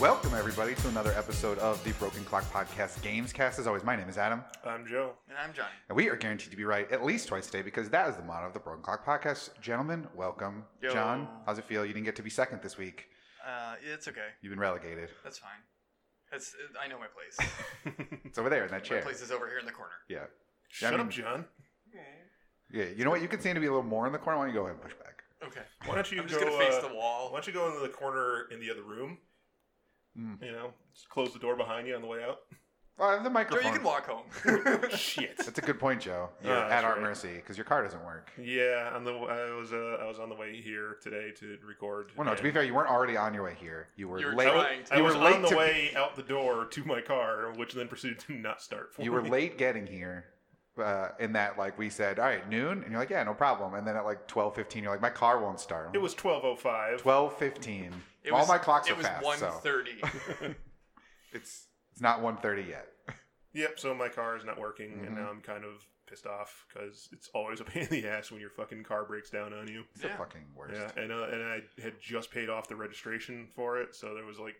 Welcome, everybody, to another episode of the Broken Clock Podcast Gamescast. As always, my name is Adam, I'm Joe. And I'm Johnny. and we are guaranteed to be right at least twice today because that is the motto of the Broken Clock Podcast. Gentlemen, welcome. Yo. John, how's it feel? You didn't get to be second this week. Uh, it's okay. You've been relegated. That's fine. That's I know my place. It's over there in that my chair. place is over here in the corner. Yeah. Shut mean- up, John. Yeah. You know what? You can seem to be a little more in the corner. Why don't you go ahead and push back? Okay. Why don't you I'm go? just gonna face uh, the why wall. don't you go into the corner in the other room? Mm. You know, just close the door behind you on the way out. Oh, the Joe, microphone. you can walk Oh, home. Shit. That's a good point, Joe. Yeah, You're at that's our right. mercy because your car doesn't work. Yeah, on the I was uh, I was on the way here today to record. Well, no, to be and fair, you weren't already on your way here. You were You're Oh, late. I was, Trying to- I You was were on late the to- way out the door to my car, which then proceeded to not start for You were me. late getting here. Uh, in that, like we said, all right, noon, and you're like, yeah, no problem. And then at like twelve fifteen, you're like, my car won't start. It was twelve oh five. twelve fifteen. It All was- my clocks it are was fast, one so thirty. it's it's not one thirty yet. Yep. So my car is not working, and Mhm. now I'm kind of pissed off because it's always a pain in the ass when your fucking car breaks down on you. It's the Yeah. fucking worst. Yeah, and uh, and I had just paid off the registration for it, so there was like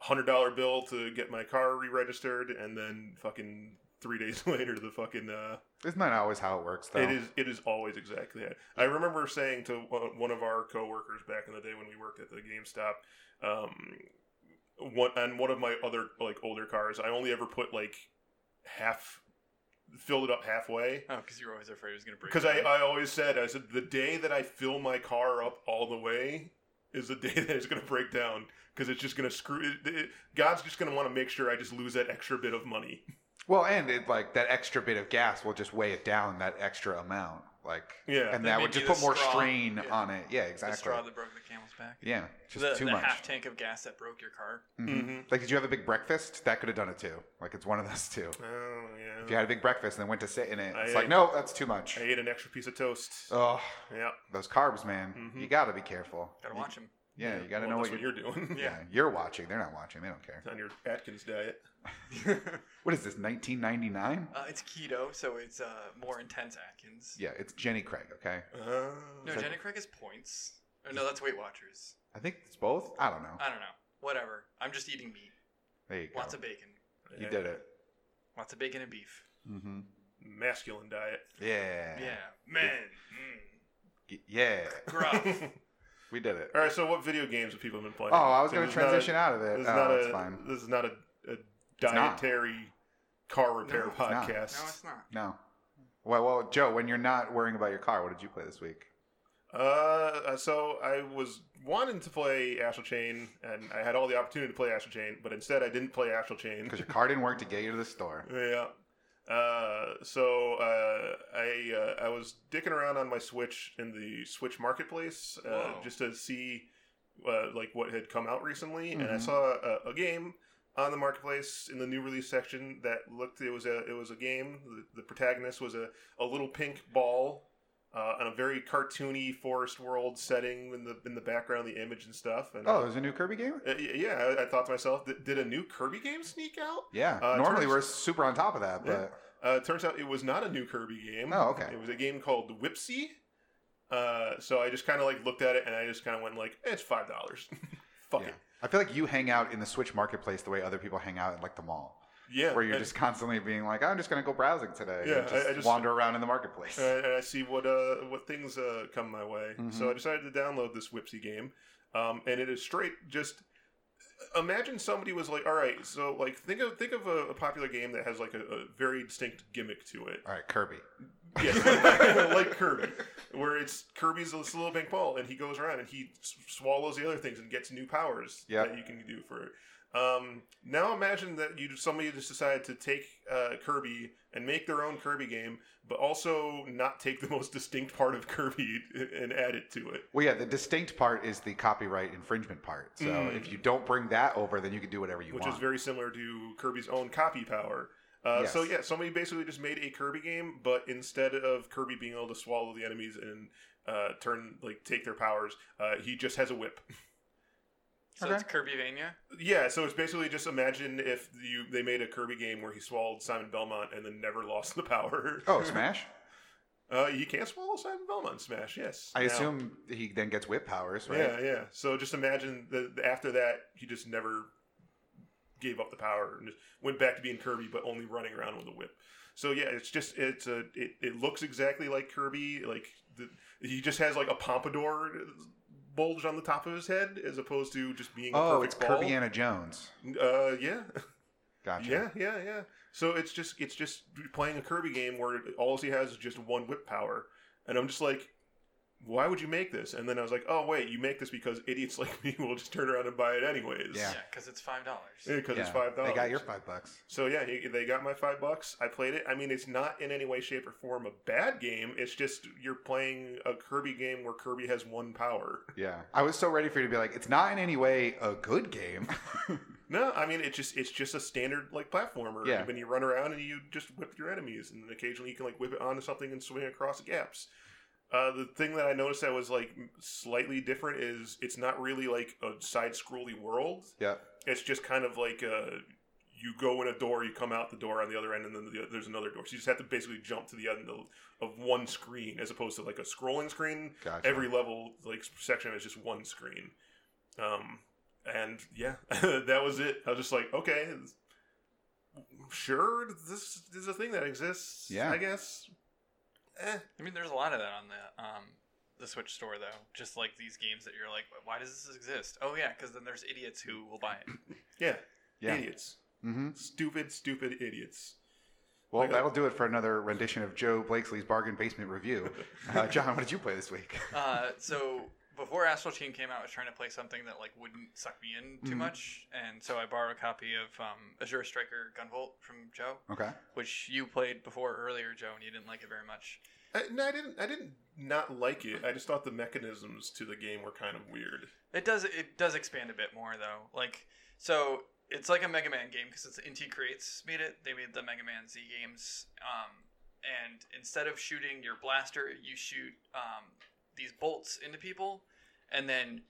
a hundred dollar bill to get my car re-registered, and then fucking three days later, the fucking uh, Isn't that always how it works? Though it is it is always exactly that. I remember saying to one one of our coworkers back in the day when we worked at the GameStop, um, one on one of my other like older cars, I only ever put like half, filled it up halfway. Oh, because you were always afraid it was gonna break. Because I, down. I always said, I said, the day that I fill my car up all the way is the day that it's going to break down because it's just going to screw it, it- God's just going to want to make sure I just lose that extra bit of money. Well, and it like that extra bit of gas will just weigh it down that extra amount, like, Yeah. and that That may would be just the put more straw. strain Yeah. on it. Yeah, the exactly. straw that broke the camel's back. Yeah, just the, too the Mm. much. half tank of gas that broke your car. Mhm. Mm-hmm. Like, did you have a big breakfast? That could have done it too. Like, it's one of those two. Oh, yeah. If you had a big breakfast and then went to sit in it, it's I- like, no, that's too much. I ate an extra piece of toast. Oh, yeah. those carbs, man. Mhm. You gotta be careful. Gotta You- watch him. Yeah, you gotta Well, know that's what you're. what you're doing. Yeah. Yeah, you're watching. They're not watching. They don't care. It's on your Atkins diet. What is this? 1999? Uh, it's keto, so it's uh, more intense Atkins. Yeah, it's Jenny Craig. Okay, Oh. No, So- Jenny Craig is points. Oh, no, that's Weight Watchers. I think it's both. I don't know. I don't know. Whatever. I'm just eating meat. There you go. Lots of bacon. You did it. Lots of bacon and beef. hmm Masculine diet. Yeah. Yeah, man. Y- Yeah. Mm. Gruff. We did it. All right, so what video games have people been playing? Oh, I was So going to this is not a- transition out of it. This is oh, not it's a, fine. This is not a, a not. dietary car repair No, it's not. podcast. no, it's not. No. Well, well, Joe, when you're not worrying about your car, what did you play this week? Uh, so I was wanting to play Astral Chain, and I had all the opportunity to play Astral Chain, but instead I didn't play Astral Chain. Because your car didn't work to get you to the store. yeah. Uh, so uh, I uh, I was dicking around on my Switch in the Switch Marketplace uh, Whoa. just to see uh, like what had come out recently, and I Mhm. saw a, a game on the marketplace in the new release section that looked it was a it was a game. The, the protagonist was a, a little pink ball uh, on a very cartoony forest world setting in the in the background, the image and stuff. And Oh, I- there's a new Kirby game? uh, y- yeah, I, I thought to myself, "Did- did a new Kirby game sneak out? Yeah. Uh, Normally turns- we're super on top of that, but Uh, it turns out it was not a new Kirby game. Oh, okay. It was a game called Whipsy. Uh, so I just kind of like looked at it and I just kind of went like, "Eh, it's five dollars. Fuck yeah. it. I feel like you hang out in the Switch marketplace the way other people hang out at like the mall, Yeah. where you're and- just constantly being like, I'm just going to go browsing today. Yeah, and just, I- I just- wander around in the marketplace. uh, and I see what uh what things uh come my way. Mhm. So I decided to download this Whipsy game, um, and it is straight just imagine somebody was like, all right, so like think of think of a, a popular game that has like a, a very distinct gimmick to it. All right, Kirby. Yes, like, like Kirby, where it's Kirby's this little pink ball, and he goes around and he s- swallows the other things and gets new powers Yeah. that you can do for. Um, now imagine that you somebody just decided to take uh, Kirby and make their own Kirby game, but also not take the most distinct part of Kirby and add it to it. Well, yeah, the distinct part is the copyright infringement part. So Mm. if you don't bring that over, then you can do whatever you which want. is very similar to Kirby's own copy power. Uh, So Yes. yeah, somebody basically just made a Kirby game, but instead of Kirby being able to swallow the enemies and uh, turn like take their powers, uh, he just has a whip. So Okay. it's Kirbyvania. yeah, so it's basically just imagine if you they made a Kirby game where he swallowed Simon Belmont and then never lost the power. oh, Smash? uh, you can swallow Simon Belmont in Smash. Yes, I Now- assume he then gets whip powers, right? Yeah, yeah. So just imagine that after that, he just never gave up the power and just went back to being Kirby, but only running around with a whip. So yeah, it's just it's a it, it looks exactly like Kirby. Like the, he just has like a pompadour bulge on the top of his head, as opposed to just being a Oh, perfect it's ball. Kirbyana Jones. uh, yeah, Gotcha. yeah, yeah, yeah. So it's just it's just playing a Kirby game where all he has is just one whip power, and I'm just like, why would you make this? And then I was like, oh wait, you make this because idiots like me will just turn around and buy it anyways. Yeah. because it's five dollars. because it's Yeah. five dollars. They got your five bucks. So yeah, he- they got my five bucks. I played it. I mean, it's not in any way, shape, or form a bad game. It's just you're playing a Kirby game where Kirby has one power. Yeah. I was so ready for you to be like, it's not in any way a good game. No, I mean it's just it's just a standard like platformer. Yeah. When you run around and you just whip your enemies, and then occasionally you can like whip it onto something and swing across gaps. Uh, the thing that I noticed that was like slightly different is it's not really like a side scrolly world. yeah. It's just kind of like uh, you go in a door, you come out the door on the other end, and then the, there's another door. So you just have to basically jump to the end of, of one screen as opposed to like a scrolling screen Gotcha. every level like section is just one screen um and yeah that was it i was just like okay sure this is a thing that exists Yeah. i guess eh. I mean, there's a lot of that on the um the Switch store though. Just like these games that you're like, why does this exist? Oh yeah, because then there's idiots who will buy it. yeah yeah. idiots Mm-hmm. stupid stupid idiots Well, Like a- that'll do it for another rendition of Joe Blakesley's Bargain Basement Review. Uh, John, what did you play this week? Uh, so before Astral Chain came out, I was trying to play something that like wouldn't suck me in too Mhm. much, and so I borrowed a copy of um, Azure Striker Gunvolt from Joe, Okay. which you played before earlier, Joe, and you didn't like it very much. I, no i didn't i didn't not like it i just thought the mechanisms to the game were kind of weird It does it does expand a bit more though. Like so, it's like a Mega Man game because it's Inti Creates made it. They made the Mega Man Z games, um, and instead of shooting your blaster, you shoot um, these bolts into people, and then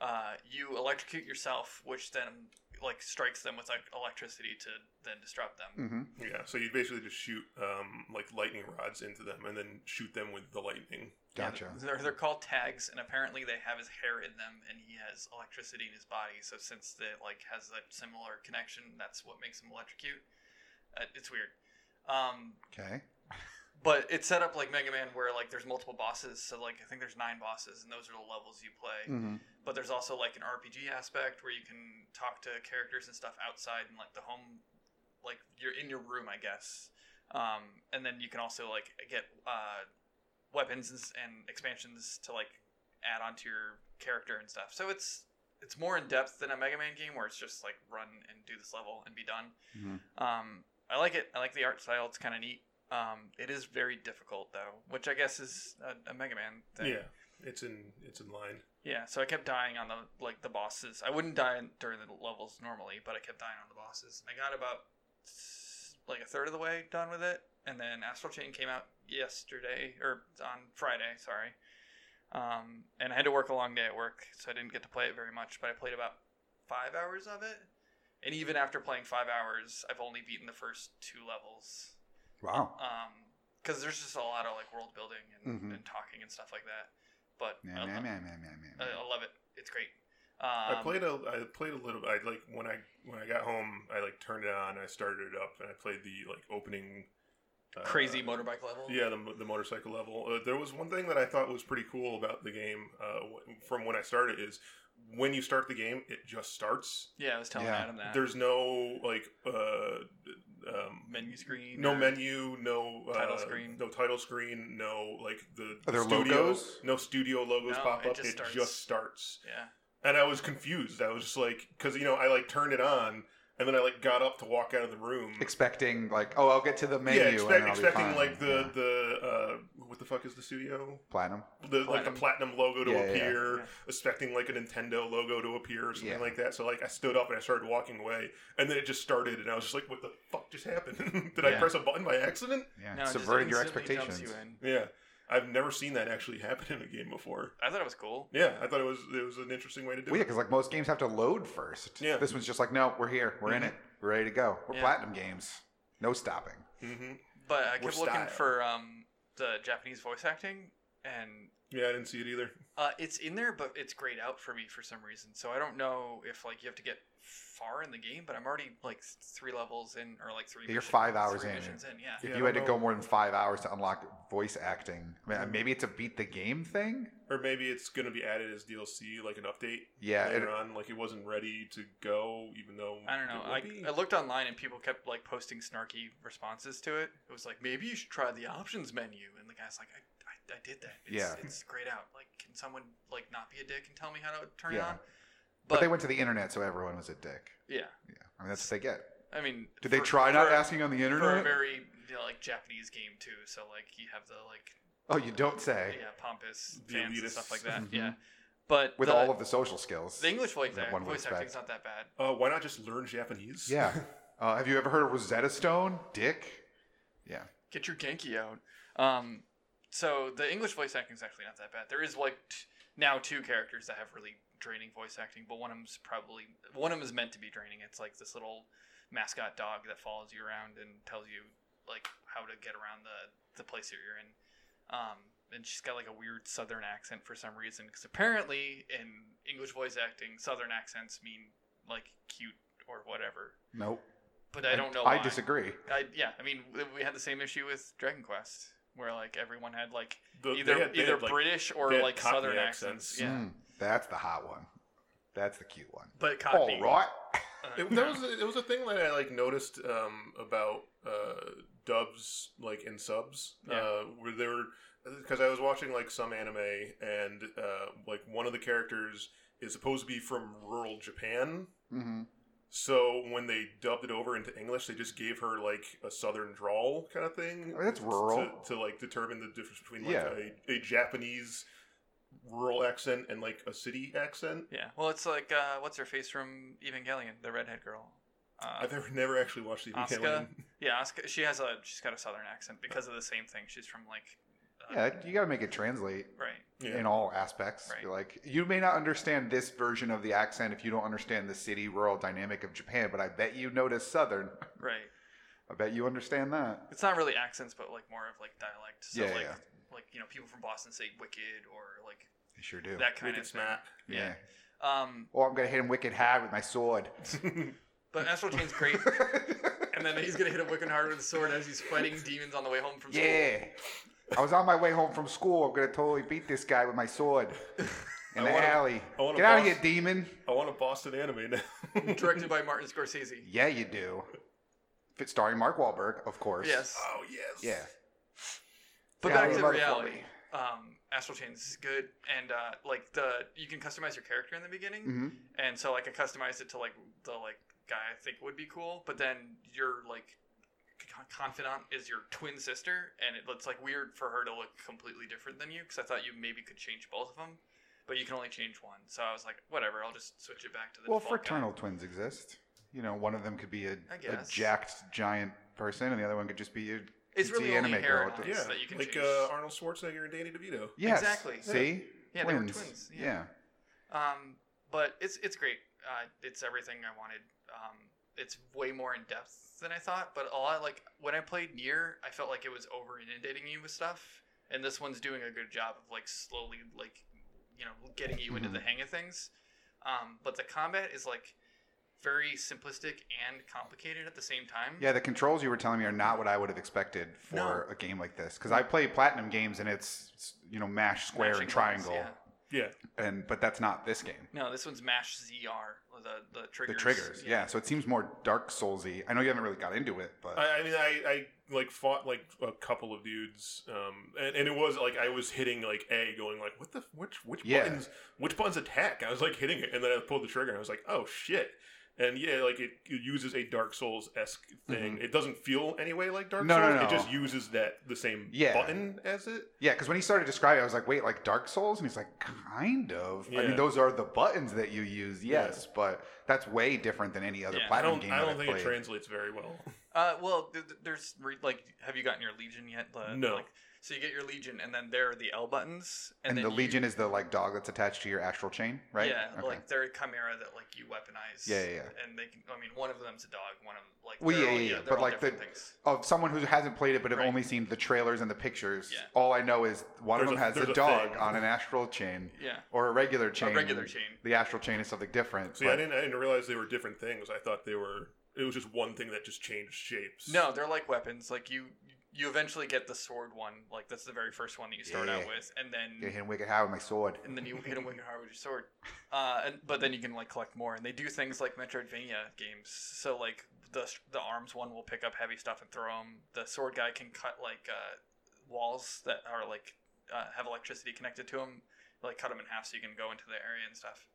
uh, you electrocute yourself, which then like strikes them with like, electricity to then disrupt them. Mm-hmm. yeah so you basically just shoot um like lightning rods into them and then shoot them with the lightning Yeah, Gotcha. they're, they're called tags, and apparently they have his hair in them, and he has electricity in his body. So since they like has that similar connection, that's what makes him electrocute. Uh, it's weird, um, Okay. but it's set up like Mega Man, where like there's multiple bosses. So like I think there's nine bosses, and those are the levels you play. Mm-hmm. But there's also like an RPG aspect where you can talk to characters and stuff outside and like the home, like you're in your room, I guess. Um, and then you can also like get uh, weapons and, s- and expansions to like add onto your character and stuff. So it's it's more in depth than a Mega Man game where it's just like run and do this level and be done. Mhm. Um, I like it. I like the art style. It's kind of neat. Um, it is very difficult though, which I guess is a, a Mega Man thing. yeah it's in it's in line Yeah, so I kept dying on the like the bosses. I wouldn't die in- during the levels normally, but I kept dying on the bosses. And I got about s- like a third of the way done with it, and then Astral Chain came out yesterday or on Friday, sorry. Um, and I had to work a long day at work, so I didn't get to play it very much. But I played about five hours of it, and even after playing five hours, I've only beaten the first two levels Wow. because there's just a lot of like world building and, Mhm. and talking and stuff like that. But Man, Mm-hmm. I man, lo- man, man, man, man, I, man. I love it. It's great. Um, I played a I played a little. I like when I when I got home, I like turned it on. I started it up, and I played the like opening uh, crazy motorbike level. Yeah, the, mo- the motorcycle level. Uh, there was one thing that I thought was pretty cool about the game uh, w- from when I started is when you start the game, it just starts. yeah. I was telling Yeah. Adam that There's no like uh, um, menu screen. no or- menu, no uh, Title screen. no title screen, no like the Are there studio, logos? no studio logos No, pop it up. just it starts. just starts Yeah, and I was confused. I was just like, because you know, I like turned it on, and then I like got up to walk out of the room. Expecting like, oh, I'll get to the menu. yeah, and expect, I'll be expecting fine. like the Yeah. the uh, what the fuck is the studio? platinum. The, like the Platinum. platinum logo to Yeah, yeah, appear, yeah. expecting like a Nintendo logo to appear or something Yeah. like that. So like I stood up and I started walking away, and then it just started, and I was just like, what the fuck just happened? Did I Yeah. press a button by accident? Yeah. No, it just Subverting your instantly jumps expectations. you in. Yeah, I've never seen that actually happen in a game before. I thought it was cool. Yeah, I thought it was it was an interesting way to do Well, yeah, it. because like most games have to load first. Yeah. This one's just like, no, we're here, we're in Mhm. it, we're ready to go. We're Yeah. platinum games, no stopping. hmm But I More kept looking style. for um, the Japanese voice acting, and Yeah, I didn't see it either. Uh, it's in there, but it's grayed out for me for some reason. So I don't know if like you have to get far in the game, but I'm already like th- three levels in, or like three. You're five hours three in. Missions in, yeah. If Yeah, you I had to don't go know. Mm-hmm. more than five hours to unlock voice acting, I mean, maybe it's a beat the game thing. Or maybe it's going to be added as DLC, like an update Yeah, it, later on. Like it wasn't ready to go, even though I don't know. it would I, be. I looked online and people kept like posting snarky responses to it. It was like maybe you should try the options menu, and the guy's like, I, I, I did that. It's, Yeah. it's grayed out. Like, can someone like not be a dick and tell me how to turn Yeah. it on? but they went to the internet, so everyone was a dick. yeah. Yeah, I mean that's what they get. I mean, Did they for- try not for- asking on the for a internet? very you know, like Japanese game too? So like you have the like Oh, you don't say. yeah pompous The fans and elitist. stuff like that. Mhm. Yeah, but With the, all of the social skills. the English voice, that one would voice acting expect. is not that bad. Uh, why not just learn Japanese? Yeah. Uh, have you ever heard of Rosetta Stone, Dick? Yeah. Get your Genki out. Um, so the English voice acting is actually not that bad. There is like t- now two characters that have really draining voice acting, but one of them's probably one of them is meant to be draining. It's like this little mascot dog that follows you around and tells you like how to get around the the place that you're in. Um, and she's got like a weird southern accent for some reason because apparently in English voice acting, southern accents mean like cute or whatever. Nope. But I don't know. I why. disagree. I yeah, I mean w- we had the same issue with Dragon Quest where like everyone had like The- they either had- they either had, like, British or they had like Cockney Southern accents. accents. Yeah, Mm, that's the hot one. That's the cute one. but All Cockney. right. uh, It, no. that was it was a thing that I like noticed um, about uh, dubs like and subs uh, Yeah. where they were because I was watching like some anime and uh, like one of the characters is supposed to be from rural Japan. hmm So when they dubbed it over into English, they just gave her like a southern drawl kind of thing. Oh, that's rural. to, to like determine the difference between like Yeah. a, a Japanese rural accent and like a city accent. yeah. Well, it's like uh, what's her face from Evangelion, the redhead girl. Uh, I've never, never actually watched the Asuka? Evangelion. yeah, Asuka, she has a she's got a Southern accent because of the same thing. She's from like uh, Yeah, you got to make it translate right. Yeah. in all aspects. Right. You're Like, you may not understand this version of the accent if you don't understand the city rural dynamic of Japan, but I bet you notice Southern. Right. I bet you understand that. It's not really accents, but like more of like dialect. So Yeah, like yeah. like you know people from Boston say wicked or like They sure do. that kind Wicked of thing. Smack. Yeah. Um, Oh, I'm going to hit him wicked hard with my sword. but Astral Chain's great. and then he's gonna hit him wicked hard with a sword as he's fighting demons on the way home from school. Yeah. I was on my way home from school. I'm going to totally beat this guy with my sword in I the wanna- alley. I wanna Get out of boss- here, demon. I want a Boston anime now. Directed by Martin Scorsese. Yeah, you do. Fit- Starring Mark Wahlberg, of course. Yes. oh yes. Yeah. But Yeah, back you to love it for reality. me. Um, Astral Chain's good, and uh, like the you can customize your character in the beginning, Mhm. and so like I customized it to like the like guy I think would be cool, but then your like con- confidant is your twin sister, and it looks like weird for her to look completely different than you because I thought you maybe could change both of them, but you can only change one. So I was like, whatever, I'll just switch it back to the Well, default guy. fraternal twins exist. You know, one of them could be a, I a guess. jacked giant person, and the other one could just be a It's cutesy really only hair girl. and eyes. Yeah. That you can like change. uh, Arnold Schwarzenegger and Danny DeVito. Yes. Exactly. See, Yeah, they were twins. twins, yeah. yeah. Um, but it's it's great. Uh, it's everything I wanted. Um, it's way more in depth than I thought. But a lot like when I played Nier, I felt like it was over inundating you with stuff, and this one's doing a good job of like slowly like you know getting you into Mhm. the hang of things. Um, but the combat is like very simplistic and complicated at the same time. Yeah, the controls you were telling me are not what I would have expected for No. a game like this. Because I play platinum games and it's you know mash, square, Mashing and buttons, triangle, yeah. Yeah. and but that's not this game. No, this one's Mash ZR. The the triggers. The triggers, yeah. So it seems more Dark Soulsy. I know you haven't really got into it, but I, I mean, I, I like fought like a couple of dudes, um, and, and it was like I was hitting like A, going like, what the which which Yeah. buttons which buttons attack? I was like hitting it, and then I pulled the trigger, and I was like, oh shit. And yeah, like it, it uses a Dark Souls esque thing. It doesn't feel anyway like Dark Mm-hmm. No, no, Souls. no. It just uses that the same Yeah. button as it. yeah, because when he started describing, it, I was like, wait, like Dark Souls, and he's like, kind of. I mean, Yeah. those are the buttons that you use, yes, but that's way different than any other Yeah, I I platinum don't. game. I that don't I've think it played. translates very well. Uh, well, th- th- there's re- like, have you gotten your Legion yet? The, No. Like, So you get your Legion, and then there are the L buttons, And, then the you- Legion is the like dog that's attached to your astral chain, right? Yeah, Okay. like they're a chimera that like you weaponize. Yeah, yeah, And they can. I mean, one of them's a dog. One of them like. Well, they're yeah, all- yeah, yeah, they're but, all like, the- different things. of someone who hasn't played it but have Right. only seen the trailers and the pictures, Yeah. all I know is one There's of a- them has there's a a dog thing. on an astral chain Yeah, or a regular chain. a regular chain. The astral chain is something different. See, I but- didn't I didn't realize they were different things. I thought they were. It was just one thing that just changed shapes. No, they're like weapons. Like you, you eventually get the sword one. Like that's the very first one that you start Yeah. out with, and Get then hit and wicked high with my sword. and then you hit him with your hard with your sword. Uh, and, but then you can like collect more, and they do things like Metroidvania games. So like the the arms one will pick up heavy stuff and throw them. The sword guy can cut like uh, walls that are like uh, have electricity connected to them, like cut them in half so you can go into the area and stuff.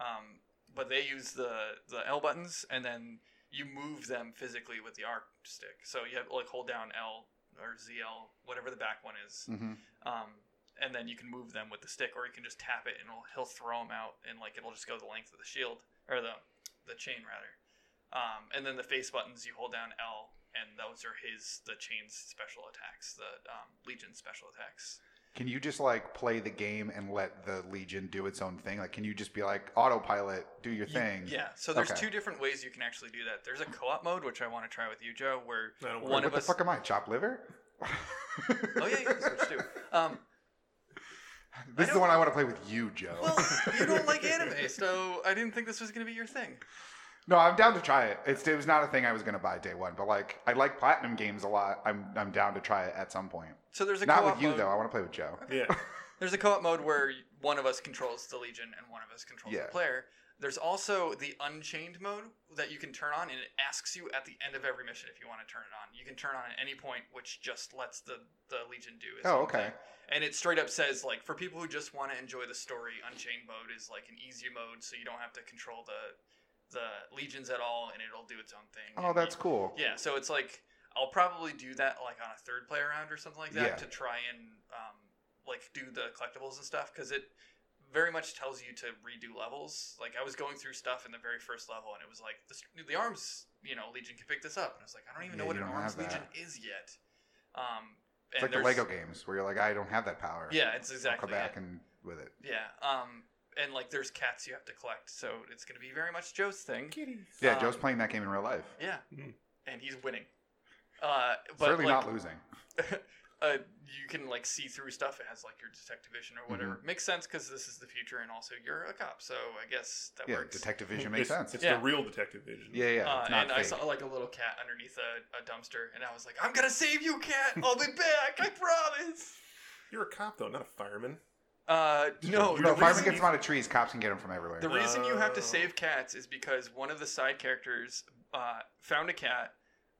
Um, but they use the the L buttons, and then you move them physically with the arc stick. So you have like hold down L or ZL, whatever the back one is hmm um, and then you can move them with the stick, or you can just tap it and it'll, he'll throw them out, and like it'll just go the length of the shield or the the chain rather. Um, and then the face buttons, you hold down L, and those are his the chain's special attacks, the um, Legion special attacks. Can you just like play the game and let the Legion do its own thing? Like, can you just be like autopilot, do your You- thing? yeah. So there's Okay. two different ways you can actually do that. There's a co-op mode, which I want to try with you, Joe, where I don't Or one what of the us. fuck am I? Chop liver? oh yeah, you can switch too. Um, I This is the don't- one I want to play with you, Joe. well, you don't like anime, so I didn't think this was gonna be your thing. No, I'm down to try it. It's, it was not a thing I was going to buy day one, but like I like platinum games a lot. I'm I'm down to try it at some point. So there's a Not co-op with you mode. though. I want to play with Joe. Yeah. There's a co-op mode where one of us controls the Legion and one of us controls Yeah. the player. There's also the Unchained mode that you can turn on, and it asks you at the end of every mission if you want to turn it on. You can turn on at any point, which just lets the the Legion do. Its Oh, own okay. thing. And it straight up says like for people who just want to enjoy the story, Unchained mode is like an easy mode, so you don't have to control the the legions at all, and it'll do its own thing. Oh, And that's you- cool. yeah, so it's like I'll probably do that like on a third play round or something like that Yeah. to try and um, like do the collectibles and stuff because it very much tells you to redo levels. Like I was going through stuff in the very first level and it was like the, s- the arms, you know, Legion can pick this up, and I was like, I don't even Yeah, know what you an don't arms have Legion that. is yet. Um, It's and like the there's- Lego games where you're like, I don't have that power. Yeah, it's I'll exactly come back it. and with it. Yeah, um, and like there's cats you have to collect, so it's gonna be very much Joe's thing. Kitties. Yeah, Um, Joe's playing that game in real life. Yeah, Mhm. and he's winning. Uh, but Certainly like, not losing. uh, you can like see through stuff. It has like your detective vision Mm-hmm. or whatever. Makes sense because this is the future, and also you're a cop, so I guess that Yeah, works. Detective Vision makes it's, sense. It's Yeah. the real detective vision. yeah, yeah. uh, it's not and I fake. saw like a little cat underneath a, a dumpster, and I was like, "I'm gonna save you, cat! I'll be back! I promise." You're a cop though, not a fireman. Uh, no, You no, the if fireman reason- gets them out of trees, cops can get them from everywhere. The reason you have to Oh. save cats is because one of the side characters uh, found a cat,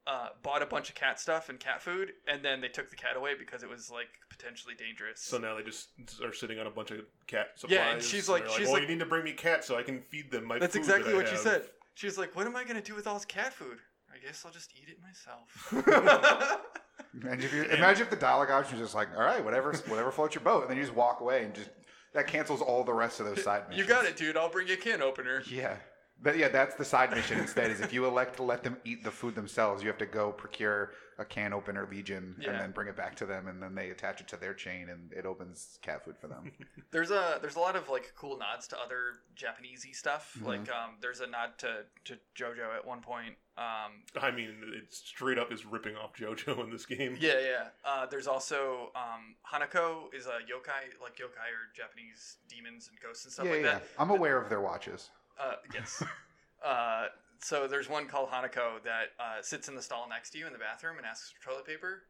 uh, bought a bunch of cat stuff and cat food, and then they took the cat away because it was like potentially dangerous. So now they just are sitting on a bunch of cat supplies. Yeah, and she's like- they're she's "Oh, like- you need to bring me cats so I can feed them my." That's food exactly that I what she have." said. She was like, "What am I gonna do with all this cat food? I guess I'll just eat it myself." Imagine if, you, imagine if the dialogue option is just like, all right, whatever, whatever floats your boat, and then you just walk away and just that cancels all the rest of those side you missions. got it, dude. I'll bring you a can opener. Yeah. That, yeah, that's the side mission instead. Is if you elect to let them eat the food themselves, you have to go procure a can opener legion Yeah. and then bring it back to them, and then they attach it to their chain, and it opens cat food for them. There's a there's a lot of like cool nods to other Japanesey stuff. Mm-hmm. Mhm. Like um, there's a nod to, to JoJo at one point. Um, I mean, it straight up is ripping off JoJo in this game. yeah, yeah. Uh, there's also um, Hanako is a yokai, like yokai or Japanese demons and ghosts and stuff yeah, like yeah. that. I'm aware of their watches. Uh, yes. uh, so there's one called Hanako that uh, sits in the stall next to you in the bathroom and asks for toilet paper.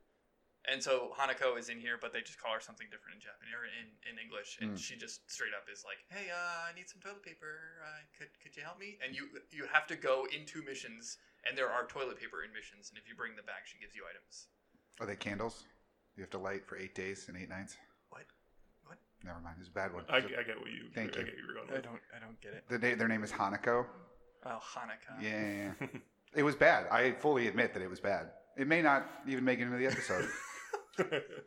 And so Hanako is in here, but they just call her something different in Japanese or in, in English, and Mm. she just straight up is like, "Hey, uh, I need some toilet paper. Uh, could could you help me?" And you you have to go into missions, and there are toilet paper in missions, and if you bring them back, she gives you items. Are they candles? You have to light for eight days and eight nights. What? What? Never mind. It's a bad one. I, I get what you. Thank I you. get what you're going with. don't I don't get it. The na- their name is Hanako. Oh, Hanako. Yeah, yeah, yeah. it was bad. I fully admit that it was bad. It may not even make it into the episode.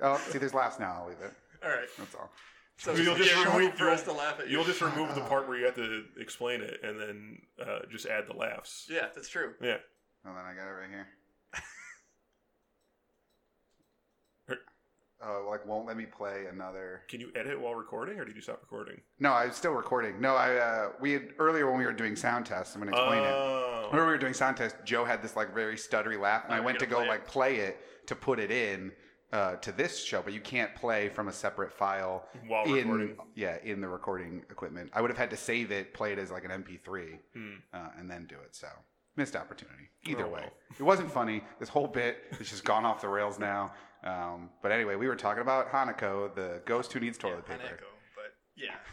oh, see, there's laughs now. I'll leave it. All right. That's all. So You'll just just get room remove- for us to laugh at you. You'll just Shut remove the up. part where you have to explain it, and then uh, just add the laughs. Yeah, that's true. Yeah. Oh, then I got it right here. uh, like won't let me play another. Can you edit while recording, or did you stop recording? No, I was still recording. No, I uh, we had earlier when we were doing sound tests. I'm gonna explain it. Oh. Remember we were doing sound test. Joe had this like very stuttery laugh, and Oh, I you're went to go gonna play it. like play it to put it in uh, to this show, but you can't play from a separate file While in Oh, recording. yeah in the recording equipment. I would have had to save it, play it as like an MP3, Hmm. uh, and then do it. So missed opportunity. Either Oh, way, well. it wasn't funny. This whole bit has just gone off the rails now. Um, but anyway, we were talking about Hanako, the ghost who needs toilet yeah, paper. Hanako, but yeah,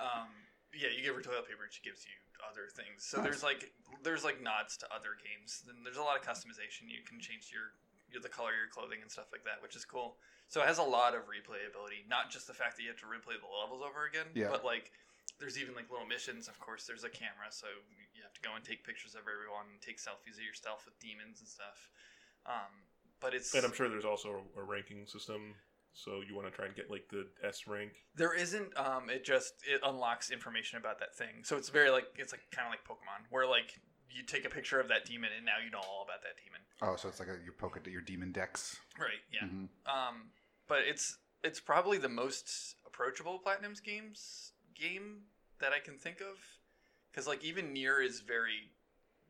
um, yeah. You give her toilet paper, and she gives you other things. So Nice. there's like there's like nods to other games. Then there's a lot of customization. You can change your, your the color of your clothing and stuff like that, which is cool. So it has a lot of replayability, not just the fact that you have to replay the levels over again, Yeah. but like there's even like little missions. Of course, there's a camera, so you have to go and take pictures of everyone, and take selfies of yourself with demons and stuff. Um, but it's And I'm sure there's also a ranking system, so you want to try and get like the S rank. There isn't. Um, it just it unlocks information about that thing. So it's very like it's like kind of like Pokemon, where like you take a picture of that demon and now you know all about that demon. Oh, so it's like a, you poke it at your demon decks. Right. Yeah. Mhm. Um, but it's it's probably the most approachable Platinum's games game that I can think of, because like even Near is very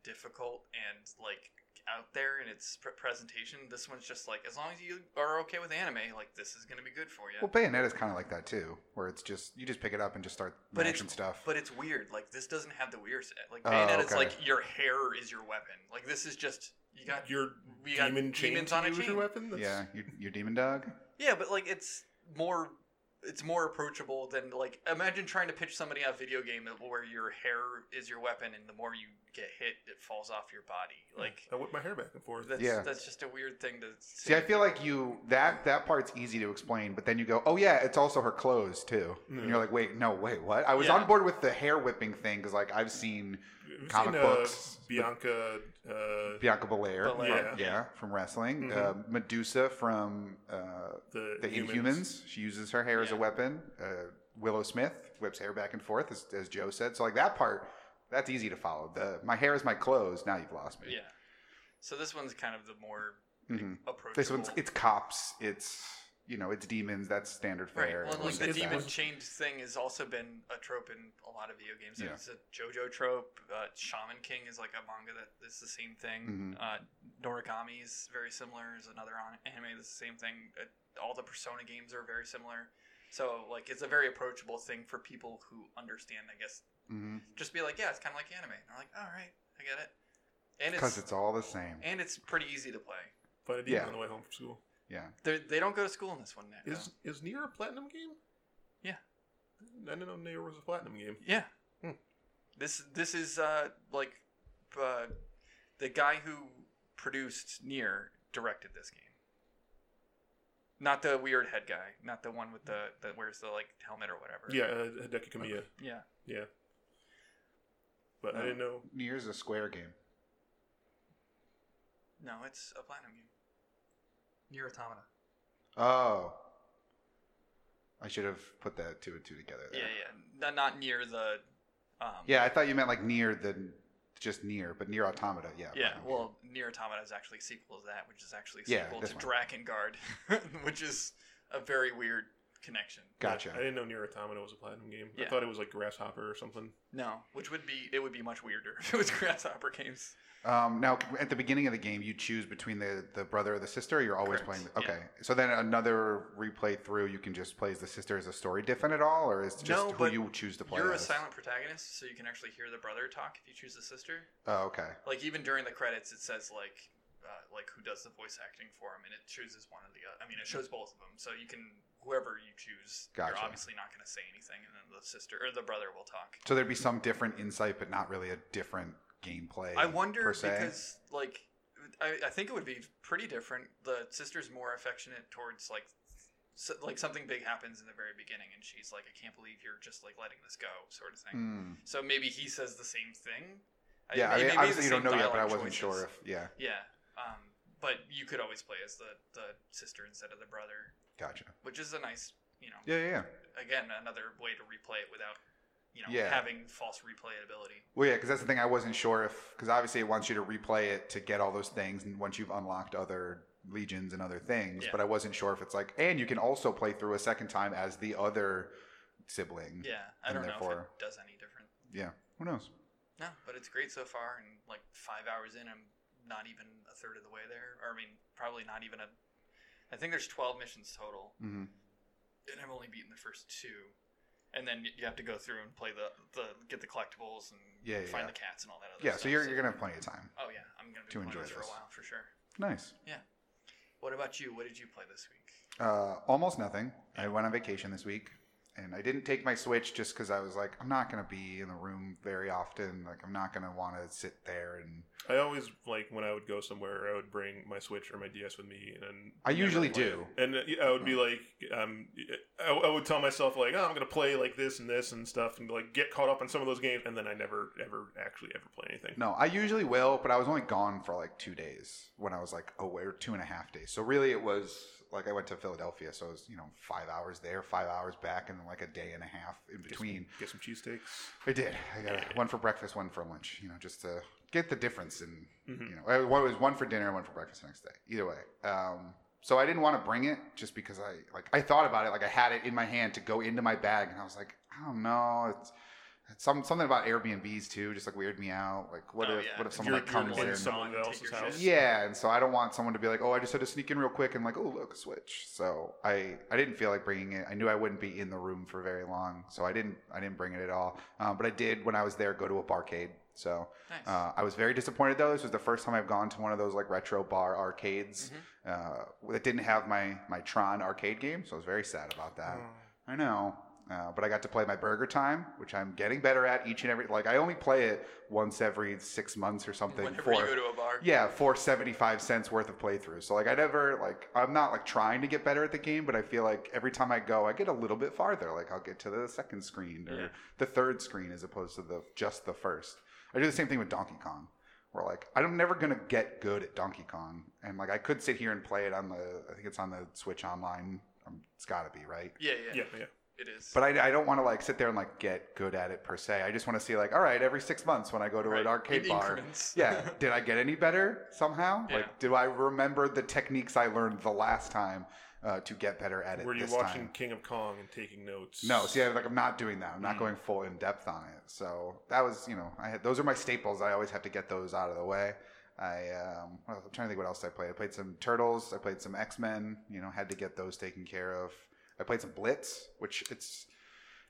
difficult and like out there in its pr- presentation. This one's just like as long as you are okay with anime, like this is gonna be good for you. Well, Bayonetta is kind of like that too, where it's just you just pick it up and just start But mashing stuff. But it's weird. Like this doesn't have the weird set. Like Oh, Bayonetta's it's okay. like your hair is your weapon. Like this is just you got. Your we got demon chain demons to on a use your chain. weapon. yeah, your, your demon dog. Yeah, but like it's more. It's more approachable than like imagine trying to pitch somebody a video game that- where your hair is your weapon and the more you get hit, it falls off your body. Like I whip my hair back and forth. that's Yeah. that's just a weird thing to See, I feel like you that that part's easy to explain, but then you go, "Oh yeah, it's also her clothes too," Yeah. and you're like, "Wait, no, wait, what?" I was Yeah. on board with the hair whipping thing because like I've seen Have you comic seen, uh, books, but- Bianca. Uh, Bianca Belair, from- Belair. Mm-hmm. yeah. Yeah. from wrestling, Mhm. uh, Medusa from uh, the, the Inhumans. She uses her hair as a Yeah. weapon. Uh, Willow Smith whips hair back and forth, as, as Joe said. So like that part, that's easy to follow. The my hair is my clothes. Now you've lost me. yeah. So this onene's kind of the more Mhm. approachable. This one's it's cops. It's you know it's demons. That's standard Right. fare. Well, Everyone like the gets it's- that. demon it's- chained thing has also been a trope in a lot of video games. Yeah. It's a JoJo trope. Uh, Shaman King is like a manga that is the same thing. Mhm. Uh, Noragami is very similar. Is another on- anime that's the same thing. Uh, all the Persona games are very similar. So like it's a very approachable thing for people who understand. I guess Mhm. just be like, yeah, it's kind of like anime. And they're like, all right, I get it. And because it's, it's all the same. and it's pretty easy to play. Fight a demon Yeah. on the way home from school. Yeah. They're, they don't go to school in this one. Nick, Is is Nier a platinum game? Yeah. I didn't know Nier was a platinum game. Yeah. Hmm. This this is uh like uh the guy who produced Near directed this game. Not the weird head guy, not the one with the that wears the like helmet or whatever. Yeah, uh, Hideki Kamiya. Yeah. Yeah. But Oh. I No. didn't know. Nier's a square game. No, it's a platinum game. Near Automata. Oh. I should have put that two and two together. Yeah, There. yeah. N- Not near the um Yeah, I thought you meant like near the just near, but near automata. Yeah. Yeah, fine. well, Nier Automata is actually a sequel to that, which is actually a Yeah, sequel this to one. Drakengard, which is a very weird connection. Gotcha. I didn't know Nier Automata was a platinum game. I Yeah. thought it was like Grasshopper or something. No, which would be it would be much weirder if it was grasshopper games. Um, now, at the beginning of the game, you choose between the, the brother or the sister. Or you're always Correct, playing. The, okay, yeah. so then another replay through, you can just play as the sister. Is the story different at all, or is it just No, who but you choose to play? You're a as? silent protagonist, so you can actually hear the brother talk if you choose the sister. Oh, okay. Like even during the credits, it says like uh, like who does the voice acting for him, and it chooses one of the. other. I mean, it shows both of them, so you can whoever you choose. Gotcha. You're obviously not going to say anything, and then the sister or the brother will talk. So there'd be some different insight, but not really a different gameplay. I wonder per se. because like I, I think it would be pretty different. The sister's more affectionate towards like so, like something big happens in the very beginning, and she's like, "I can't believe you're just like letting this go," sort of thing. Hmm. So maybe he says the same thing. I- Yeah, I may- mean, maybe obviously you the don't same know yet, but I dialogue wasn't sure choices. if. Yeah, Yeah, um, but you could always play as the the sister instead of the brother, gotcha. which is a nice, you know, Yeah, yeah, yeah. again another way to replay it without, you know, Yeah. having false replayability. Well, yeah, because that's the thing. I wasn't sure if because obviously it wants you to replay it to get all those things, and once you've unlocked other legions and other things, Yeah. but I wasn't sure if it's like, and you can also play through a second time as the other sibling. Yeah, I And don't know if it therefore- does any different. Who knows? No, but it's great so far. And like five hours in, I'm not even a third of the way there. Or I mean, probably not even a. I think there's 12 missions total, hmm and I've only beaten the first two. And then y- you have to go through and play the, the get the collectibles and Yeah, yeah, find yeah. the cats and all that other Yeah, stuff. so you're, you're going to have plenty of time. Oh yeah, I'm gonna be to playing enjoy this for a this. while for sure. Nice. What about you? What did you play this week? Uh, almost nothing. I went on vacation this week, and I didn't take my Switch just because I was like, I'm not gonna be in the room very often. Like, I'm not gonna want to sit there. And I always like when I would go somewhere, I would bring my Switch or my DS with me, and then I never usually play do. it. And uh, I would be like, um, I, I would tell myself like, oh, I'm gonna play like this and this and stuff, and like get caught up on some of those games, and then I never ever actually ever play anything. No, I usually will, but I was only gone for like two days when I was like away, or two and a half days. So really, it was like I went to Philadelphia, so it was you know five hours there, five hours back, and then like a day and a half in Get some- between. get some cheesesteaks. I did. I got one for breakfast, one for lunch. You know, just to get the difference in Mhm. you know, I- one was one for dinner and one for breakfast the next day. Either way, um, so I didn't want to bring it just because I like I thought about it, like I had it in my hand to go into my bag, and I was like, I don't know, it's, it's some something about Airbnbs too, just like weird me out. Like, what Oh, if yeah. what if If someone you're- like you're comes in in? some- someone Gone and else's take your house. shit. yeah, and so I don't want someone to be like, oh, I just had to sneak in real quick, and like, oh, look, a switch. So I I didn't feel like bringing it. I knew I wouldn't be in the room for very long, so I didn't I didn't bring it at all. Um, but I did when I was there go to a barcade. So Nice. uh, I was very disappointed though. This was the first time I've gone to one of those like retro bar arcades Mm-hmm. uh, that didn't have my my Tron arcade game, so I was very sad about that. Mm. I know, uh, but I got to play my Burger Time, which I'm getting better at each and every. Like I only play it once every six months or something. Whenever for, you go to a bar, yeah, for seventy five cents worth of playthroughs. So like I never like I'm not like trying to get better at the game, but I feel like every time I go, I get a little bit farther. Like I'll get to the second screen or Yeah. the third screen as opposed to the just the first. I do the same thing with Donkey Kong. Where like I'm never gonna get good at Donkey Kong, and like I could sit here and play it on the I think it's on the Switch Online. Um, it's gotta be right. yeah, yeah, Yeah, yeah. It is. But I, I don't want to like sit there and like get good at it per se. I just want to see like all right every six months when I go to Right. an arcade In bar, increments. yeah did i get any better somehow Yeah. like do i remember the techniques i learned the last time uh, to get better at it Were you this watching time King of Kong and taking notes? no see I, like i'm not doing that i'm not Mm. going full in depth on it so that was you know i had those are my staples i always have to get those out of the way i um what else- i'm trying to think what else i played i played some turtles i played some x-men you know had to get those taken care of i played some blitz which it's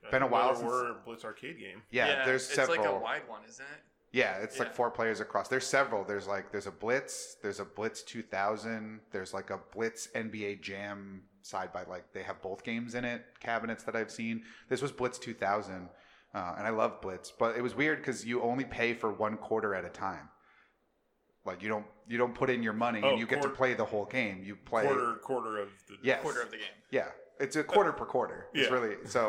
Uh, been a while Another since- word, Blitz arcade game. yeah, there's it's several like a wide one, isn't it? Yeah, it's Yeah. like four players across. There's several. There's like there's a Blitz, there's a Blitz 2000, there's like a Blitz NBA Jam side by like they have both games in it. Cabinets that I've seen. This was Blitz 2000, uh, and I love Blitz, but it was weird because you only pay for one quarter at a time. Like you don't you don't put in your money Oh, and you get to quar- play the whole game. You play Quarter, quarter of the. Yes. Quarter of the game. yeah, it's a quarter per quarter. It's Yeah. really so.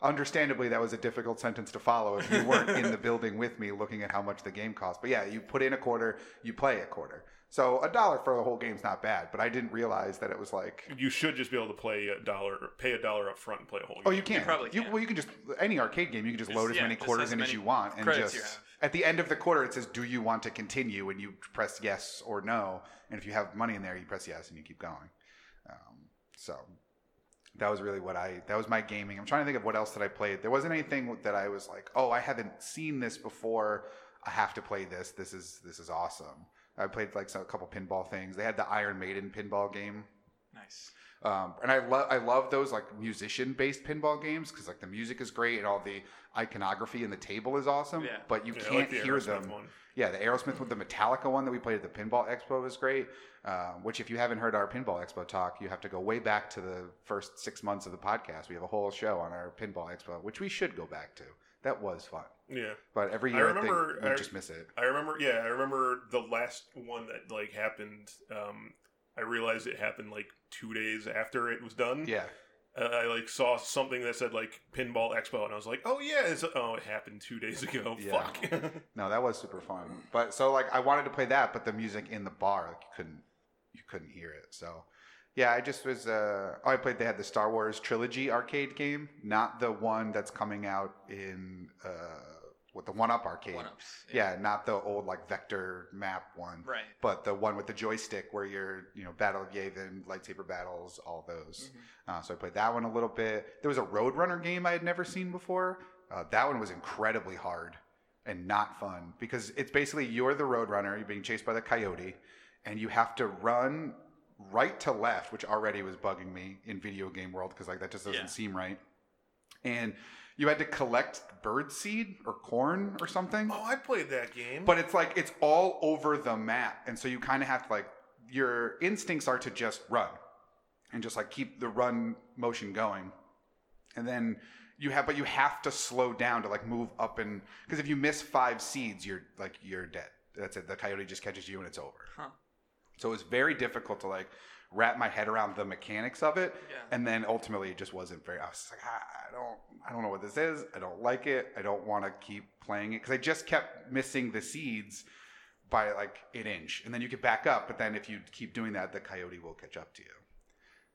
Understandably, that was a difficult sentence to follow if you weren't in the building with me looking at how much the game cost. But yeah, you put in a quarter, you play a quarter. So a dollar for the whole game's not bad. But I didn't realize that it was like, You should just be able to play a dollar, pay a dollar up front and play a whole game. oh, you can. probably you, can. well, you can just any arcade game. You can just Just- load as yeah, many just quarters as in as many you want, and credits just you have. at the end of the quarter, it says, "Do you want to continue?" And you press yes or no. And if you have money in there, you press yes and you keep going. Um, so that was really what I that was my gaming. I'm trying to think of what else that I played. There wasn't anything that I was like, oh, I haven't seen this before. I have to play this. This is this is awesome. I played like some, a couple pinball things. They had the Iron Maiden pinball game Nice. um, and I love I love those like musician based pinball games because like the music is great and all the iconography and the table is awesome. Yeah. But you Yeah, I can't like the hear Aerosmith them. One. Yeah, the Aerosmith with the Metallica one that we played at the Pinball Expo was great. Um, which if you haven't heard our Pinball Expo talk, you have to go way back to the first six months of the podcast. We have a whole show on our Pinball Expo, which we should go back to. That was fun. Yeah. But every I year I, remember- think we I- just miss it. I remember. Yeah, I remember the last one that like happened. Um, I realized it happened like two days after it was done. Yeah. Uh, I like saw something that said like Pinball Expo, and I was like, oh yeah, it's oh it happened two days ago. Yeah. Fuck. No, that was super fun. But so like I wanted to play that, but the music in the bar like you couldn't you couldn't hear it. So yeah, I just was uh oh, I played they had the Star Wars trilogy arcade game, not the one that's coming out in uh with the one up arcade. One ups. yeah. not the old like vector map one, Right. but the one with the joystick where you're, you know, Battle of Yavin, lightsaber battles, all those. Mhm. Uh, so I played that one a little bit. There was a Roadrunner game I had never seen before. Uh, that one was incredibly hard and not fun because it's basically you're the Roadrunner, you're being chased by the coyote, and you have to run right to left, which already was bugging me in video game world because like that just doesn't Yeah. seem right. And you had to collect bird seed or corn or something Oh, I played that game. but it's like it's all over the map and so you kind of have to like your instincts are to just run and just like keep the run motion going and then you have but you have to slow down to like move up and because if you miss five seeds you're like you're dead that's it the coyote just catches you and it's over Huh. so it was very difficult to like wrap my head around the mechanics of it Yeah. and then ultimately it just wasn't very i was just like "Ah, i don't i don't know what this is i don't like it i don't want to keep playing it because i just kept missing the seeds by like an inch and then you could back up but then if you keep doing that the coyote will catch up to you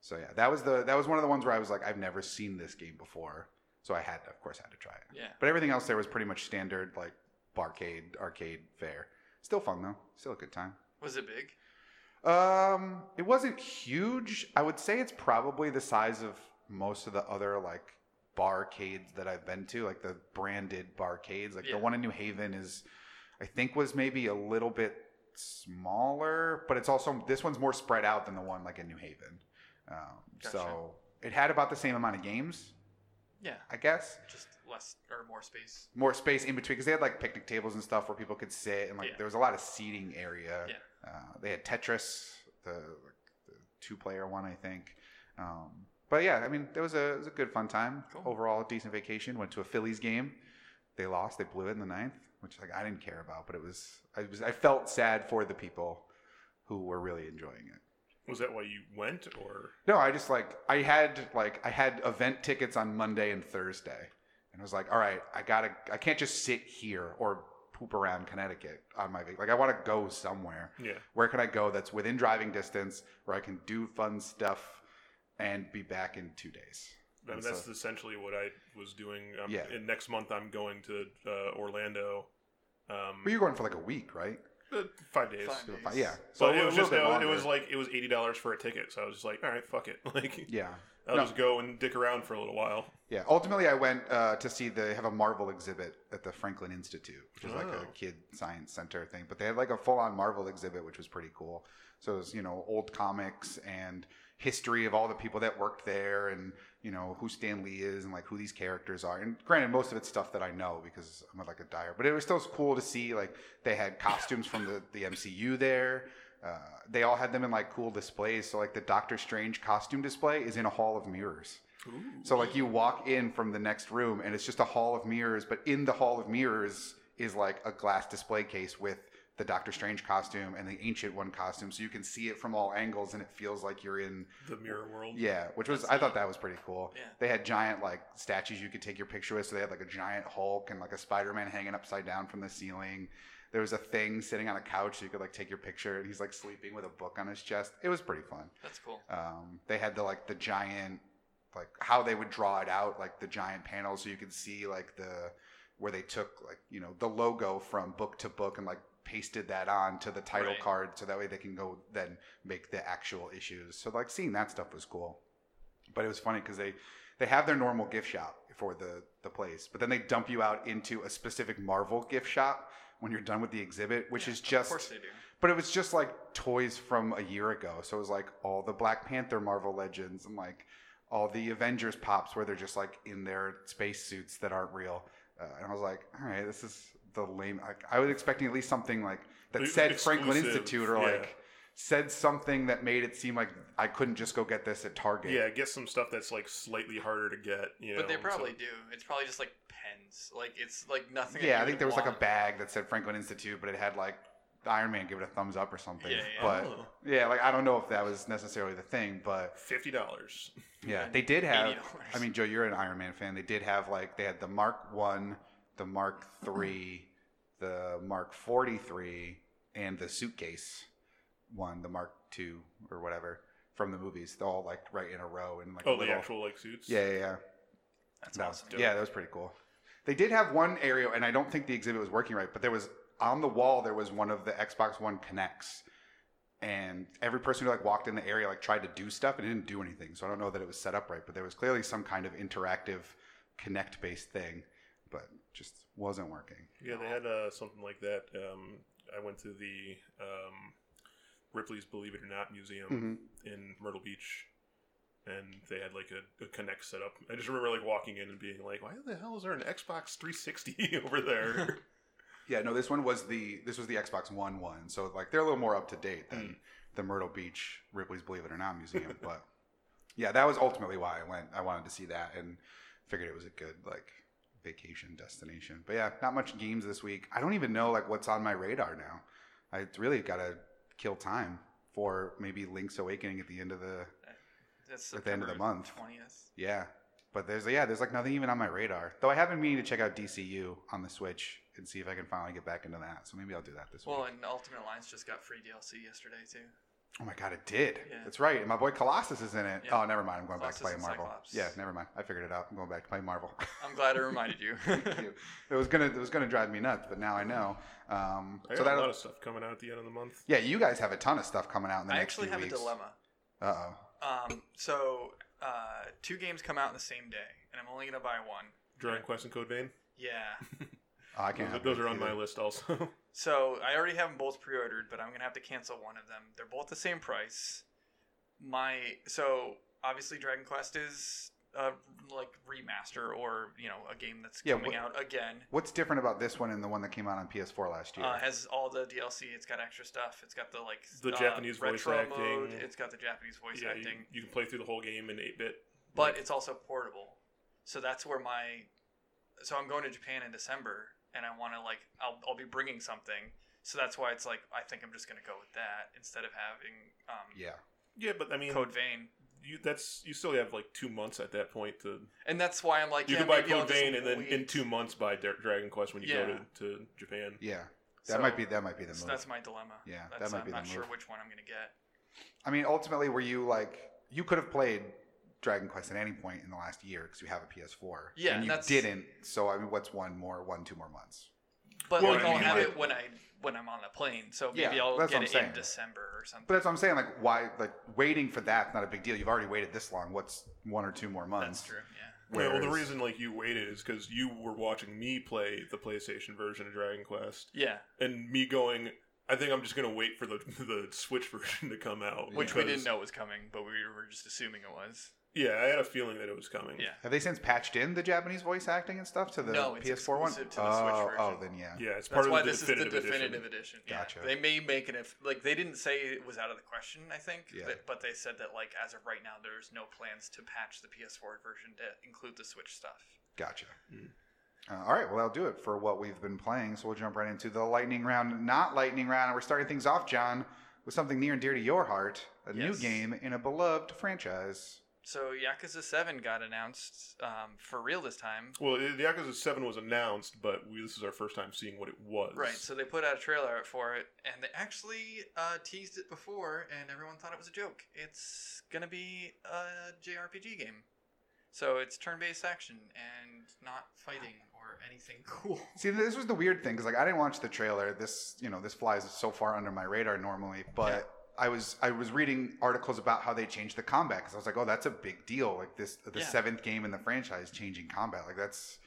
so yeah that was the that was one of the ones where i was like i've never seen this game before so i had to, of course had to try it Yeah. but everything else there was pretty much standard like barcade arcade fare still fun though still a good time Was it big? um, it wasn't huge. I would say it's probably the size of most of the other like barcades that I've been to, like the branded barcades. Like Yeah. the one in New Haven is, I think, was maybe a little bit smaller, but it's also this one's more spread out than the one like in New Haven. Um, So it had about the same amount of games, Yeah. I guess. Just less or more space. More space in between because they had like picnic tables and stuff where people could sit, and like Yeah. there was a lot of seating area. Yeah. Uh, they had Tetris, the, the two-player one, I think. Um, but yeah, I mean, it was a it was a good fun time. Cool. Overall, decent vacation. Went to a Phillies game. They lost. They blew it in the ninth, which like I didn't care about, but it was I was I felt sad for the people who were really enjoying it. was that why you went, or No, I just like I had like I had event tickets on Monday and Thursday, and I was like, all right, I gotta I can't just sit here or poop around Connecticut on my vac- like I want to go somewhere yeah? where can I go that's within driving distance where I can do fun stuff and be back in two days? I mean, So- that's essentially what I was doing. Um, Yeah. And next month, I'm going to uh, Orlando. Um, But you're going for like a week, right? uh, five days. Fine. Fi- Yeah. So a it little was just bit it was, longer. like it was eighty dollars for a ticket. So I was just like, all right, fuck it. Like yeah, I'll No. just go and dick around for a little while. yeah. Ultimately, I went uh, to see they have a Marvel exhibit at the Franklin Institute, which is like a Oh. kid science center thing. But they had like a full-on Marvel exhibit, which was pretty cool. So it was you know old comics and history of all the people that worked there and you know who Stan Lee is and like who these characters are. And granted, most of it's stuff that I know because I'm like a dyer. But it was still cool to see like they had costumes from the the MCU there. Uh, they all had them in like cool displays. So like the Doctor Strange costume display is in a hall of mirrors. So like you walk in from the next room and it's just a hall of mirrors, but in the hall of mirrors is like a glass display case with the Doctor Strange costume and the Ancient One costume, so you can see it from all angles and it feels like you're in the mirror world. yeah, which was That's I thought that was pretty cool. Yeah. They had giant like statues you could take your picture with, so they had like a giant Hulk and like a Spider Man hanging upside down from the ceiling. There was a thing sitting on a couch so you could like take your picture and he's like sleeping with a book on his chest. It was pretty fun. That's cool. Um, they had the like the giant, like how they would draw it out, like the giant panels, so you could see like the where they took like you know the logo from book to book and like pasted that on to the title Right. card, so that way they can go then make the actual issues. So like seeing that stuff was cool, but it was funny because they they have their normal gift shop for the the place, but then they dump you out into a specific Marvel gift shop when you're done with the exhibit, which Yeah, is Of just course they do. but it was just like toys from a year ago. So it was like all the Black Panther Marvel Legends and like all the Avengers pops where they're just like in their spacesuits that aren't real. Uh, and I was like, all right, this is the lame. Like, I was expecting at least something like that Ex- said Franklin exclusive, Institute or yeah. like said something that made it seem like I couldn't just go get this at Target. Yeah, get some stuff that's like slightly harder to get. You know, But they so- probably do. It's probably just like pens. Like it's like nothing. that Yeah, you I think would there was like a want. bag that said Franklin Institute, but it had like Iron Man give it a thumbs up or something. Yeah, yeah. But Oh, yeah, like I don't know if that was necessarily the thing, but fifty dollars. Yeah, And they did have. $80. I mean, Joe, you're an Iron Man fan. They did have like they had the Mark One, the Mark Three, the Mark Forty Three, and the suitcase one, the Mark Two or whatever from the movies. They're all like right in a row and like a Oh, the little- actual like suits. Yeah, yeah, yeah. That's That was- awesome. dope. yeah, that was pretty cool. They did have one area, and I don't think the exhibit was working right, but there was on the wall there was one of the Xbox One Connects, and every person who like walked in the area like tried to do stuff and it didn't do anything. So I don't know that it was set up right, but there was clearly some kind of interactive Connect based thing, but just wasn't working. Yeah, they had uh, something like that. Um, I went to the um, Ripley's Believe It or Not Museum hmm in Myrtle Beach, and they had like a, a Connect set up. I just remember like walking in and being like, "Why the hell is there an Xbox 360 over there?" Yeah, no, this one was the this was the Xbox One one, so like they're a little more up to date than the Myrtle Beach Ripley's Believe It or Not museum. but yeah, that was ultimately why I went. I wanted to see that and figured it was a good like vacation destination. But yeah, not much games this week. I don't even know like what's on my radar now. I really got to kill time for maybe Link's Awakening at the end of the That's At the end of the month. Twentieth. yeah. But there's yeah, there's like nothing even on my radar. Though I have been meaning to check out DCU on the Switch and see if I can finally get back into that. So maybe I'll do that this week. Well, and Ultimate Alliance just got free DLC yesterday too. Oh my god, it did. Yeah. That's right. And my boy Colossus is in it. Yeah. Oh, never mind. I'm going Colossus back to and play Marvel. Cyclops. Yeah, never mind. I figured it out. I'm going back to play Marvel. I'm glad I reminded you. Thank you. It was gonna it was gonna drive me nuts, but now I know. Um, I so got a lot that of stuff coming out at the end of the month. yeah, you guys have a ton of stuff coming out in the I next actually few have weeks. a dilemma. Uh oh. Um, so uh, two games come out in the same day, and I'm only gonna buy one. Dragon Quest and Code Vein. Yeah. Oh, I can't. Those, have those it are on my either. list also. So I already have them both pre-ordered, but I'm gonna have to cancel one of them. They're both the same price. My so obviously Dragon Quest is a like remaster or you know a game that's Yeah, coming wh- out again. What's different about this one and the one that came out on PS4 last year? Uh, has all the DLC. It's got extra stuff. It's got the like The uh, Japanese voice acting. It's got the Japanese voice yeah, you, acting, you can play through the whole game in 8 bit. but it's also portable. So that's where my so I'm going to Japan in December, and I want to like I'll I'll be bringing something. So that's why it's like I think I'm just gonna go with that instead of having um, yeah. Yeah, but I mean, Code Vein, you that's you still have like two months at that point to. and that's why I'm like you yeah, can buy maybe I'll Code just Vein and then wait. in two months buy Dra- Dragon Quest when you Yeah. go to, to Japan. Yeah. That So- might be that might be the move. so that's my dilemma. Yeah, that that's, might I'm be the not sure move. which one I'm gonna get. I mean, ultimately, were you like you could have played Dragon Quest at any point in the last year because you have a PS4. Yeah, and and you that's- didn't. So I mean, what's one more, one two more months? But Well, like I I'll mean, have like- it when I when I'm on the plane. So Yeah, maybe I'll that's get what I'm it saying. in December or something. But that's what I'm saying. Like, why? Like, waiting for that's not a big deal. You've already waited this long. What's one or two more months? That's true. Yeah. Yeah, well, the Whereas- reason like you waited is because you were watching me play the PlayStation version of Dragon Quest, Yeah, and me going, I think I'm just gonna wait for the the Switch version to come out, which we because- didn't know was coming, but we were just assuming it was. Yeah, I had a feeling that it was coming. Yeah. Have they since patched in the Japanese voice acting and stuff to the No, it's PS4 one? exclusive to the Switch oh, version. oh, then yeah. yeah, it's part That's of why the this is the definitive edition. definitive edition. Yeah. Gotcha. They may make it if like they didn't say it was out of the question. I think, Yeah. that- but they said that like as of right now, there's no plans to patch the PS4 version to include the Switch stuff. Gotcha. Mm. Uh, all right, well, that'll do it for what we've been playing. So we'll jump right into the lightning round, not lightning round. And we're starting things off, John, with something near and dear to your heart a new Yes. game in a beloved franchise. So Yakuza Seven got announced um, for real this time. Well, it- the Yakuza Seven was announced, but we, this is our first time seeing what it was. Right, so they put out a trailer art for it, and they actually uh, teased it before, and everyone thought it was a joke. It's gonna be a JRPG game, so it's turn-based action and not fighting or anything cool. See, this was the weird thing because, like, I didn't watch the trailer. This, you know, this flies so far under my radar normally, but. I was I was reading articles about how they changed the combat because I was like, oh, that's a big deal. Like this, the Yeah. seventh game in the franchise changing combat. Like that's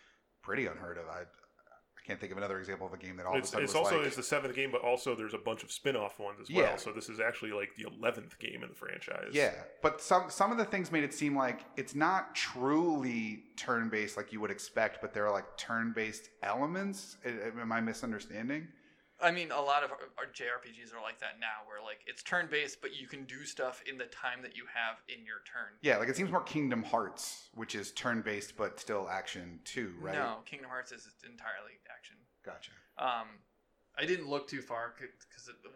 pretty unheard of. I, I can't think of another example of a game that all of a It's, sudden it's was also like, it's the seventh game, but also there's a bunch of spin-off ones as Yeah. well. So this is actually like the eleventh game in the franchise. Yeah, but some some of the things made it seem like it's not truly turn based like you would expect, but there are like turn based elements. I- I- Am I misunderstanding? I mean, a lot of our our JRPGs are like that now, where like it's turn-based, but you can do stuff in the time that you have in your turn. Yeah, like it seems more Kingdom Hearts, which is turn based but still action too, right? No, Kingdom Hearts is entirely action. Gotcha. Um, I didn't look too far because,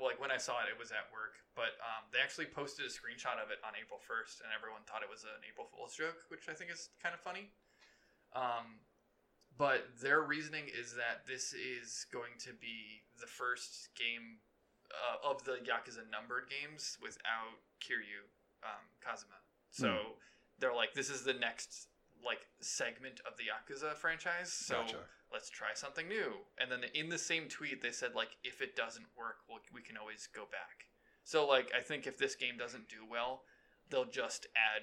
like, when I saw it, it was at work. But um, they actually posted a screenshot of it on April first, and everyone thought it was an April Fool's joke, which I think is kind of funny. Um, but their reasoning is that this is going to be the first game uh, of the Yakuza numbered games without Kiryu um, Kazuma. So they're like, this is the next like segment of the Yakuza franchise. So Gotcha. let's try something new. And then in the same tweet, they said like, if it doesn't work, we'll, we can always go back. So like, I think if this game doesn't do well, they'll just add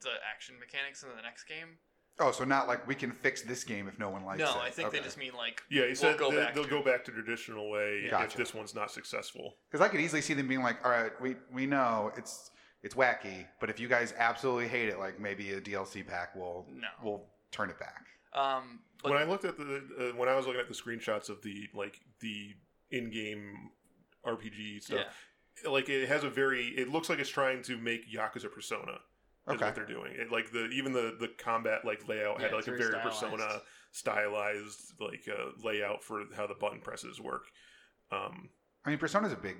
the action mechanics into the next game. Oh, so not like we can fix this game if no one likes it. no, I think they Okay. just mean like, Yeah, he said go they, back will to- go back to traditional way if Gotcha. this one's not successful. Because I could easily see them being like, "All right, we we know it's it's wacky, but if you guys absolutely hate it, like maybe a DLC pack will no. will turn it back." Um, but when I looked at the uh, when I was looking at the screenshots of the like the in-game RPG yeah, stuff, like it has a very it looks like it's trying to make Yakuza Persona. Is Okay, what they're doing. It, like the even the the combat like layout Yeah, had like it's a very very stylized. Persona stylized like uh, layout for how the button presses work. Um, I mean, Persona's a big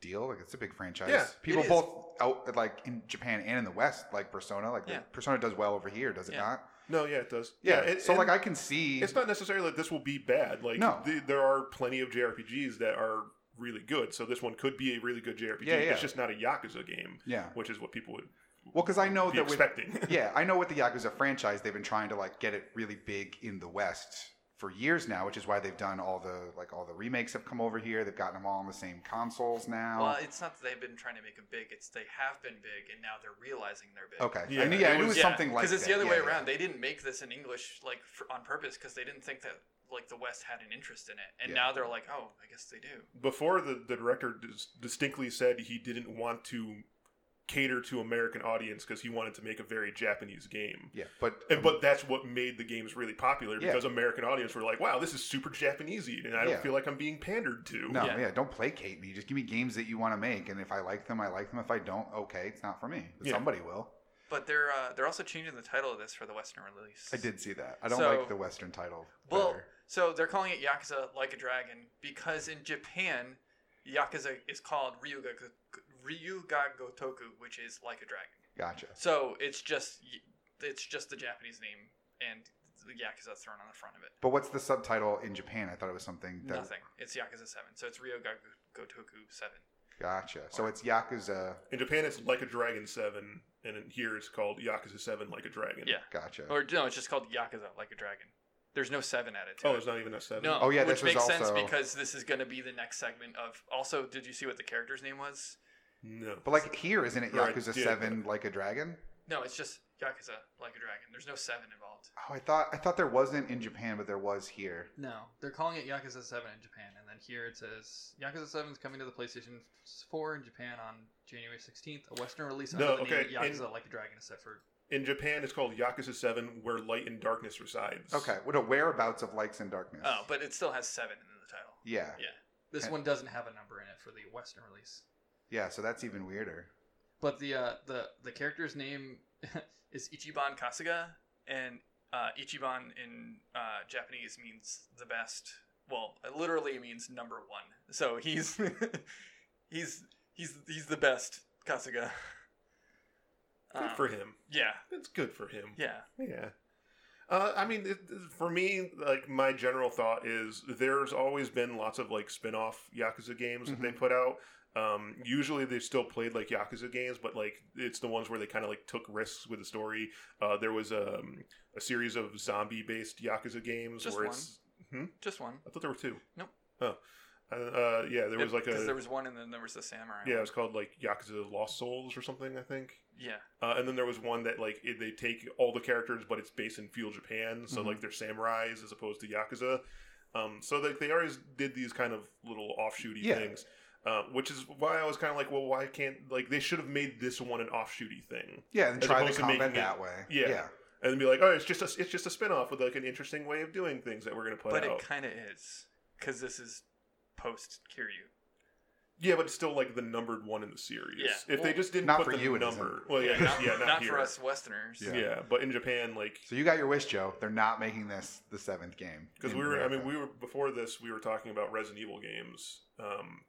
deal. Like it's a big franchise. Yeah, people it is. both out like in Japan and in the West like Persona. Like the Yeah. Persona does well over here, does it Yeah. not? no, yeah, it does. Yeah. it, so like and I can see. it's not necessarily that this will be bad. Like No. the, there are plenty of JRPGs that are really good. So this one could be a really good JRPG. Yeah, yeah. It's just not a Yakuza game, yeah. which is what people would Well, because I know be that with expecting. yeah, I know with the Yakuza franchise, they've been trying to like get it really big in the West for years now, which is why they've done all the like all the remakes have come over here. They've gotten them all on the same consoles now. well, it's not that they've been trying to make it big; it's they have been big, and now they're realizing they're big. okay, Yeah, I knew, yeah, I it knew it was- was Yeah, something like because it's the that. other Yeah, way yeah. around. They didn't make this in English like for, on purpose because they didn't think that like the West had an interest in it, and Yeah. now they're like, oh, I guess they do. Before the, the director dis- distinctly said he didn't want to cater to American audience because he wanted to make a very Japanese game. Yeah, but And, but that's what made the games really popular Yeah. because American audience were like, "Wow, this is super Japanesey," and I don't Yeah. feel like I'm being pandered to. no, yeah. yeah. don't placate me. Just give me games that you want to make, and if I like them, I like them. If I don't, okay, it's not for me. But Yeah. Somebody will. But they're uh, they're also changing the title of this for the Western release. I did see that. I don't So- like the Western title. Well, better. so they're calling it Yakuza Like a Dragon because in Japan, Yakuza is called Ryuga Ryuga Gotoku, which is like a dragon. gotcha. So it's just it's just the Japanese name and the Yakuza thrown on the front of it. But what's the subtitle in Japan? I thought it was something. That, Nothing. It's Yakuza Seven, so it's Ryuga Gotoku Seven. Gotcha. So it's Yakuza. In Japan, it's like a Dragon Seven, and in here it's called Yakuza Seven, like a dragon. Yeah. Gotcha. Or no, it's just called Yakuza Like a Dragon. There's no seven added to Oh, it. it's not even a seven. No. Oh, yeah, which this was makes sense also- because this is going to be the next segment of. Also, did you see what the character's name was? no. But like here, isn't it Right, Yakuza yeah. Seven like a dragon? No, it's just Yakuza Like a Dragon. There's no seven involved. Oh, I thought I thought there wasn't in Japan, but there was here. No, they're calling it Yakuza Seven in Japan, and then here it says Yakuza Seven is coming to the PlayStation Four in Japan on January 16th. A Western release under No, the name okay, Yakuza Like a Dragon is set for. In Japan, it's called Yakuza Seven, where light and darkness resides. Okay, what a whereabouts of likes and darkness. Oh, but it still has seven in the title. yeah, Yeah. This Okay. one doesn't have a number in it for the Western release. yeah. So that's even weirder. But the uh, the the character's name is Ichiban Kasuga, and uh, Ichiban in uh, Japanese means the best. Well, it literally means number one. So he's he's he's he's the best Kasuga. Good Um, for him. Yeah, It's good for him. yeah. Yeah. Uh, I mean, it, for me, like my general thought is there's always been lots of like spin-off Yakuza games that Mm-hmm. they put out. Um, usually they still played like Yakuza games, but like it's the ones where they kind of like took risks with the story. Uh, there was um, a series of zombie-based Yakuza games Just where one. it's. Just one. I thought there were two. Nope. Oh. Uh, uh, yeah, there was like because a. there was one, and then there was the samurai. yeah, it was called like Yakuza Lost Souls or something. I think. yeah. Uh, and then there was one that like it, they take all the characters, but it's based in feudal Japan, so Mhm. like they're samurais as opposed to yakuza. Um, so like they always did these kind of little offshooty Yeah. things, uh, which is why I was kind of like, well, why can't like they should have made this one an offshooty thing Yeah, and As try to opposed to making combat it- that way. Yeah. and then be like, oh, it's just a it's just a spinoff with like an interesting way of doing things that we're gonna put But out. it kind of is because this is post Kiryu. yeah, but it's still like the numbered one in the series. Yeah. If they Well, just didn't not put for the you, it number, isn't. well, yeah, not, yeah, not, not here. for us Westerners. Yeah. but in Japan, like So you got your wish, Joe. They're not making this the seventh game because in we were, I mean, America. we were before this, we were talking about Resident Evil games. Um,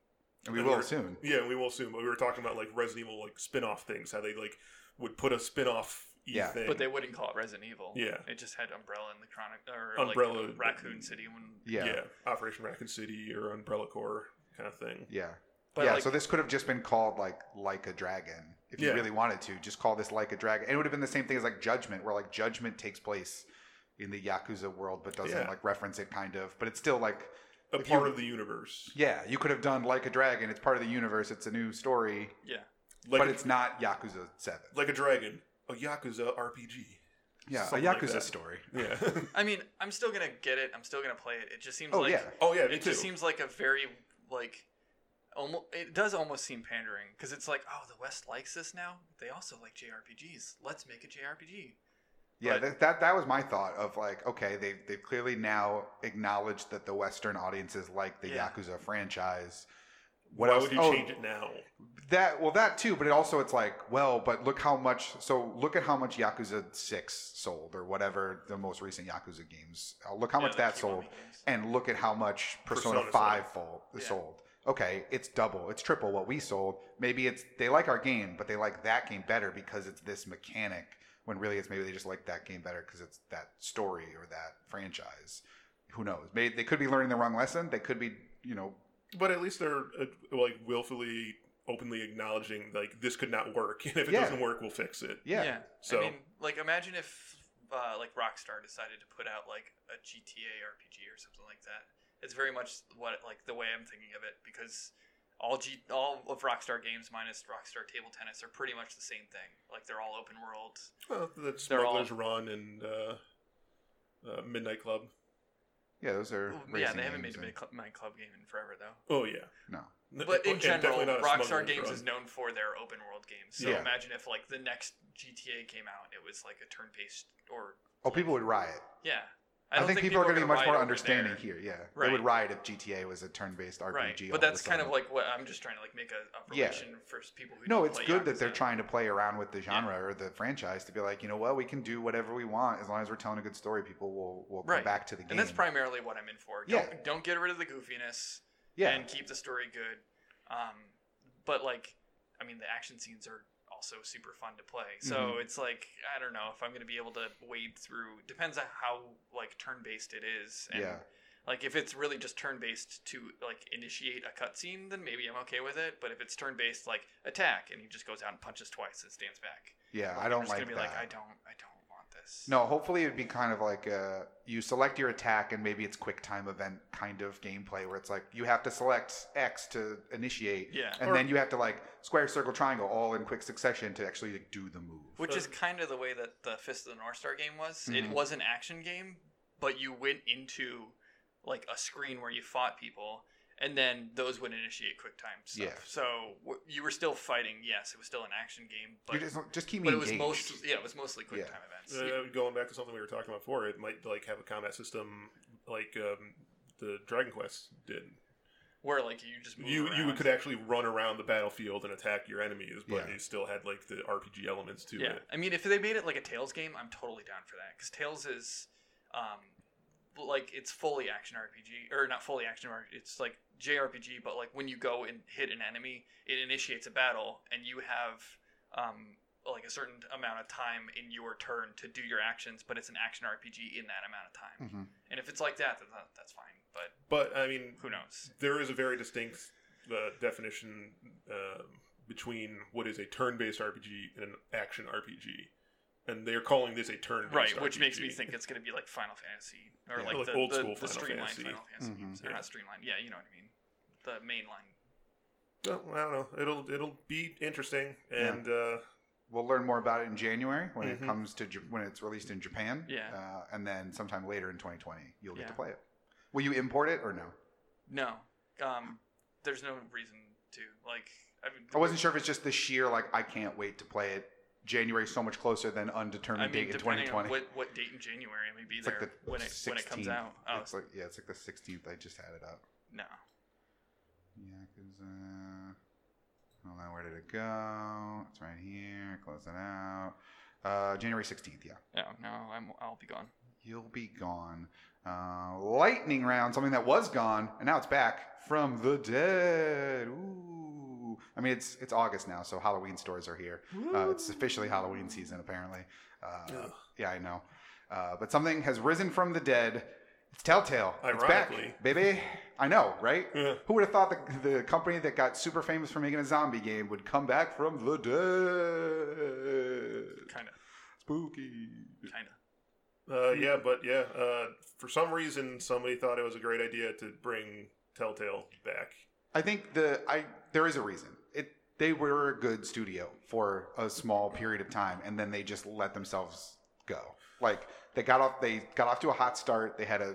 And we and will we're- soon. Yeah, we will soon. But we were talking about like Resident Evil like spin-off things, how they like would put a spin-off e Yeah. thing. But they wouldn't call it Resident Evil. Yeah. It just had Umbrella in the Chronic or Umbrella- like Raccoon City when Yeah, Operation Raccoon City or Umbrella Corps kind of thing. yeah. But yeah, like, so this could have just been called like like a dragon if you Yeah. really wanted to. Just call this like a dragon, and it would have been the same thing as like Judgment, where like Judgment takes place in the Yakuza world, but doesn't Yeah. like reference it kind of. But it's still like a If you- part of the universe. yeah, you could have done like a dragon. It's part of the universe. It's a new story, yeah, Like, but it's not Yakuza Seven. like a dragon, a Yakuza RPG. Yeah, something a like Yakuza that. story. Yeah. I mean, I'm still gonna get it. I'm still gonna play it. It just seems Oh like yeah, oh yeah, me it too. just seems like a very like almost it does almost seem pandering because it's like oh the west likes this now they also like jrpgs let's make a jrpg yeah. but- That, that that was my thought of like, okay, they they've clearly now acknowledged that the Western audiences like the Yeah. Yakuza franchise. What Why else? would you oh, change it now? That well, that too, but it also it's like, well, but look how much. So look at how much Yakuza Six sold, or whatever the most recent Yakuza games. Uh, look how Yeah, much the that Kiwami sold, games. and look at how much Persona, Persona Five fold, Yeah. sold. Okay, it's double, it's triple what we sold. Maybe it's they like our game, but they like that game better because it's this mechanic. When really, it's maybe they just like that game better because it's that story or that franchise. Who knows? Maybe they could be learning the wrong lesson. They could be, you know, But at least they're uh, like willfully, openly acknowledging like this could not work, and if it Yeah. doesn't work, we'll fix it. yeah. So i mean like imagine if uh, like rockstar decided to put out like a gta rpg or something like that it's very much what like the way i'm thinking of it because all G, all of Rockstar games minus Rockstar Table Tennis are pretty much the same thing. Like they're all open world. well, the They're all- Smugglers Run and uh, uh, Midnight Club. Yeah, those are. yeah, racing they haven't games made and- a big club, my club game in forever though. Oh yeah. No. N- But in and general, definitely not a Rockstar Smugglers Games Run. is known for their open world games. So Yeah. imagine if like the next GTA came out, it was like a turn based or Oh, people would riot. yeah. I, don't think, people are going to be much riot more over understanding there. here. Yeah, they Right. would riot if GTA was a turn-based RPG. Right, all but of that's a kind of sudden. like what I'm just trying to like make a, a Yeah. relation for people who No, don't it's play good that they're Yakuza. trying to play around with the genre or the franchise to be like, you know what, we can do whatever we want as long as we're telling a good story. People will will come Right. back to the game. and that's primarily what I'm in for. Don't, Yeah. don't get rid of the goofiness yeah. and keep the story good. Um, but like, I mean, the action scenes are also super fun to play. So Mhm. it's like I don't know if I'm gonna be able to wade through. Depends on how like turn based it is. And Yeah. Like if it's really just turn based to like initiate a cutscene, then maybe I'm okay with it. But if it's turn based, like attack, and he just goes out and punches twice and stands back. yeah, like, I I'm don't just like gonna be that. like I don't I don't want this. No, hopefully it'd be kind of like uh you select your attack and maybe it's quick time event kind of gameplay where it's like you have to select X to initiate, Yeah. and Or- then you have to like square, circle, triangle all in quick succession to actually like, do the move. Which is Uh, kind of the way that the Fist of the North Star game was. Mhm. It was an action game, but you went into like a screen where you fought people, and then those would initiate quick time stuff. Yeah. So w- you were still fighting. Yes, it was still an action game, You but, just just keep me but it was engaged. most yeah, it was mostly quick Yeah. time events. Uh, going back to something we were talking about before, it might like have a combat system like um, the Dragon Quest did. where like you just move You you around. could actually run around the battlefield and attack your enemies, but Yeah. you still had like the RPG elements to yeah. it. I mean, if they made it like a Tails game, I'm totally down for that because Tails is, um, like it's fully action RPG or not fully action RPG. It's like JRPG, but like when you go and hit an enemy, it initiates a battle, and you have um like a certain amount of time in your turn to do your actions, but it's an action RPG in that amount of time. Mhm. And if it's like that, then that, that's fine. But But I mean, who knows? there is a very distinct uh, definition um between what is a turn-based RPG and an action RPG, and they're calling this a turn-based Right, which makes RPG. me think it's going to be like Final Fantasy or Yeah. like, Like the, old the, school the Final streamlined Fantasy. Final Fantasy Mhm. games. Or Yeah. not streamlined, yeah, you know what I mean. The main line. Well, I don't know. It'll it'll be interesting, and uh, We'll learn more about it in January when it Mhm. comes to J- when it's released in Japan. Yeah. uh, and then sometime later in 2020, you'll get to Yeah. play it. Will you import it or no? No, um, there's no reason to like. I mean, I wasn't sure if it's just the sheer like I can't wait to play it. January is so much closer than undetermined I mean, date in depending 2020. on what, what date in January I may be it's there like the when it 16th. when it comes out. Oh It's like yeah, it's like the 16th. I just had it up. no, Yakuza. I don't know where did it go. It's right here. Close it out. Uh, January 16th. Yeah. no, Oh, no, I'm I'll be gone. You'll be gone. Uh, lightning round, something that was gone and now it's back from the dead. Ooh. I mean, it's it's August now, so Halloween stores are here. Uh, it's officially Halloween season, apparently. Uh, Ugh. yeah, I know. Uh, but something has risen from the dead It's Telltale. It's Ironically. back, baby. I know, right? Yeah. Who would have thought the, the company that got super famous for making a zombie game would come back from the dead? Kind of. Spooky. Kind of. Uh, yeah, but yeah, uh, for some reason, somebody thought it was a great idea to bring Telltale back. I think the I there is a reason. It they were a good studio for a small period of time, and then they just let themselves go. Like they got off they got off to a hot start. They had a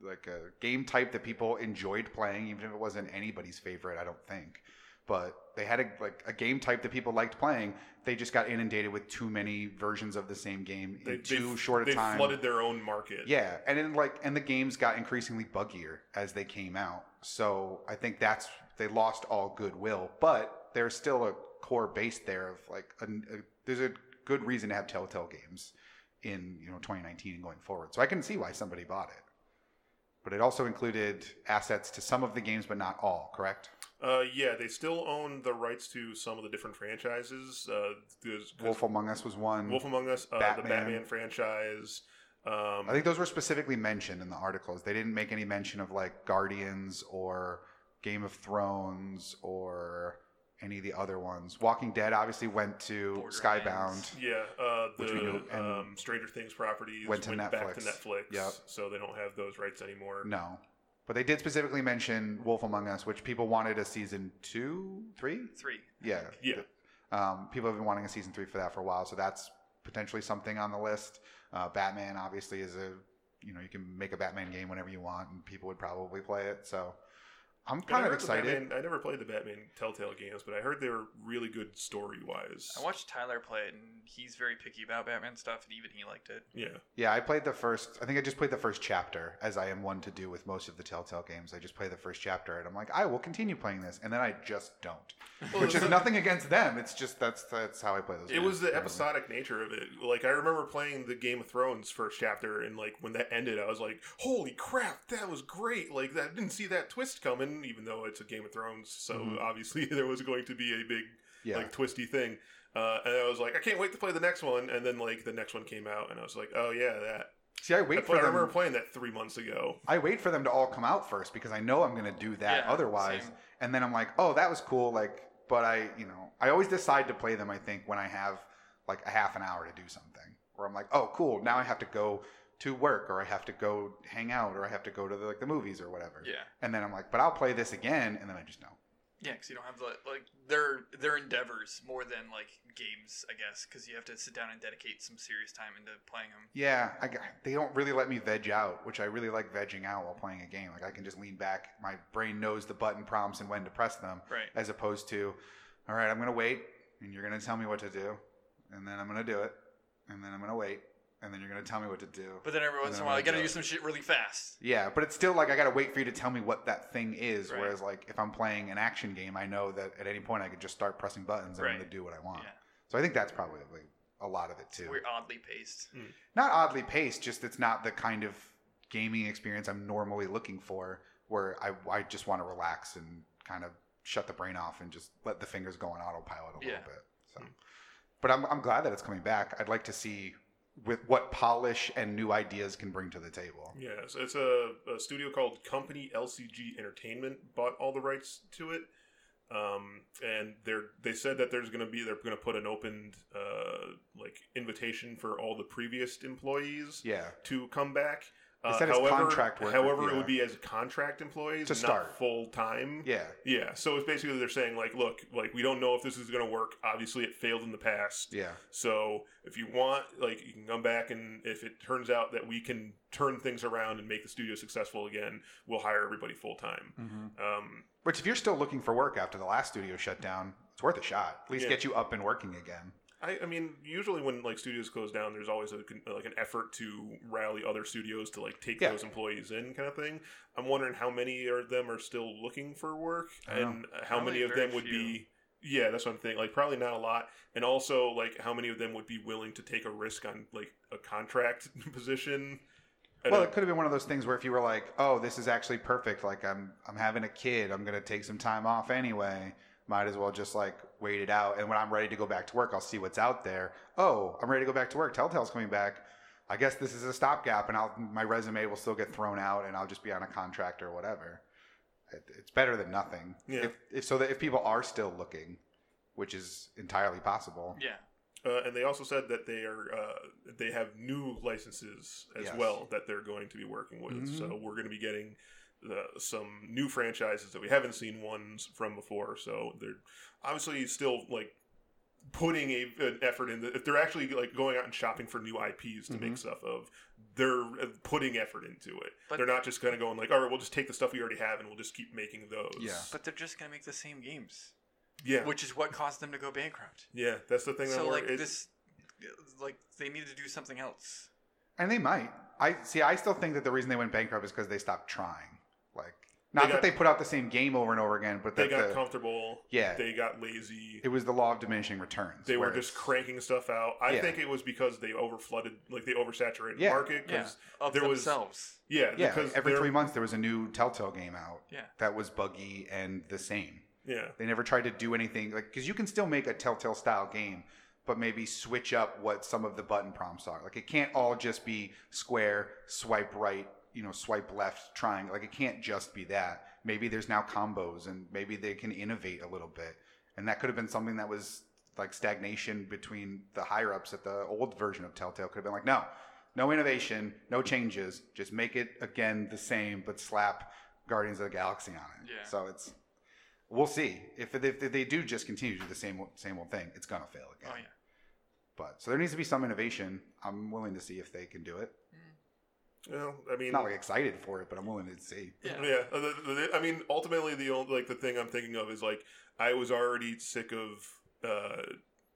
like a game type that people enjoyed playing, even if it wasn't anybody's favorite. I don't think, but they had a, like a game type that people liked playing. They just got inundated with too many versions of the same game They, in too they, short a they time. flooded their own market. Yeah, and then like and the games got increasingly buggier as they came out. So I think that's they lost all goodwill, but there's still a core base there of like a, a, there's a good reason to have Telltale games in you know 2019 and going forward. So I can see why somebody bought it. But it also included assets to some of the games, but not all. Correct? Uh, yeah, they still own the rights to some of the different franchises. Uh, 'cause- 'cause Wolf Among Us was one. Wolf Among Us, uh, the Um, Batman. Batman franchise. Um, I think those were specifically mentioned in the articles. They didn't make any mention of like Guardians or Game of Thrones or any of the other ones. Walking Dead obviously went to Skybound. Borderlands. yeah, uh, Which we the know, and- um, Stranger Things properties Went to back to Netflix. Netflix. Yep. So they don't have those rights anymore. No. But they did specifically mention Wolf Among Us, which people wanted a season two, three? Three. Yeah. Yeah. Um, people have been wanting a season three for that for a while, so that's potentially something on the list. Uh, Batman obviously is a you know you can make a Batman game whenever you want, and people would probably play it. So I'm But I kind of heard the excited. Batman- I never played the Batman Telltale games, but I heard they were really good story wise. I watched Tyler play it, and he's very picky about Batman stuff, and even he liked it. Yeah, Yeah, I played the first. I think I just played the first chapter, as I am one to do with most of the Telltale games. I just play the first chapter, and I'm like, I will continue playing this, and then I just don't. Which is nothing against them. It's just that's that's how I play those. It games, was the apparently. episodic nature of it. Like I remember playing the Game of Thrones first chapter, and like when that ended, I was like, "Holy crap, that was great!" Like that, I didn't see that twist coming, even though it's a Game of Thrones, so Mhm. obviously there was going to be a big Yeah, like twisty thing. Uh, and I was like, "I can't wait to play the next one." And then like the next one came out, and I was like, "Oh yeah, that." see, I I, wait pla- for I remember them. playing that three months ago. I wait for them to all come out first because I know I'm going to do that Yeah, otherwise. same. And then I'm like, oh, that was cool. Like, but I, you know, I always decide to play them. I think when I have like a half an hour to do something, where I'm like, oh, cool. Now I have to go to work, or I have to go hang out, or I have to go to the, like the movies or whatever. Yeah. And then I'm like, but I'll play this again, and then I just don't. Yeah, because you don't have the like their their endeavors more than like games, I guess, because you have to sit down and dedicate some serious time into playing them. Yeah, I, g- they don't really let me veg out, which I really like vegging out while playing a game. Like I can just lean back, my brain knows the button prompts and when to press them. Right. as opposed to, all right, I'm going to wait and you're going to tell me what to do, and then I'm going to do it, and then I'm going to wait, and then you're going to tell me what to do. But then every once in a then while, I you gotta do enjoy some shit really fast. yeah, but it's still like I got to wait for you to tell me what that thing is. Right. Whereas, like, if I'm playing an action game, I know that at any point I could just start pressing buttons and Right. I'm going to do what I want. Yeah. So I think that's probably like, a lot of it too. We're oddly paced. Not oddly paced, just it's not the kind of gaming experience I'm normally looking for where I, I just want to relax and kind of shut the brain off and just let the fingers go on autopilot a Yeah. little bit. So, but I'm, I'm glad that it's coming back. I'd like to see with what polish and new ideas can bring to the table. Yeah, so it's a, a studio called Company LCG Entertainment bought all the rights to it, um, and they're they said that there's going to be they're going to put an open uh, like invitation for all the previous employees Yeah. to come back. They Uh, said it's contract worker, However, it yeah. would be as contract employees To not start. full time. Yeah. yeah. So it's basically they're saying like, look, like we don't know if this is going to work. Obviously, it failed in the past. Yeah. So if you want, like, you can come back, and if it turns out that we can turn things around and make the studio successful again, we'll hire everybody full time. Um, Which, if you're still looking for work after the last studio shut down, it's worth a shot. At least Yeah. get you up and working again. I, I mean, usually when like studios close down, there's always a, con- like an effort to rally other studios to like take Yeah. those employees in, kind of thing. I'm wondering how many of them are still looking for work, I don't and how Probably many of very them would few. be. Yeah, that's what I'm thinking. Like, probably not a lot, and also like how many of them would be willing to take a risk on like a contract position. I well, don't- it could have been one of those things where if you were like, "Oh, this is actually perfect. Like, I'm I'm having a kid. I'm gonna take some time off anyway. Might as well just like wait it out. And when I'm ready to go back to work, I'll see what's out there. Oh, I'm ready to go back to work. Telltale's coming back. I guess this is a stopgap, and I'll my resume will still get thrown out, and I'll just be on a contract or whatever. It, it's better than nothing. Yeah. If, if so, that if people are still looking, which is entirely possible. Yeah. Uh, and they also said that they are uh, they have new licenses as Yes. well that they're going to be working with. Mhm. So we're going to be getting the, some new franchises that we haven't seen ones from before. So they're obviously still like putting a, an effort in. The, if they're actually like going out and shopping for new IPs to make Mhm. stuff of, they're uh, putting effort into it. But- they're not just kind of going like, all right, we'll just take the stuff we already have and we'll just keep making those. Yeah. But they're just gonna make the same games, yeah, which is what caused them to go bankrupt. yeah. That's the thing. that So we're- like it's- this, like they need to do something else. And they might. I see. I still think that the reason they went bankrupt is because they stopped trying. Like, not They that got- they put out the same game over and over again, but they that got the, comfortable. yeah, They got lazy. it was the law of diminishing returns. They were where just it's- cranking stuff out. I Yeah. think it was because they overflooded, like they oversaturated the Yeah. market. Yeah. 'cause- Of There was- themselves. yeah, Yeah, because every they're- three months there was a new Telltale game out. Yeah. that was buggy and the same. Yeah, They never tried to do anything like because you can still make a Telltale style game, but maybe switch up what some of the button prompts are. Like it can't all just be square, swipe right, you know, swipe left, triangle. Like it can't just be that. Maybe there's now combos, and maybe they can innovate a little bit. And that could have been something that was like stagnation between the higher ups at the old version of Telltale. Could have been like, no, no innovation, no changes, just make it again the same, but slap Guardians of the Galaxy on it. Yeah. So it's we'll see if, if, if they do just continue to do the same same old thing, it's gonna fail again. Oh yeah. But so there needs to be some innovation. I'm willing to see if they can do it. you know, I mean, Not like excited for it, but I'm willing to see. Yeah. yeah. uh, the- the- I mean, ultimately, the only like the thing I'm thinking of is like I was already sick of uh,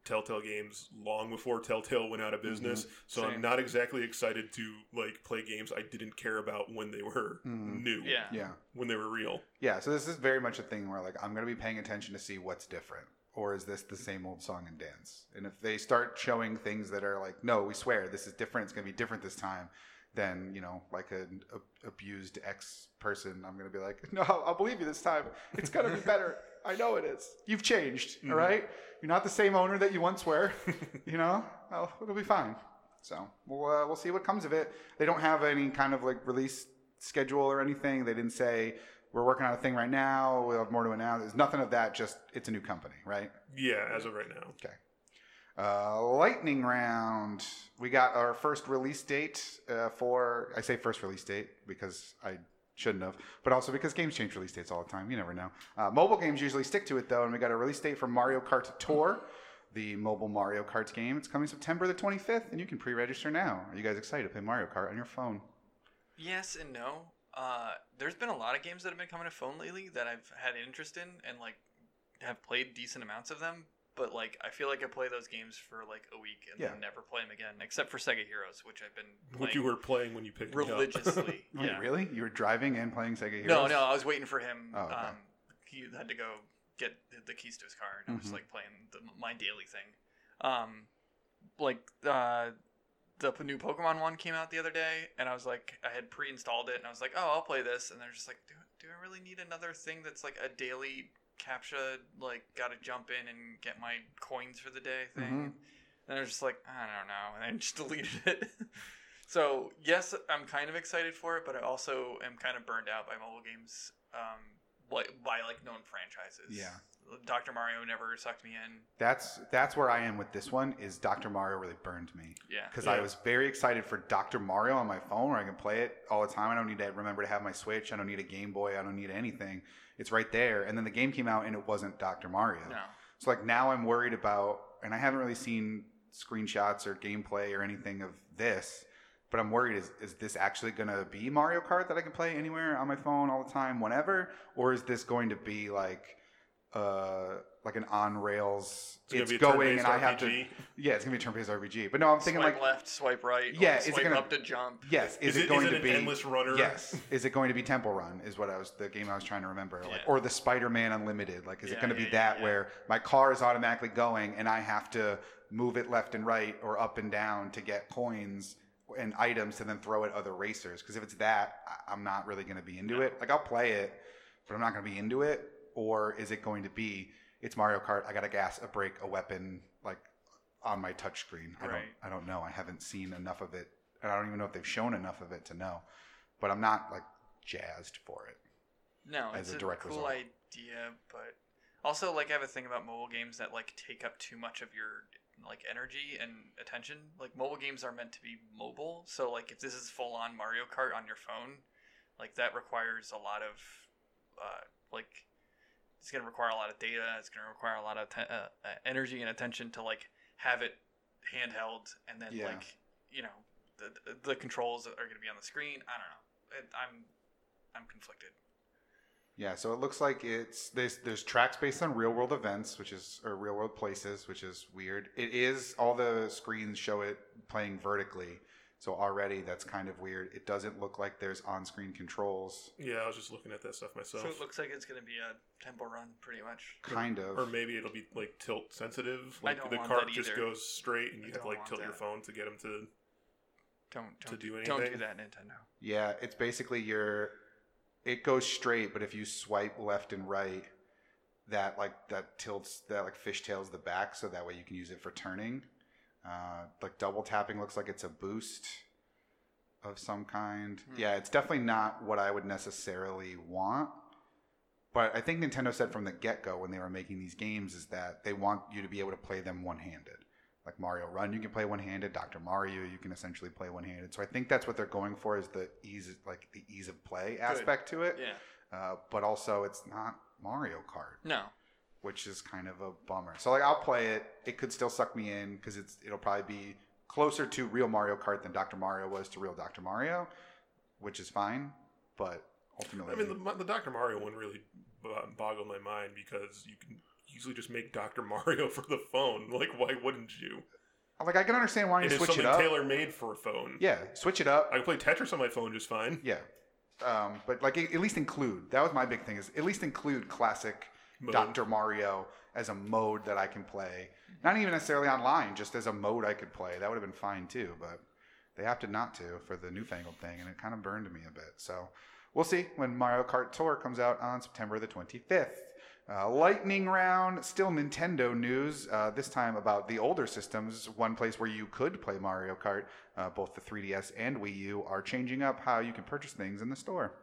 Telltale games long before Telltale went out Mm-hmm. of business, so Same. I'm not exactly excited to like play games I didn't care about when they were Mhm. new, Yeah. Yeah, when they were real. yeah. So this is very much a thing where like I'm gonna be paying attention to see what's different, or is this the same old song and dance? And if they start showing things that are like, no, we swear this is different. It's gonna be different this time. Then you know, like an a, abused ex person, I'm gonna be like, no, I'll believe you this time. It's gonna be better. I know it is. You've changed, all Mhm. right? You're not the same owner that you once were. you know, oh, it'll be fine. So we'll uh, we'll see what comes of it. They don't have any kind of like release schedule or anything. They didn't say we're working on a thing right now. We'll have more to announce. There's nothing of that. Just it's a new company, right? Yeah, as of right now. Uh, lightning round. We got our first release date uh, for. I say first release date because I shouldn't have, but also because games change release dates all the time. You never know. Uh, mobile games usually stick to it though, and we got a release date for Mario Kart Tour, the mobile Mario Kart game. It's coming September the 25th, and you can pre-register now. Are you guys excited to play Mario Kart on your phone? Yes and no. Uh, there's been a lot of games that have been coming to phone lately that I've had interest in and like have played decent amounts of them. But like, I feel like I play those games for like a week and Yeah. then never play them again, except for Sega Heroes, which I've been What playing you were playing when you picked me up. religiously. Wait, yeah. really? You were driving and playing Sega Heroes? No, no, I was waiting for him. Oh, okay. um, he had to go get the- the keys to his car, and I was Mhm. like playing the, my daily thing. Um, like uh, the p- new Pokemon one came out the other day, and I was like, I had pre-installed it, and I was like, oh, I'll play this, and they're just like, do, do I really need another thing that's like a daily captcha, like got to jump in and get my coins for the day thing? Mm-hmm. And I was just like, I don't know, and I just deleted it. so yes, I'm kind of excited for it, but I also am kind of burned out by mobile games, um, like by like known franchises. Yeah. Doctor Mario never sucked me in. That's that's where I am with this one. Is Dr. Mario really burned me? Yeah, because I Yeah. was very excited for Dr. Mario on my phone where I can play it all the time. I don't need to remember to have my Switch. I don't need a Game Boy. I don't need anything. It's right there. And then the game came out and it wasn't Dr. Mario. no, So like now I'm worried about, and I haven't really seen screenshots or gameplay or anything of this, but I'm worried is is this actually gonna be Mario Kart that I can play anywhere on my phone all the time, whenever, or is this going to be like uh like an on rails? gonna It's, be a going, turn-based and I have to. RPG. Yeah, it's gonna be a turn-based RPG. But no, I'm thinking swipe like left, swipe right. Yeah, like, is it swipe gonna- up to jump. Yes. Is, it, is going it to an be endless runner? Yes. Is it going to be Temple Run? Is what I was the game I was trying to remember, like Yeah. or the Spider-Man Unlimited. Like, is it Yeah, going to yeah, be yeah, that yeah. where my car is automatically going and I have to move it left and right or up and down to get coins and items to then throw at other racers? Because if it's that, I- I'm not really going to be into No. it. Like, I'll play it, but I'm not going to be into it. Or is it going to be it's Mario Kart? I got a gas, uh, a brake, a weapon, like on my touchscreen. I don't. Right. I don't know. I haven't seen enough of it and I don't even know if they've shown enough of it to know. But I'm not like jazzed for it. No, as it's a a, direct cool result. idea, but also like I have a thing about mobile games that like take up too much of your like energy and attention. Like mobile games are meant to be mobile, so like if this is full on Mario Kart on your phone, like that requires a lot of uh, like it's gonna require a lot of data. It's gonna require a lot of te- uh, uh, energy and attention to like have it handheld and then Yeah. like you know the the controls are gonna be on the screen. I don't know. It, I'm I'm conflicted. Yeah, so it looks like it's there's there's tracks based on real world events, which is or real world places, which is weird. It is all the screens show it playing vertically, so already that's kind of weird. It doesn't look like there's on screen controls, Yeah, I was just looking at that stuff myself. So it looks like it's going to be a temple run, pretty much. kind or of. maybe it'll be like tilt sensitive. Like don't the want cart that just either. goes straight, and I you have to don't like want tilt your that. phone to get them to. Don't To don't do Don't do anything? that, Nintendo. Yeah, it's basically your it goes straight, but if you swipe left and right, that like that tilts that like fishtails the back, so that way you can use it for turning. Uh, like double tapping looks like it's a boost of some kind. Hmm. Yeah, it's definitely not what I would necessarily want. But I think Nintendo said from the get go when they were making these games is that they want you to be able to play them one handed. Like Mario Run, you can play one handed. Doctor Mario, you can essentially play one handed. So I think that's what they're going for is the ease, like the ease of play aspect to it. Yeah. Uh, but also, it's not Mario Kart No. which is kind of a bummer. So like I'll play it. It could still suck me in because it's it'll probably be closer to real Mario Kart than Dr. Mario was to real Dr. Mario, which is fine. But ultimately, I mean, the, the Doctor Mario one really bo- boggled my mind because you can easily just make Doctor Mario for the phone. Like, why wouldn't you? like I can understand why you It is switch something it up. tailor made for a phone. yeah, switch it up. I can play Tetris on my phone just fine. yeah, um, but like at least include. That was my big thing is at least include classic Mode. Dr. Mario as a mode that I can play. Not even necessarily online, just as a mode I could play. That would have been fine too, but they opted not to for the newfangled thing, and it kind of burned me a bit. So we'll see when Mario Kart Tour comes out on September the 25th. Uh, lightning round, still Nintendo news, uh, this time about the older systems. One place where you could play Mario Kart, uh, both the 3DS and Wii U, are changing up how you can purchase things in the store.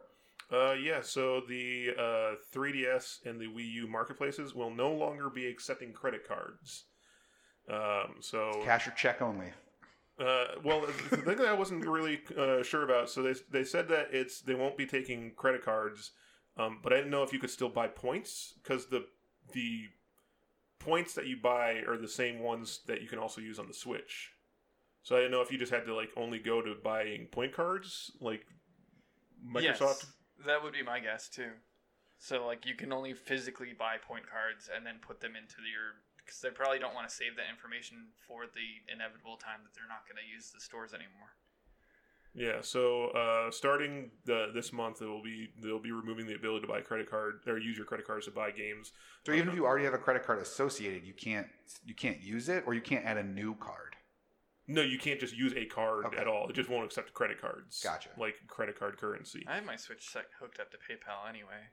Uh, yeah, so the uh, 3DS and the Wii U marketplaces will no longer be accepting credit cards. Um, so Cash or check only. Uh, well, the thing that I wasn't really uh, sure about. So they they said that it's they won't be taking credit cards, um, but I didn't know if you could still buy points because the the points that you buy are the same ones that you can also use on the Switch. So I didn't know if you just had to like only go to buying point cards, like Microsoft. Yes, that would be my guess too. So like you can only physically buy point cards and then put them into your because they probably don't want to save that information for the inevitable time that they're not going to use the stores anymore. Yeah, so uh, starting the, this month, it will be they'll be removing the ability to buy credit card or use your credit cards to buy games. So even if you already have a credit card associated, you can't you can't use it, or you can't add a new card. No, you can't just use a card Okay. at all. It just won't accept credit cards. Gotcha. Like credit card currency. I have my Switch set hooked up to PayPal anyway.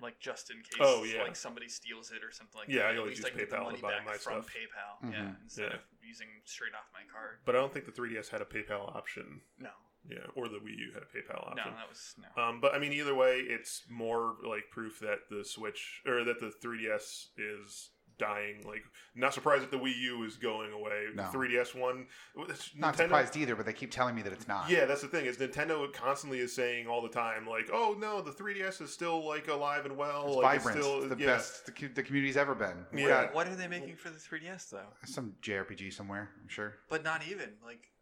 Like just in case, Oh, yeah. like somebody steals it or something like Yeah, that. I always At least use I can get the PayPal to money buy back my from stuff. PayPal, yeah, Mhm. instead Yeah. of using straight off my card. But I don't think the 3DS had a PayPal option. No, Yeah, or the Wii U had a PayPal no, option. that was no. Um, but I mean, either way, it's more like proof that the Switch or that the 3DS is dying. Like, not surprised that the Wii U is going away. No. The 3DS one, it's Not Nintendo- surprised either, but they keep telling me that it's not. Yeah, that's the thing is Nintendo constantly is saying all the time, like, "Oh no, the 3DS is still like alive and well, it's like, vibrant. It's still the yeah. best the, cu- the community's ever been. We Yeah. got What are they making for the 3DS though? some JRPG somewhere, I'm sure. But not even like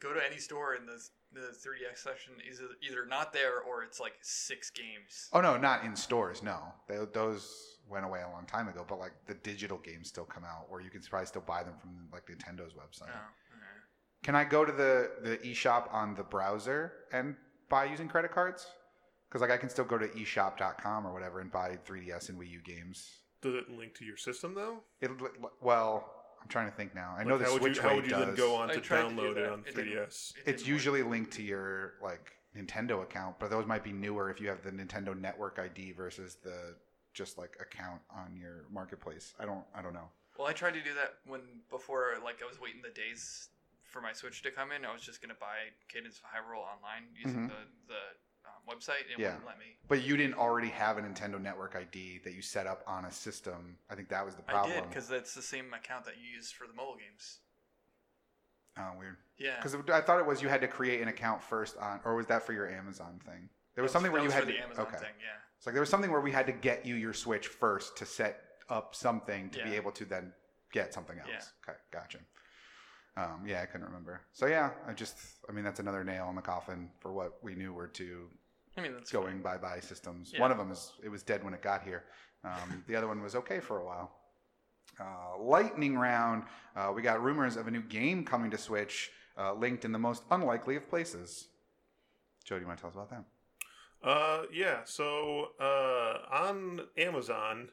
go to any store and the the 3DS section is either not there or it's like six games. Oh no, not in stores. No, Tho- those went away a long time ago. But like the digital games still come out, or you can probably still buy them from like Nintendo's website. Oh, alright. Can I go to the the eShop on the browser and buy using credit cards? Because like I can still go to eShop.com or whatever and buy 3DS and Wii U games. Does it link to your system though? It well, I'm trying to think now. I know Like, the how Switch would you, how way would you does. then go on I to tried to do download it that. on It didn't- 3ds? it It's didn't work. usually linked to your like Nintendo account, but those might be newer if you have the Nintendo Network ID versus the just like account on your marketplace. I don't I don't know. Well, I tried to do that when before, like I was waiting the days for my Switch to come in, I was just gonna buy Cadence of Hyrule online Mhm. using the the um, website. It Yeah. wouldn't let me. But you didn't already have a Nintendo Network ID that you set up on a system. I think that was the problem. I did because that's the same account that you used for the mobile games. oh, weird. Yeah, Because I thought it was you had to create an account first on, or was that for your Amazon thing? There was That something where that you was had for the to- Amazon okay. thing. Yeah, It's like there was something where we had to get you your Switch first to set up something to be Yeah. able to then get something else. Yeah. Okay, gotcha. Um, yeah, I couldn't remember. So yeah, I just, I mean, that's another nail in the coffin for what we knew were two I mean that's going bye fine. bye systems. Yeah. One of them is it was dead when it got here. Um, the other one was okay for a while. Uh, lightning round. Uh, we got rumors of a new game coming to Switch, uh, linked in the most unlikely of places. Joe, do you want to tell us about that? Uh, yeah. So uh, on Amazon,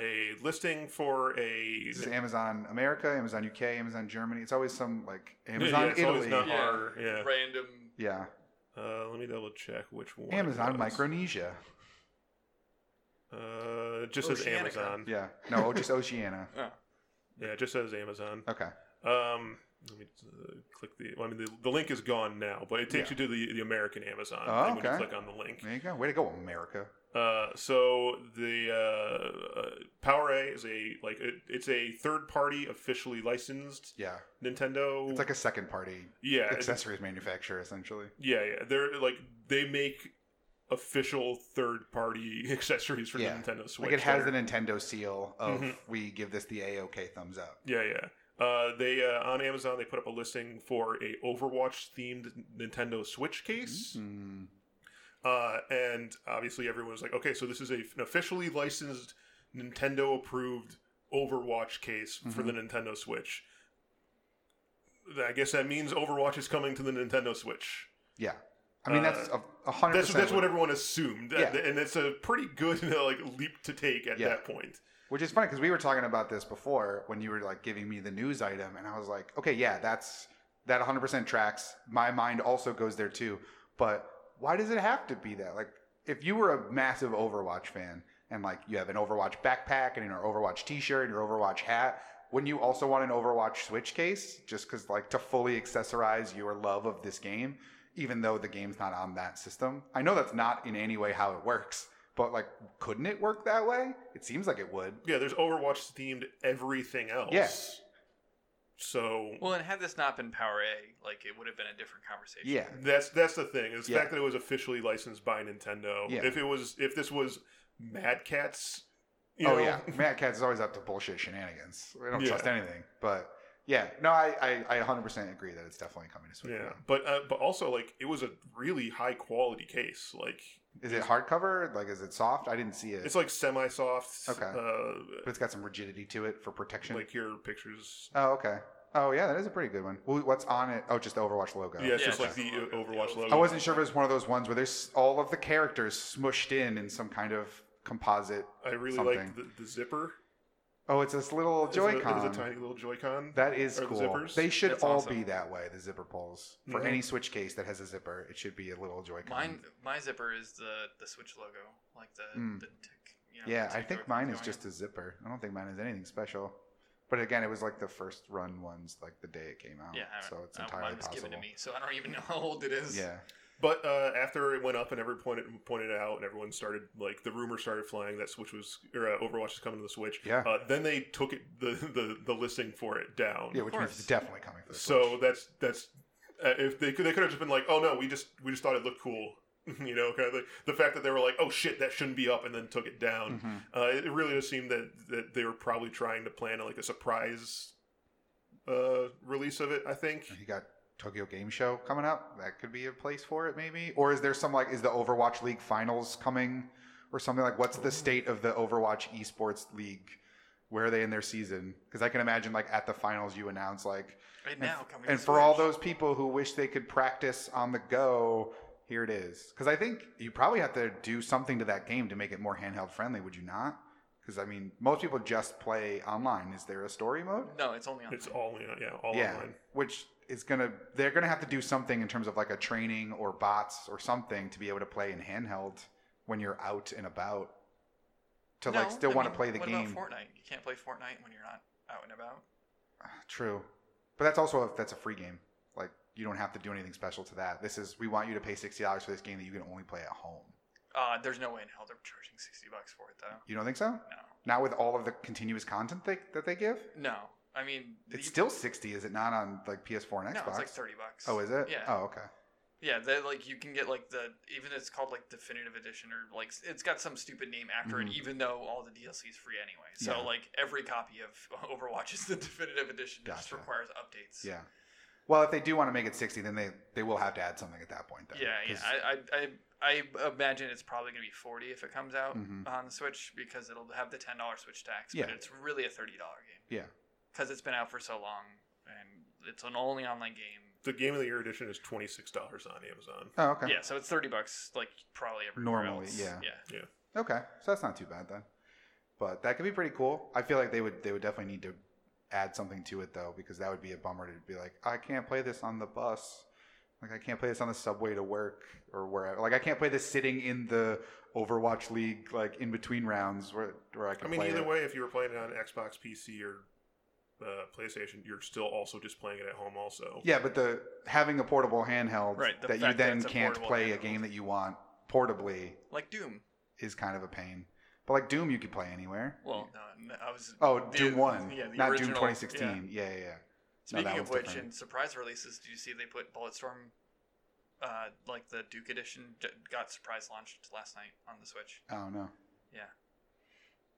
a listing for a This is Amazon America, Amazon UK, Amazon Germany. It's always some like yeah, Amazon it's always Italy. not Yeah. our- yeah. Random. yeah, Uh, let me double check which one. it Amazon was. Micronesia. Uh, it just says Oceanica. Amazon. Yeah, no, just Oceania. Oh, Yeah, it just says Amazon. Okay, Um, let me uh, click the. well, I mean, the, the link is gone now, but it takes Yeah. you to the, the American Amazon Oh, thing when okay. you click on the link. there you go. Way to go, America. Uh, so the uh, uh, Power A is a like it, it's a third party officially licensed Yeah, Nintendo. it's like a second party yeah, it's- accessories manufacturer essentially. yeah, yeah. They're like they make official third party accessories for Yeah. the Nintendo Switch. Like it has that the are- Nintendo seal of Mhm. we give this the A OK thumbs up. Yeah, yeah. Uh, they uh, on Amazon they put up a listing for a Overwatch themed Nintendo Switch case, Mm, uh, and obviously everyone was like, okay, so this is a, an officially licensed Nintendo approved Overwatch case for the Mm-hmm. Nintendo Switch. I guess that means Overwatch is coming to the Nintendo Switch. yeah, I mean that's a a hundred. Uh, That's percent that's what everyone assumed, Yeah. and it's a pretty good like leap to take at Yeah. that point. Which is funny because we were talking about this before when you were like giving me the news item, and I was like, okay, yeah, that's that 100% tracks. My mind also goes there too. But why does it have to be that? Like, if you were a massive Overwatch fan and like you have an Overwatch backpack and an Overwatch T-shirt and your Overwatch hat, wouldn't you also want an Overwatch Switch case just because like to fully accessorize your love of this game, even though the game's not on that system? I know that's not in any way how it works. But like, couldn't it work that way? It seems like it would. Yeah, there's Overwatch themed everything else. Yes. So well, and had this not been Power A, like it would have been a different conversation. Yeah. that's that's the thing is the Yeah. fact that it was officially licensed by Nintendo. Yeah. If it was if this was Mad Cat's, you oh know, yeah. Mad Catz is always up to bullshit shenanigans. We don't Yeah. trust anything. But yeah, no, I, I, I 100% agree that it's definitely coming to Switch. yeah. But uh, but also like it was a really high quality case. Like Is it hardcover? Like, is it soft? I didn't see it. it's like semi soft. Okay. Uh, but it's got some rigidity to it for protection. like your pictures. oh, okay. Oh yeah, that is a pretty good one. Wh- What's on it? Oh, just the Overwatch logo. yeah, it's Yeah, just like it's the uh, just the logo. Overwatch logo. I wasn't sure if it was one of those ones where there's all of the characters smushed in in some kind of composite. I really something. like the, the zipper. Oh, it's this little It's a- Joy-Con. It's a tiny little Joy-Con. That is Or the cool. zippers? They should That's all awesome. Mm-hmm. be that way. The zipper pulls for Mhm. any Switch case that has a zipper, it should be a little Joy-Con. Mine, my zipper is the the Switch logo, like the Mm. the tick. You know, yeah, I the tick think going- mine is going just in. a zipper. I don't think mine is anything special. But again, it was like the first run ones, like the day it came out. yeah. I so don't- it's uh, entirely mine was possible. given to me, so I don't even know how old it is. Yeah, But uh, after it went up and everyone pointed pointed it out, and everyone started like the rumor started flying that Switch was or uh, Overwatch was coming to the Switch. Yeah. Uh, then they took it the, the the listing for it down. yeah, which means it's course. definitely coming. For the So Switch. that's that's uh, if they could they could have just been like, oh no, we just we just thought it looked cool, you know, kind of like the fact that they were like, oh shit, that shouldn't be up, and then took it down. Mhm. Uh, it really just seemed that that they were probably trying to plan like a surprise uh, release of it. I think. And you got Tokyo Game Show coming up. That could be a place for it, maybe. Or is there some like is the Overwatch League Finals coming or something like? What's the state of the Overwatch Esports League? Where are they in their season? Because I can imagine like at the finals you announce like Right And now, f- coming. and to for all Switch. those people who wish they could practice on the go, here it is. Because I think you probably have to do something to that game to make it more handheld friendly, would you not? Because I mean, most people just play online. Is there a story mode? No, it's only on. It's all you know, yeah, all yeah, online. which is gonna they're gonna have to do something in terms of like a training or bots or something to be able to play in handheld when you're out and about to like still want to play the what game. About Fortnite, you can't play Fortnite when you're not out and about. True, but that's also a, that's a free game. you don't have to do anything special to that. This is we want you to pay sixty dollars for this game that you can only play at home. Uh, there's no way in hell they're charging sixty bucks for it though. You don't think so? No, Not with all of the continuous content they, that they give. no. I mean, It's you- still sixty, is it not on like PS4 and Xbox? no. It's like thirty bucks. oh, is it? Yeah. Oh, okay. Yeah, they like you can get like the even it's called like definitive edition or like it's got some stupid name after Mhm. it, even though all the DLC is free anyway. So Yeah. like every copy of Overwatch is the definitive edition. It just Gotcha. requires updates. Yeah. Well, if they do want to make it sixty, then they they will have to add something at that point. Then, yeah, yeah. 'cause- I, I I I imagine it's probably gonna be forty if it comes out Mhm. on the Switch because it'll have the ten dollar Switch tax. Yeah. But it's really a thirty dollar game. Yeah. Because it's been out for so long and it's an only online game. The Game of the Year edition is twenty six dollars on Amazon. oh, okay. Yeah, so it's thirty bucks like probably everywhere Normally, else. yeah. Yeah. Okay, so that's not too bad then. But that could be pretty cool. I feel like they would they would definitely need to add something to it though, because that would be a bummer to be like, I can't play this on the bus. Like I can't play this on the subway to work or wherever. Like I can't play this sitting in the Overwatch League like in between rounds where where I I can. mean, play either it. way, if you were playing it on Xbox, PC, or uh, PlayStation, you're still also just playing it at home. Also, Yeah, but the having a portable handheld Right, the that you fact that then it's a can't portable play a handheld. game that you want portably Like Doom. is kind of a pain. But like Doom, you could play anywhere. Well, no, no, I was. oh, the- Doom One, Yeah, the not Doom original, yeah. 2016. Yeah, yeah, yeah. No, that Speaking one's of which, different. in surprise releases, do you see they put Bulletstorm, uh, like the Duke Edition, j- got surprise launched last night on the Switch. Oh no. Yeah.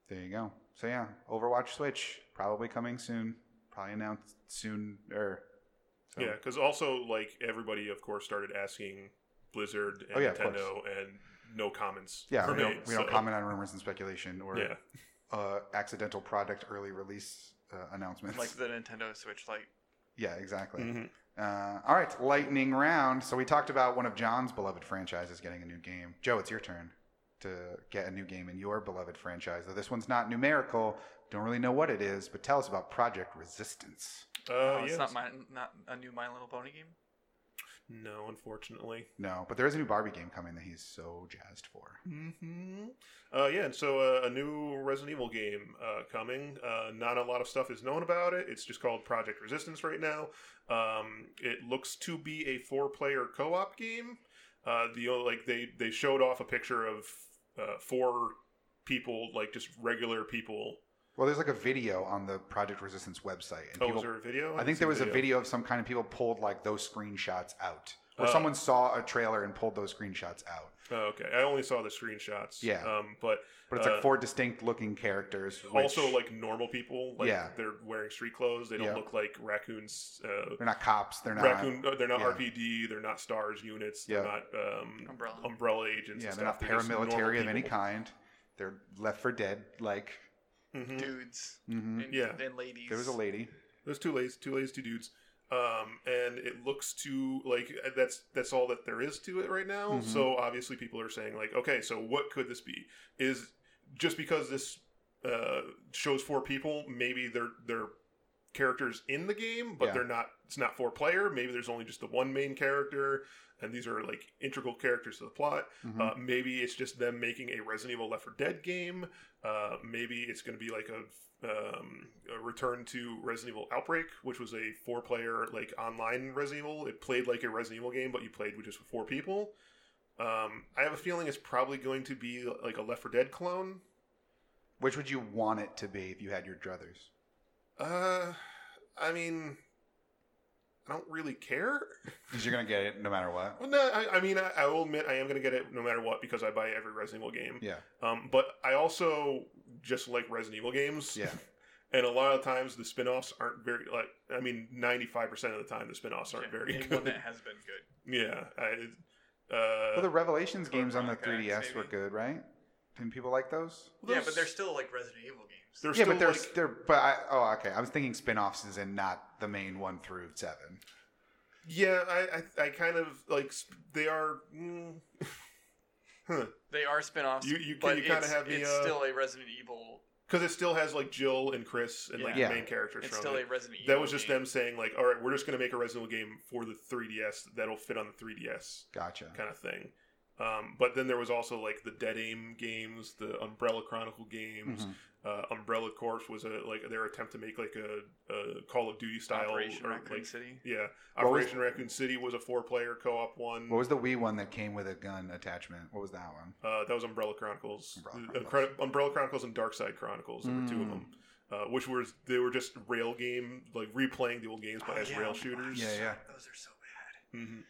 There you go. So yeah, Overwatch Switch probably coming soon. Probably announced soon or. So, Yeah, because also like everybody, of course, started asking Blizzard and Oh, yeah, of course. Nintendo, and no comments. Yeah, were we don't, made, we don't so- comment on rumors and speculation or Yeah, uh, accidental product early release uh, announcements. Like the Nintendo Switch Lite. yeah, exactly. Mm-hmm. Mhm. Uh, all right, lightning round. So we talked about one of John's beloved franchises getting a new game. Joe, it's your turn to get a new game in your beloved franchise. Though this one's not numerical, don't really know what it is, but tell us about Project Resistance. Uh, oh, it's yes. not my, not a new My Little Pony game. No, unfortunately. No, but there is a new Barbie game coming that he's so jazzed for. Mm-hmm. Uh, yeah, and so uh, a new Resident Evil game uh, coming. Uh, not a lot of stuff is known about it. It's just called Project Resistance right now. Um, it looks to be a four-player co-op game. Uh, the o- like they they showed off a picture of uh, four people, like just regular people. Well, there's like a video on the Project Resistance website, and Oh, people, was there a video? I didn't think see there the was a video of some kind of people pulled like those screenshots out, or Oh. someone saw a trailer and pulled those screenshots out. Oh, okay, I only saw the screenshots. Yeah. um, but But it's like Uh, four distinct looking characters. Which also like normal people. Like, Yeah. they're wearing street clothes. They don't Yeah. look like raccoons. Uh, they're not cops. They're not. raccoon. uh, They're not yeah. RPD. They're not stars units. Yeah. They're not um, Umbrella. umbrella agents. yeah, and they're stuff. not just normal paramilitary of any people. kind. They're Left for Dead like. Mhm. Dudes Mhm. and, Yeah. and ladies. There was a lady. There's two ladies, two ladies, two dudes. Um, and it looks to like that's that's all that there is to it right now. Mhm. So obviously people are saying like, okay, so what could this be? Is just because this uh, shows four people, maybe they're they're characters in the game, but Yeah. they're not. It's not four player. Maybe there's only just the one main character, and these are like integral characters to the plot. Mhm. Uh, maybe it's just them making a Resident Evil Left 4 Dead game. Uh, maybe it's going to be like a, um, a return to Resident Evil Outbreak, which was a four-player like online Resident Evil. It played like a Resident Evil game, but you played with just four people. Um, I have a feeling it's probably going to be like a Left 4 Dead clone. Which would you want it to be if you had your druthers? Uh, I mean, I don't really care. Because you're gonna get it no matter what. Well, no, I, I mean, I, I will admit I am going to get it no matter what because I buy every Resident Evil game. Yeah. Um, but I also just like Resident Evil games. Yeah. And a lot of times the spin-offs aren't very like I mean 95% of the time the spin-offs aren't Yeah, very and one good. that has been good. yeah. I, uh, Well, the Revelations or games on the Rock Axe, 3DS were maybe. good, right? Didn't people like those? Yeah, but they're still like Resident Evil games. they're yeah, still but they're, like, they're but I, oh okay. I was thinking spin-offs is in not the main one through seven. yeah, I, I I kind of like sp- they are mm, huh. They are spin-offs. You- you- but you kinda it's- have the, It's uh, still a Resident Evil. cuz it still has like Jill and Chris and like the Yeah. main characters It's from still it. a Resident Evil. that was just game. them saying like all right, we're just going to make a Resident Evil game for the 3DS that'll fit on the 3DS Gotcha. kind of thing. Um, but then there was also like the Dead Aim games, the Umbrella Chronicle games. Mhm. Uh, Umbrella Corps was a like their attempt to make like a, a Call of Duty style Operation or, Raccoon like, City. yeah. What was- Operation Raccoon City was a four player co op one. What was the Wii one that came with a gun attachment? What was that one? Uh, that was Umbrella Chronicles. Umbrella Uh, Chron- Umbrella Chronicles and Dark Side Chronicles. There were two of Mm. them, uh, which were they were just rail game, like replaying the old games, but Oh, as yeah, rail oh my shooters. Yeah, yeah. Those are so bad. Mhm.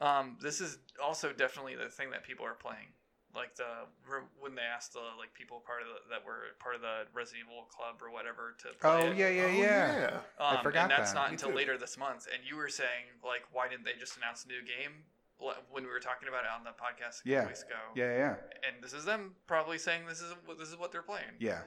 Um, this is also definitely the thing that people are playing. Like the re- when they asked the like people part of the, that were part of the Resident Evil club or whatever to play Oh it. yeah, yeah, yeah. Um, I forgot and that's that. not Me until too. later this month. And you were saying like, why didn't they just announce a new game Like, when we were talking about it on the podcast a couple Yeah. weeks ago? Yeah, yeah, And this is them probably saying this is what this is what they're playing. yeah,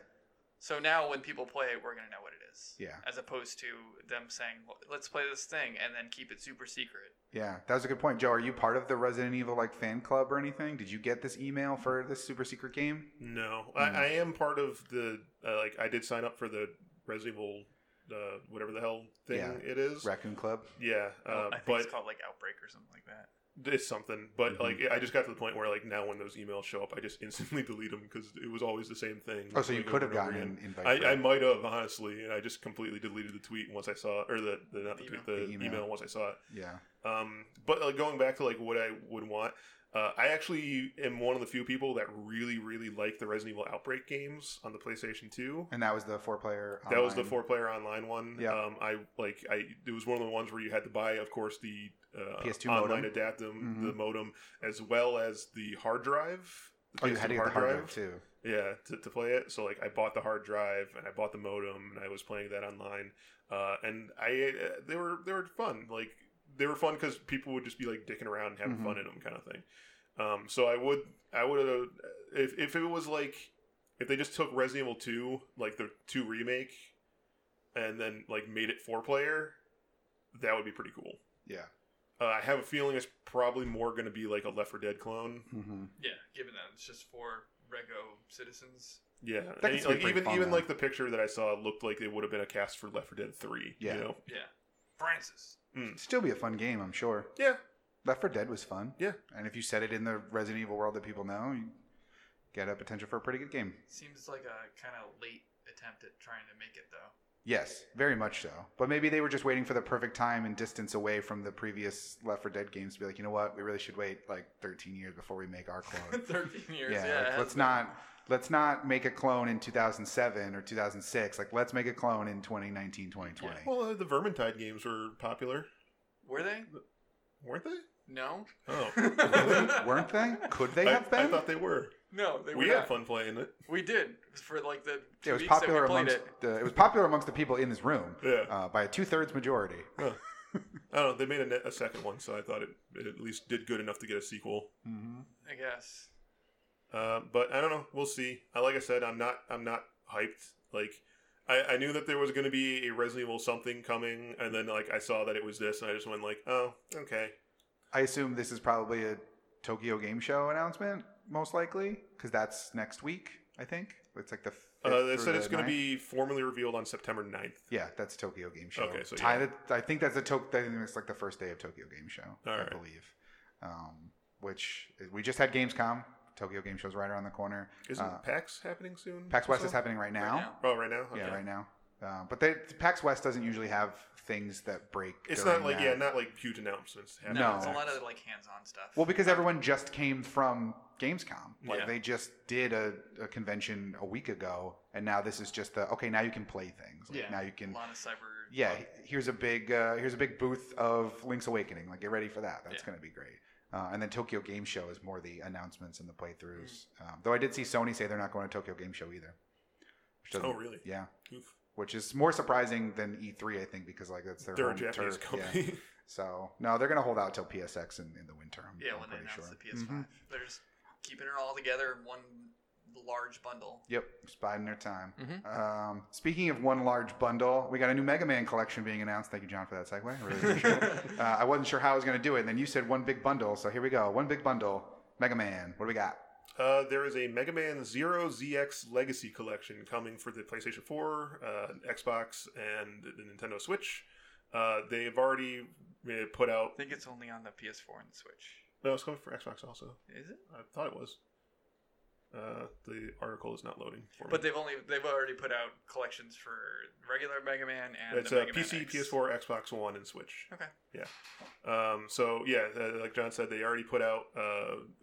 So now when people play it, we're gonna know what it is. yeah, As opposed to them saying, "Well, "Let's play this thing" and then keep it super secret. yeah. That was a good point, Joe. Are you part of the Resident Evil like fan club or anything? Did you get this email for this super secret game? No, Mhm. I, I am part of the uh, like I did sign up for the Resident Evil, uh, whatever the hell thing Yeah. it is. Raccoon Club. Yeah, uh, Oh, I think but it's called like Outbreak or something like that. it's something. Mhm. But like I just got to the point where like now when those emails show up, I just instantly delete them because it was always the same thing. Oh, so you like, could have over and over gotten again. an invite. for I, I it. might have honestly, and I just completely deleted the tweet once I saw, or the, the not the, The tweet, the, email. The email. email. once I saw it. yeah. Um, but like going back to like what I would want, uh, I actually am one of the few people that really, really like the Resident Evil Outbreak games on the PlayStation Two. And that was the four player. That was the four-player online one. Yeah. Um, I like I. It was one of the ones where you had to buy, of course, the uh, PS2 online modem. adapter, Mhm. the modem, as well as the hard drive. the Oh, you PS2 had to get the hard drive too. yeah to, to play it so like i bought the hard drive and i bought the modem and i was playing that online uh, and i uh, they were they were fun like they were fun because people would just be like dicking around and having Mhm. fun in them kind of thing um, so i would i would have if, if it was like if they just took resident evil 2 like the 2 remake and then like made it four player that would be pretty cool Yeah. uh, i have a feeling it's probably more going to be like a left 4 dead clone hmm Yeah, given that it's just for rego citizens. Yeah, That could and, be like pretty even fun, even though. like the picture that I saw looked like it would have been a cast for Left 4 Dead 3. Yeah. You know? Yeah, Francis. Still be a fun game, I'm sure. Yeah. Left 4 Dead was fun. Yeah. And if you set it in the Resident Evil world that people know, you get a potential for a pretty good game. Seems like a kind of late attempt at trying to make it though. Yes, very much so. But maybe they were just waiting for the perfect time and distance away from the previous Left 4 Dead games to be like, you know what, we really should wait like 13 years before we make our clone. Thirteen years. yeah, Yeah. like, it has let's been. not let's not make a clone in 2007 or 2006. Like, let's make a clone in 2019, 2020. Well, uh, the Vermintide games were popular, Were they? weren't they? No. Oh. Weren't they? Could they I, have been? I thought they were. No, they we were had not. fun playing it. We did for like the two it was weeks popular that we played amongst it. the, it was popular amongst the people in this room Yeah. uh, by a two thirds majority. I don't know. They made a, net, a second one, so I thought it, it at least did good enough to get a sequel. Mm-hmm. I guess. Uh, but I don't know. We'll see. Uh, like I said, I'm not. I'm not hyped. Like I, I knew that there was going to be a Resident Evil something coming, and then like I saw that it was this, and I just went like, oh, okay. I assume this is probably a Tokyo Game Show announcement, most likely, because that's next week. I think it's like the. Uh, they fifth said through it's the going ninth. to be formally revealed on September 9th. Yeah, that's Tokyo Game Show. Okay, so Tie yeah. the- I think that's a Tok. I think it's like the first day of Tokyo Game Show. I Alright. believe. Um, which we just had Gamescom. Tokyo Game Show's right around the corner. Isn't Uh, PAX happening soon? PAX West also? is happening right now. Right now. Oh, right now. Yeah, Okay. right now. Uh, but they, PAX West doesn't ually have things that break. It's during not like that. yeah, not like huge announcements. No, happening No. at it's a PAX. lot of like hands-on stuff. Well, because everyone just came from Gamescom. Like Yeah. they just did a, a convention a week ago, and now this is just the okay. Now you can play things. Like, Yeah. Now you a can. lot of cyber. Yeah. Here's a big uh, here's a big booth of Link's Awakening. Like get ready for that. That's Yeah. gonna be great. Uh, and then Tokyo Game Show is more the announcements and the playthroughs. Mm-hmm. Um, though I did see Sony say they're not going to Tokyo Game Show either. Which doesn't, Oh, really? Yeah. Oof. Which is more surprising than E3, I think, because like that's their They're a home Japanese turf. Yeah. company. So no, they're gonna hold out till PSX in, in the winter. I'm, Yeah, I'm when they pretty announced sure. the PS5, Mhm. they're just keeping it all together in one large bundle. Yep, just biding their time. Mhm. Um, speaking of one large bundle, we got a new Mega Man collection being announced. Thank you, John, for that segue. I Really appreciate it. Uh, I wasn't sure how I was gonna do it, and then you said one big bundle, so here we go. One big bundle, Mega Man. What do we got? Uh, there is a Mega Man Zero ZX Legacy Collection coming for the PlayStation 4, uh, Xbox, and the Nintendo Switch. Uh, they've already uh, put out I think it's only on the PS4 and the Switch. No, it's coming for Xbox also. Is it? I thought it was. Uh, the article is not loading for me. But they've only they've already put out collections for regular Mega Man and it's uh, the a Mega Man PC, X. PS4, Xbox One, and Switch. Okay. Yeah. Um, so yeah, uh, like John said, they already put out uh,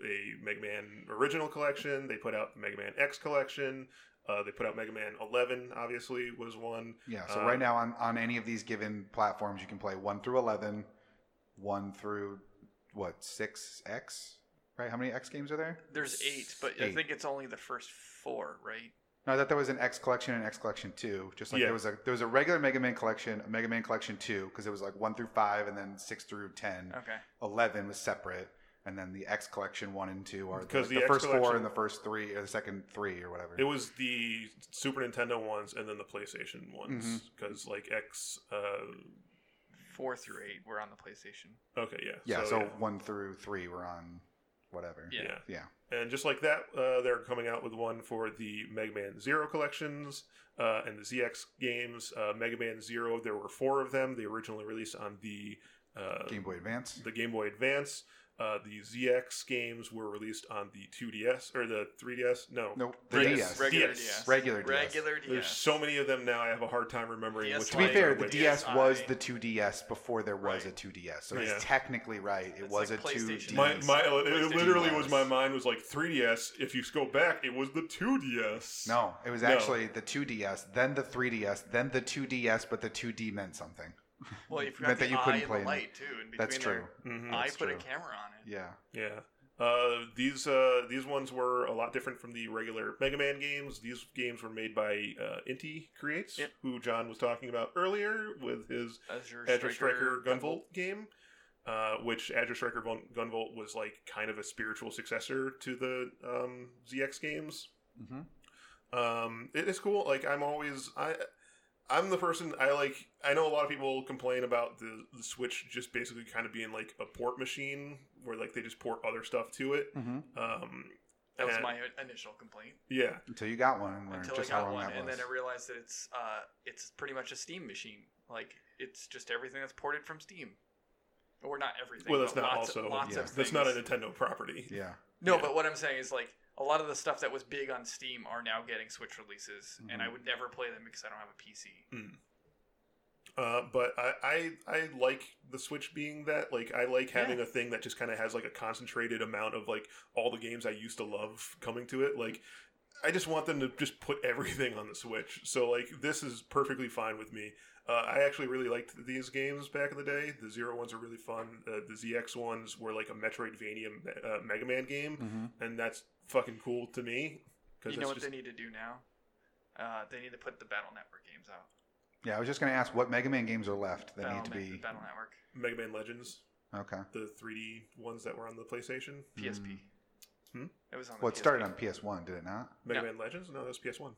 a Mega Man original collection. They put out the Mega Man X collection. Uh, they put out Mega Man 11. Obviously, was one. Yeah. So Uh, right now on on any of these given platforms, you can play one through eleven, one through what six X. Right? How many X games are there? There's eight, but I Eight. think it's only the first four, right? No, I thought there was an X collection and X collection two. Just like Yeah. there was a there was a regular Mega Man collection, a Mega Man collection two, because it was like one through five, and then six through ten. Okay. Eleven was separate, and then the X collection one and two are the, like, 'Cause the the X first four collection- and the first three or the second three or whatever. It was the Super Nintendo ones and then the PlayStation ones Mm-hmm. because like X. Uh, Four through eight were on the PlayStation. okay, yeah. yeah. So, yeah. one through three were on whatever. Yeah. Yeah. Yeah. And just like that, uh, they're coming out with one for the Mega Man Zero collections uh, and the ZX games. Uh, Mega Man Zero, there were four of them. They originally released on the uh, Game Boy Advance. the Game Boy Advance. Uh, the ZX games were released on the 2DS or the 3DS. No, Nope. The Regular DS. Regular DS. DS. Regular DS. Regular DS. there's so many of them now. I have a hard time remembering DS which. To be ones Like, fair, are the which. DS was DSi. the 2DS before there was Right. a 2DS, so Yeah. he's technically right. It It's was like a PlayStation 2DS. My, my it PlayStation literally was DS. my mind was like 3DS. If you go back, it was the 2DS. no, it was No. actually the 2DS, then the 3DS, then the 2DS, but the 2D meant something. well, you meant forgot the that you eye couldn't and play the them. light too. In between That's true. Mhm. There. I That's put a true. camera on it. Yeah. Yeah. Uh, these uh, these ones were a lot different from the regular Mega Man games. These games were made by uh, Inti Creates, Yep. who John was talking about earlier with his Azure, Azure Striker Gunvolt game, uh, which Azure Striker Von- Gunvolt was like kind of a spiritual successor to the um, ZX games. Mm-hmm. Um, it is cool. Like I'm always I. I'm the person I like. I know a lot of people complain about the, the Switch just basically kind of being like a port machine, where like they just port other stuff to it. Mm-hmm. Um, That was and- my initial complaint yeah, Until you got one and learned until I just how got wrong one, that and was. then I realized that it's uh, it's pretty much a Steam machine. Like it's just everything that's ported from Steam, or not everything. well, that's but not uh, lots also lots yeah. of that's not a things. Nintendo property. yeah. No, Yeah. but what I'm saying is like a lot of the stuff that was big on Steam are now getting Switch releases, and I Mm-hmm. Mhm. would never play them because I don't have a PC. Uh, but I, I I like the Switch being that like I like having a thing that just kind of has like a concentrated amount of like all the games I used to love coming to it. Like I just want them to just put everything on the Switch. So like this is perfectly fine with me. Uh, I actually really liked these games back in the day. The Zero ones are really fun. Uh, the ZX ones were like a Metroidvania uh, Mega Man game, Mm-hmm. and that's fucking cool to me. You that's know what just- they need to do now? Uh, they need to put the Battle Network games out. Yeah, I was just going to ask what Mega Man games are left that Battle need to Ne- be. Battle Network, Mega Man Legends, Okay. the 3D ones that were on the PlayStation. PSP. Hmm? It was on. The Well, it started PSP. on PS1, did it not? Mega No. Man Legends? No, that was PS1.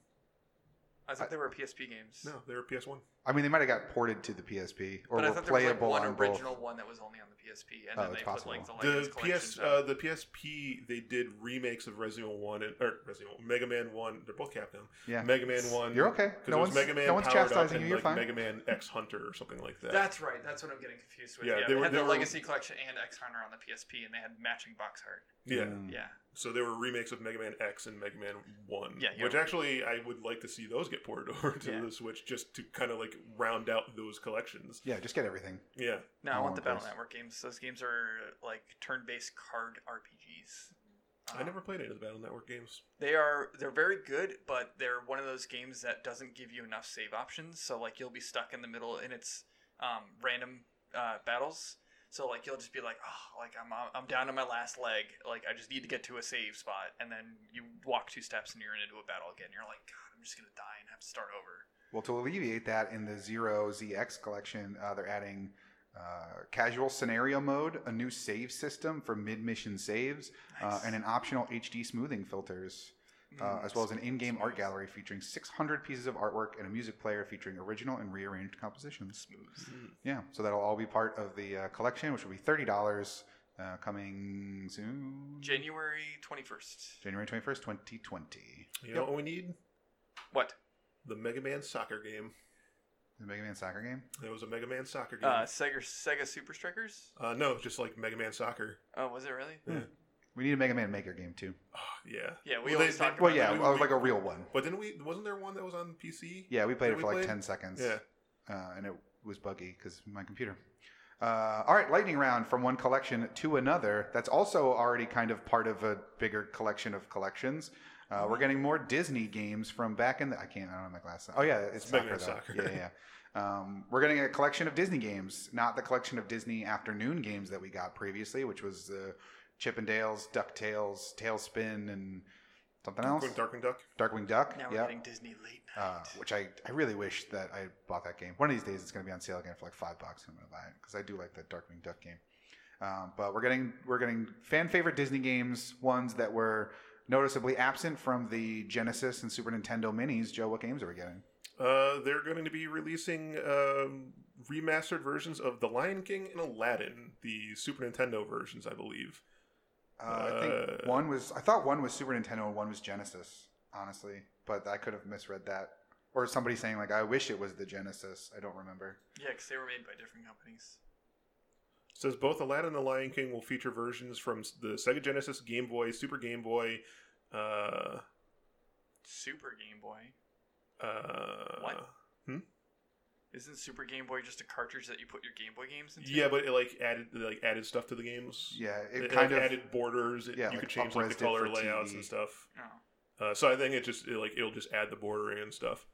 I thought they were PSP games. No, they were PS1. I mean, they might have got ported to the PSP or but I were thought there was like playable one on both. original one that was only on the PSP, and Oh, then it's they possible. put like the The latest PS, collections uh, out. the PSP, they did remakes of Resident Evil One and or Resident Evil, Mega Man One. They're both Capcom. Yeah. Mega Man One. You're okay. 'cause No it was one's, Mega Man no one's Powered Up chastising and, you. You're like, fine. Mega Man X Hunter or something like that. That's right. That's what I'm getting confused with. Yeah, Yeah, they they, were- had they the were- Legacy Collection and X Hunter on the PSP, and they had matching box art. yeah. Mm. Yeah, So there were remakes of Mega Man X and Mega Man One. Yeah, you're Which right. actually, I would like to see those get ported over to Yeah. the Switch just to kind of like round out those collections. Yeah, just get everything. Yeah. no, I All want in the Battle place. Network games. Those games are like turn-based card RPGs. I Um, never played any of the Battle Network games. They are they're very good, but they're one of those games that doesn't give you enough save options. So like you'll be stuck in the middle, and it's um, random uh, battles. So like you'll just be like, oh, like I'm I'm down to my last leg. Like I just need to get to a save spot, and then you walk two steps and you're into a battle again. You're like, God, I'm just gonna die and have to start over. Well, to alleviate that, in the Zero ZX collection, uh, they're adding uh, casual scenario mode, a new save system for mid-mission saves, uh, Nice. and an optional HD smoothing filters, uh, Mm, as well as an in-game art smooth. gallery featuring 600 pieces of artwork and a music player featuring original and rearranged compositions. Smooth. Mm. Yeah, so that'll all be part of the uh, collection, which will be thirty dollars uh, coming soon. January twenty first. January 21st, 2020. You know what we need? What? The Mega Man soccer game. The Mega Man soccer game. It was a Mega Man soccer game. Uh, Uh, Sega Sega Super Strikers. no, just like Mega Man soccer. Oh, was it really? We need a Mega Man Maker game too. Ah, yeah. Yeah, we Well, always they- talk they- Well, about yeah, we- uh, we- like a real one. But didn't we? Wasn't there one that was on PC? Yeah, we played Did it we for like play it? ten seconds. Yeah. uh, and it was buggy because my computer. Uh, all right, lightning round from one collection to another. That's also already kind of part of a bigger collection of collections. Uh, Mm-hmm. we're getting more Disney games from back in the. I can't. I don't have my glasses. Oh yeah, it's It's Mega soccer, Man though. Yeah, Soccer. yeah. yeah. Um, we're getting a collection of Disney games, not the collection of Disney afternoon games that we got previously, which was uh, Chip and Dale's, Ducktales, Tailspin, and something else. Darkwing- Darkwing Duck. Darkwing Duck. Now we're yeah getting Disney late night. uh, which I, I really wish that I bought that game. One of these days, it's going to be on sale again for like five bucks, and I'm going to buy it because I do like that Darkwing Duck game. Um, but we're getting we're getting fan favorite Disney games, ones that were noticeably absent from the Genesis and Super Nintendo minis. Joe, what games are we getting? Uh, they're going to be releasing um, remastered versions of The Lion King and Aladdin, the Super Nintendo versions, I believe. Uh, I think Uh, one was I thought one was Super Nintendo and one was Genesis, honestly, but I could have misread that. Or somebody saying like, "I wish it was the Genesis." I don't remember. Yeah, because they were made by different companies. It says both Aladdin and The Lion King will feature versions from the Sega Genesis, Game Boy, Super Game Boy. Uh, Super Game Boy. uh, What? Isn't Super Game Boy just a cartridge that you put your Game Boy games into? Yeah, but it like added they, like added stuff to the games. Yeah, It, it, kind like, of added borders. It, yeah, you like, could change like the up-rezzed it for color layouts TV. and stuff. Oh. Uh, so I think it just it, like it'll just add the border and stuff.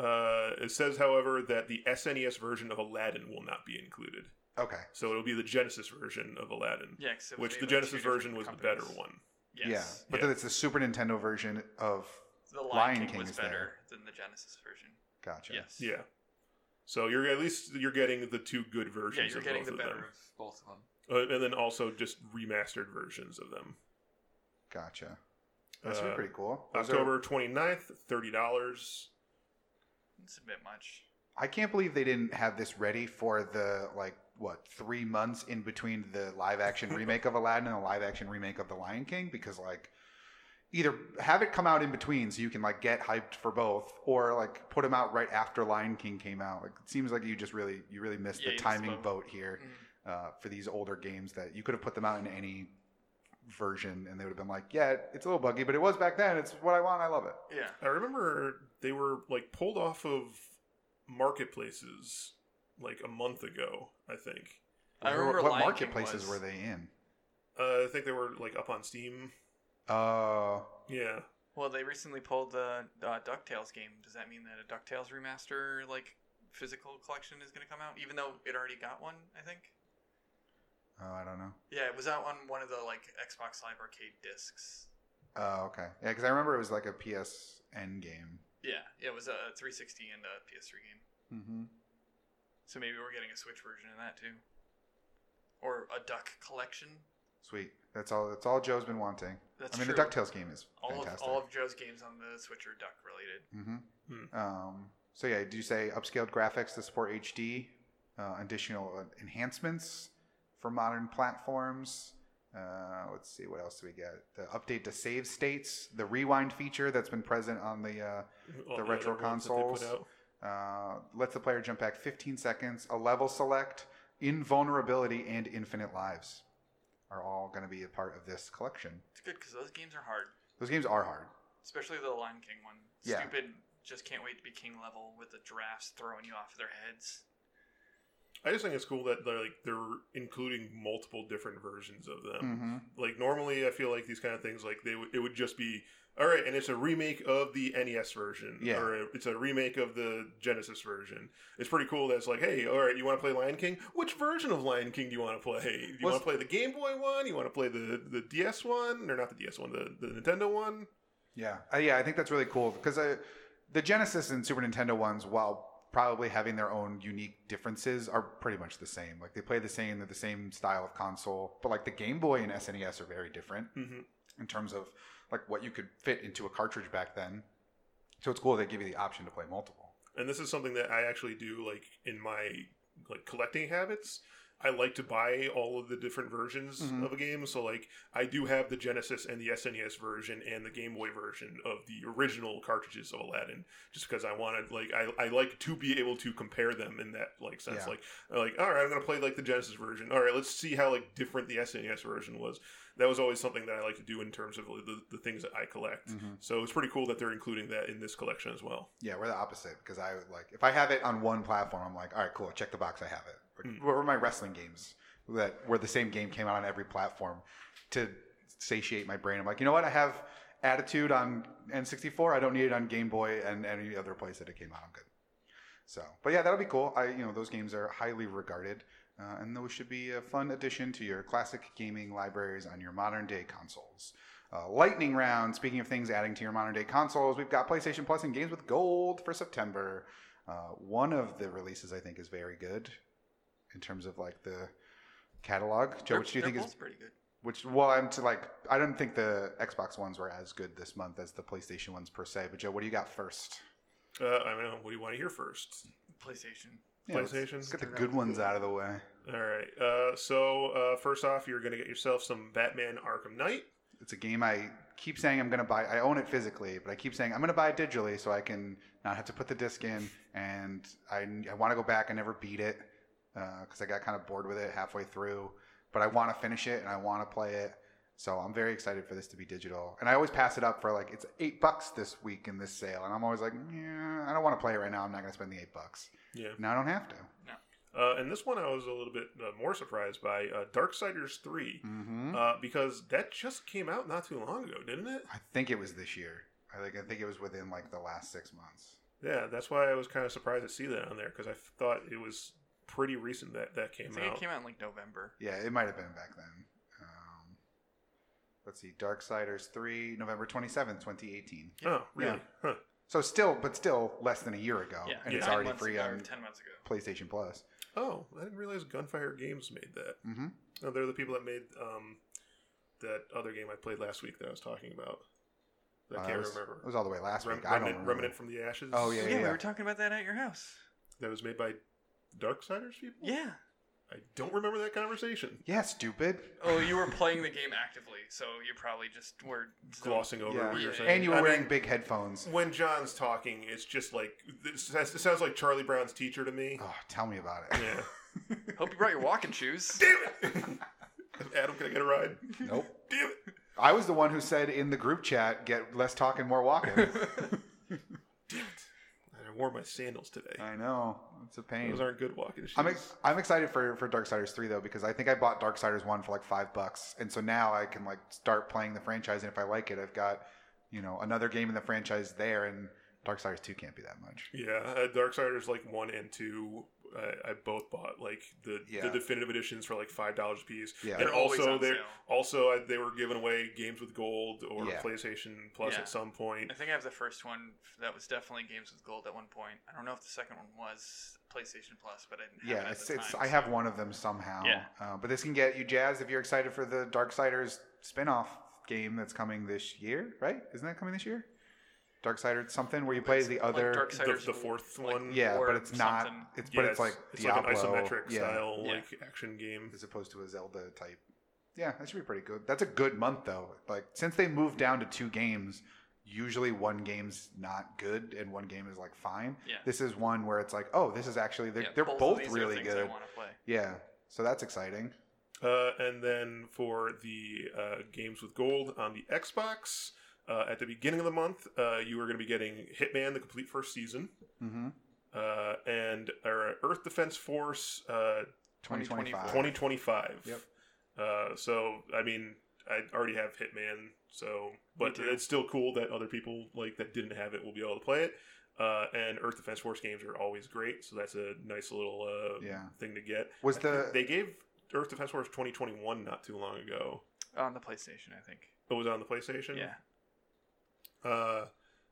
Uh, it says, however, that the SNES version of Aladdin will not be included. okay. So it'll be the Genesis version of Aladdin, Yeah, 'cause it was which made the by two Genesis version was different the better companies. one. Yes. Yeah, but Yeah. then it's the Super Nintendo version of The Lion, King, was is better there. than the Genesis version. Gotcha. Yes. Yeah. So you're at least you're getting the two good Yeah, versions. you're of getting both the of better them. of both of them. Uh, and then also just remastered versions of them. Gotcha. That's Uh, pretty cool. Those are- October 29th, thirty dollars. It's a bit much. I can't believe they didn't have this ready for the like what three months in between the live action remake of Aladdin and the live action remake of The Lion King because like either have it come out in between so you can like get hyped for both or like put them out right after Lion King came out. Like it seems like you just really you really missed Yeah, you the missed timing both. boat here. Mhm. uh, for these older games that you could have put them out in any version and they would have been like, yeah, it's a little buggy, but it was back then. It's what I want. I love it. Yeah. I remember they were like pulled off of marketplaces like a month ago. I think. I remember what Lion King marketplaces was- were they in? Uh, I think they were like up on Steam. Uh, Yeah. Well, they recently pulled the uh, DuckTales game. Does that mean that a DuckTales remaster, like, physical collection is going to come out? Even though it already got one, I think? oh, I don't know. Yeah, it was out on one of the, like, Xbox Live Arcade discs. Oh, okay. Yeah, because I remember it was like a PSN game. Yeah, yeah, it was a 360 and a PS3 game. Mm-hmm. So maybe we're getting a Switch version of that, too. Or a Duck collection. Sweet. That's all. That's all Joe's been wanting. That's I mean, true. the Ducktales game is all of, fantastic. all of Joe's games on the Switch are Duck related. mm-hmm. Hmm. Um, so yeah, do you say upscaled graphics to support HD, uh, additional uh, enhancements for modern platforms? Uh, let's see, what else do we get? The update to save states, the rewind feature that's been present on the uh, All The retro other ones that they put consoles. out. uh, lets the player jump back 15 seconds, a level select, invulnerability, and infinite lives are all going to be a part of this collection. It's good because those games are hard, Those games are hard. especially the Lion King one. Yeah. Stupid, just can't wait to be king level with the giraffes throwing you off their heads. I just think it's cool that they're like they're including multiple different versions of them. Mm-hmm. Like normally, I feel like these kind of things, like they would it would just be all right, and it's a remake of the NES version, Yeah. or it's a remake of the Genesis version. It's pretty cool. That's like, hey, all right, you want to play Lion King? Which version of Lion King do you want to play? Do you Well, want to play the Game Boy one? You want to play the the DS one, or not the DS one, the, the Nintendo one? Yeah, uh, yeah, I think that's really cool because uh, the Genesis and Super Nintendo ones, while probably having their own unique differences, are pretty much the same. Like they play the same, they're the same style of console, but like the Game Boy and SNES are very different Mm-hmm. in terms of like what you could fit into a cartridge back then. So it's cool they give you the option to play multiple. and this is something that I actually do like in my like collecting habits. I like to buy all of the different versions Mhm. of a game. So like I do have the Genesis and the SNES version and the Game Boy version of the original cartridges of Aladdin, just because I wanted like I, I like to be able to compare them in that like sense. Yeah. Like like all right, I'm gonna play like the Genesis version. All right, let's see how like different the SNES version was. That was always something that I like to do in terms of the, the things that I collect. Mhm. So it's pretty cool that they're including that in this collection as well. Yeah, we're the opposite because I would, like if I have it on one platform, I'm like, all right, cool, check the box, I have it. Mm. What were my wrestling games that where the same game came out on every platform to satiate my brain? I'm like, you know what, I have Attitude on N64, I don't need it on Game Boy and any other place that it came out. I'm good. So, but yeah, that'll be cool. I you know those games are highly regarded, uh, and those should be a fun addition to your classic gaming libraries on your modern day consoles. Uh, lightning round. Speaking of things adding to your modern day consoles, we've got PlayStation Plus and games with gold for September. Uh, one of the releases I think is very good in terms of like the catalog. Joe, They're- which do you they're think both is pretty good? which? Well, I'm to like I don't think the Xbox ones were as good this month as the PlayStation ones per se. But Joe, what do you got first? Uh, I don't know. What do you want to hear first? PlayStation. let's- PlayStation? Let's get the good ones out of the way. All right. Uh, so uh, first off, you're gonna get yourself some Batman Arkham Knight. It's a game I keep saying I'm going to buy. I own it physically, but I keep saying I'm going to buy it digitally so I can not have to put the disc in. And I, I want to go back. I never beat it because I got kind of bored with it halfway through. But I want to finish it and I want to play it. So I'm very excited for this to be digital. And I always pass it up for like, it's eight bucks this week in this sale. And I'm always like, yeah, I don't want to play it right now. I'm not going to spend the eight bucks. Yeah. Now I don't have to. Uh, and this one I was a little bit uh, more surprised by uh, Darksiders 3 hmm uh, because that just came out not too long ago, didn't it? I think it was this year. I think, I think it was within like the last six months. Yeah, that's why I was kind of surprised to see that on there because I thought it was pretty recent that that I came think out. it came out in like November. Yeah, it might have been back then. Um, let's see, Darksiders 3, November 27th, 2018. Oh, really? Huh. So still, but still less than a year ago. yeah, Oh, and it's nine already months free ago, or on ten months ago. PlayStation Plus. Oh, I didn't realize Gunfire Games made that. hmm No, they're the people that made um, that other game I played last week that I was talking about. That I can't remember. Uh, It was all the way last Rem- week. I don't Remnant, remember. Remnant from the Ashes. Oh, yeah, Yeah, yeah, we were talking about that at your house. That was made by Darksiders people. Yeah. I don't remember that conversation. yeah, stupid. Oh, you were playing the game actively, so you probably just were zoned Glossing over Yeah. what you're Yeah. saying. And you were I wearing mean, big headphones. when John's talking, it's just like this, it sounds like Charlie Brown's teacher to me. Oh, tell me about it. Yeah. Hope you brought your walking shoes. Damn it! Adam, can I get a ride? nope. Damn it! I was the one who said in the group chat, get less talking, more walking. Damn it! I wore my sandals today. I know. It's a pain. Those aren't good walking shoes. I'm, ex- I'm excited for, for Darksiders 3 though because I think I bought Darksiders 1 for like 5 bucks and so now I can like start playing the franchise and if I like it I've got you know another game in the franchise there and Darksiders 2 can't be that much. Yeah, uh, Darksiders like one and two. I, I both bought like the Yeah. the definitive editions for like five dollars a piece. Yeah. And They're always also on they're- sale. Also, I, they were giving away games with gold or Yeah. PlayStation Plus Yeah. at some point. I think I have the first one that was definitely Games with Gold at one point. I don't know if the second one was PlayStation Plus, but I didn't Yeah, have it at it's, the it's time, I so- have one of them somehow. Yeah. Uh, but this can get you jazzed if you're excited for the Darksiders spin-off game that's coming this year, right? Isn't that coming this year? Darksiders something where you play as the like other The, Darksiders the fourth like- one, Yeah, or but it's not something. it's Yeah, but it's, like it's Diablo. like an isometric yeah. style Yeah. like action game. as opposed to a Zelda type. Yeah, that should be pretty good. That's a good month though. Like since they moved down to two games, usually one game's not good and one game is like fine. Yeah. This is one where it's like, oh, this is actually they're, Yeah, they're of both, these are really things I good. wanna play. Yeah, so that's exciting. Uh, and then for the uh, games with gold on the Xbox. Uh, at the beginning of the month, uh, you are going to be getting Hitman: The Complete First Season, Mm-hmm. uh, and or Earth Defense Force uh, 2025. 2025. Yep. Uh, so I mean, I already have Hitman, so but Me too. it's still cool that other people like that didn't have it will be able to play it. Uh, and Earth Defense Force games are always great, so that's a nice little uh, Yeah. thing to get. Was the they gave Earth Defense Force 2021 not too long ago? On the PlayStation, I think. It was on the PlayStation. Yeah. Uh,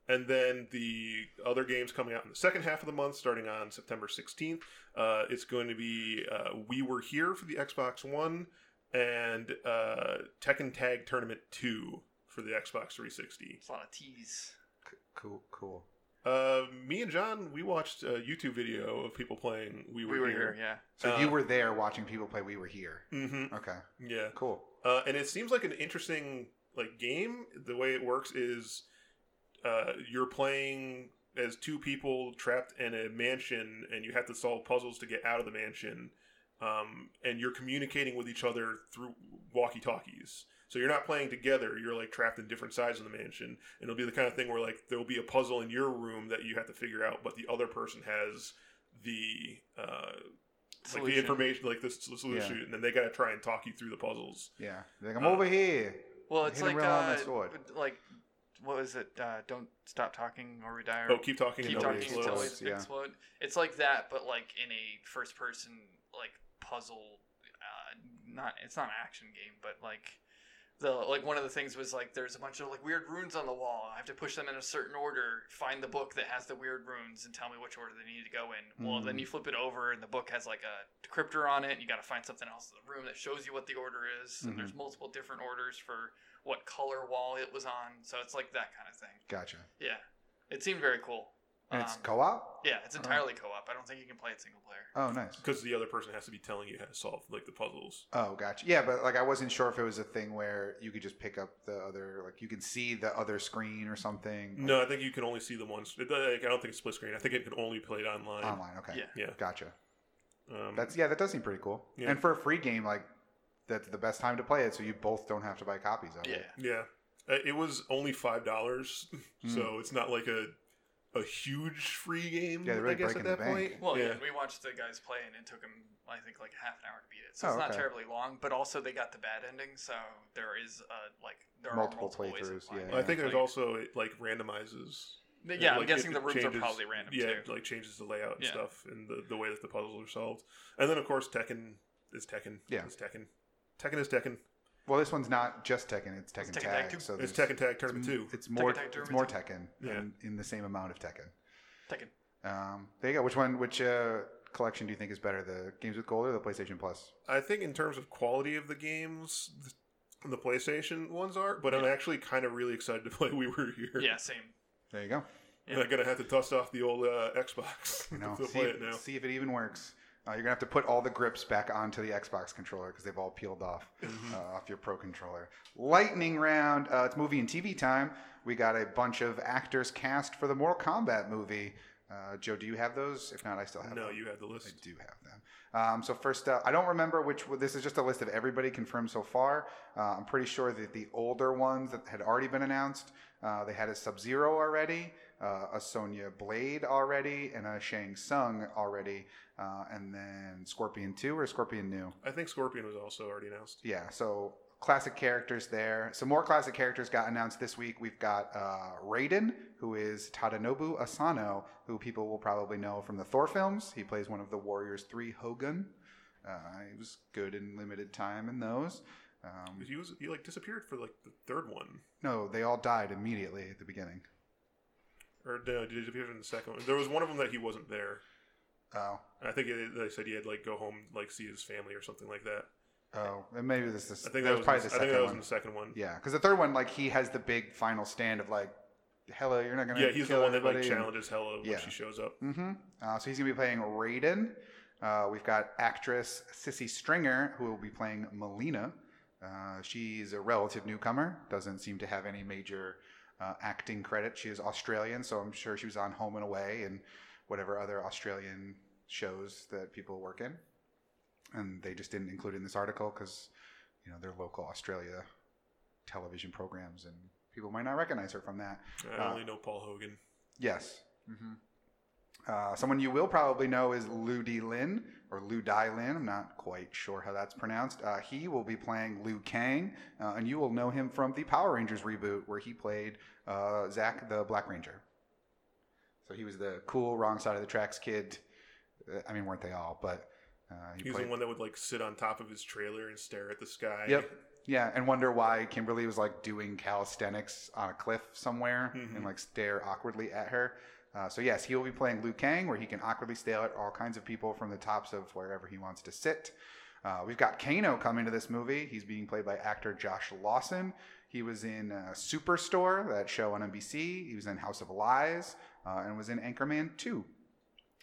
and then the other games coming out in the second half of the month, starting on September 16th, uh, it's going to be uh, We Were Here for the Xbox One and uh, Tekken Tag Tournament 2 for the Xbox 360. It's a lot of teas. cool? Cool. Uh, me and John, we watched a YouTube video of people playing We Were, We were here, Here. yeah. So you Uh, were there watching people play We Were Here. hmm Okay, Yeah. cool. Uh, and it seems like an interesting like game. The way it works is uh, you're playing as two people trapped in a mansion, and you have to solve puzzles to get out of the mansion. Um, and you're communicating with each other through walkie-talkies. So you're not playing together. You're like trapped in different sides of the mansion, and it'll be the kind of thing where like there will be a puzzle in your room that you have to figure out, but the other person has the uh, like the Solution. information, like this solution, and then they got to try and talk you through the puzzles. Yeah, They're like I'm Uh, over here. Well, it's Hit him like real hard with uh, that sword. like what was it? Uh, don't stop talking or we die. Or Oh, keep talking keep until it talking Nobody until explodes. it yeah. explode. It's like that, but like in a first person like puzzle. Uh, not it's not an action game, but like the like one of the things was like there's a bunch of like weird runes on the wall. I have to push them in a certain order. Find the book that has the weird runes and tell me which order they need to go in. Well, then Mm. you flip it over and the book has like a decryptor on it. And you got to find something else in the room that shows you what the order is. Mhm. And there's multiple different orders for what color wall it was on. So it's like that kind of thing. Gotcha. Yeah, it seemed very cool. And it's Um, co-op. yeah, it's Oh. entirely co-op. I don't think you can play it single player. Oh, nice. Because the other person has to be telling you how to solve like the puzzles. Oh, gotcha. Yeah, but like I wasn't sure if it was a thing where you could just pick up the other, like you can see the other screen or something. like, No, I think you can only see the ones. Like, I don't think it's split screen. I think it can only be played online. Online. Okay. Yeah. Yeah, Gotcha. um, That's yeah. That does seem pretty cool. Yeah. And for a free game, like that's the best time to play it, so you both don't have to buy copies of Yeah, it. yeah. Uh, It was only five dollars, Hmm. so it's not like a a huge free game. Yeah, they're really I guess breaking at the that bank. point. well, yeah. yeah. we watched the guys play, and it took them, I think, like half an hour to beat it. So Oh, it's not okay. terribly long, but also they got the bad ending, so there is uh, like there Multiple are multiple ways of playthroughs, playing yeah. it. Well, I think there's Like- also it like randomizes. It, yeah. I'm like, guessing it- the it rooms are changes- probably random Yeah, it, too. like changes the layout and Yeah. stuff, and the, the way that the puzzles are solved. And then of course Tekken is Tekken. Yeah. it's Tekken. Tekken is Tekken. Well, this one's not just Tekken; it's Tekken Tekken Tag Tag. too. so It's there's- Tekken Tag Tournament it's, Two. It's more. Tag it's Tournament more Tekken, Yeah. and in the same amount of Tekken. Tekken. Um, there you go. Which one? Which uh, collection do you think is better, the Games with Gold or the PlayStation Plus? I think in terms of quality of the games, th- the PlayStation ones are. But I'm Yeah. actually kind of really excited to play We Were Here. Yeah, same. There you go. I'm not gonna have to dust off the old uh, Xbox You know, to see, play if, it now. see if it even works. Uh, you're gonna have to put all the grips back onto the Xbox controller because they've all peeled off Mhm. uh, off your Pro controller. Lightning round. Uh, it's movie and TV time. We got a bunch of actors cast for the Mortal Kombat movie. Uh, Joe, do you have those? If not, I still have. no, them. you had the list. I do have them. Um, so first up, I don't remember which. This is just a list of everybody confirmed so far. Uh, I'm pretty sure that the older ones that had already been announced, uh, they had a Sub Zero already, uh, a Sonya Blade already, and a Shang Tsung already, uh, and then Scorpion Two or Scorpion New. I think Scorpion was also already announced. Yeah, so classic characters there. Some more classic characters got announced this week. We've got uh, Raiden, who is Tadanobu Asano, who people will probably know from the Thor films. He plays one of the Warriors Three Hogan. Uh, he was good in limited time in those. Um, He was he like disappeared for like the third one, no, they all died immediately at the beginning. or no, he disappeared in the second one. There was one of them that he wasn't there. Oh, And I think it, they said he had like go home, like see his family or something like that. oh, and maybe this is I think that was probably in the I think second that was one. in the second one. Yeah, because the third one, like he has the big final stand of like, "Hello, you're not gonna." Yeah, he's the kill one that like everybody," and- challenges Hella when Yeah. she shows up. Mm-hmm. Uh, so he's going to be playing Raiden. Uh, we've got actress Sissy Stringer, who will be playing Melina. Uh, she's a relative newcomer, doesn't seem to have any major uh, acting credit. She is Australian, so I'm sure she was on Home and Away and whatever other Australian shows that people work in. And they just didn't include it in this article because, you know, their local Australia television programs and people might not recognize her from that. I Uh, only know Paul Hogan. Yes. hmm Uh, someone you will probably know is Ludi Lin or Lou Dai Lin. I'm not quite sure how that's pronounced. Uh, he will be playing Liu Kang, uh, and you will know him from the Power Rangers reboot where he played uh, Zack the Black Ranger. So he was the cool wrong side of the tracks kid. Uh, I mean, weren't they all? But uh, he He's played. the one that would like sit on top of his trailer and stare at the sky. Yep. Yeah, and wonder why Kimberly was like doing calisthenics on a cliff somewhere Mhm. and like stare awkwardly at her. Uh, so yes, he will be playing Liu Kang, where he can awkwardly stare at all kinds of people from the tops of wherever he wants to sit. Uh, we've got Kano coming to this movie. He's being played by actor Josh Lawson. He was in uh, Superstore, that show on NBC. He was in House of Lies. uh, and was in Anchorman 2.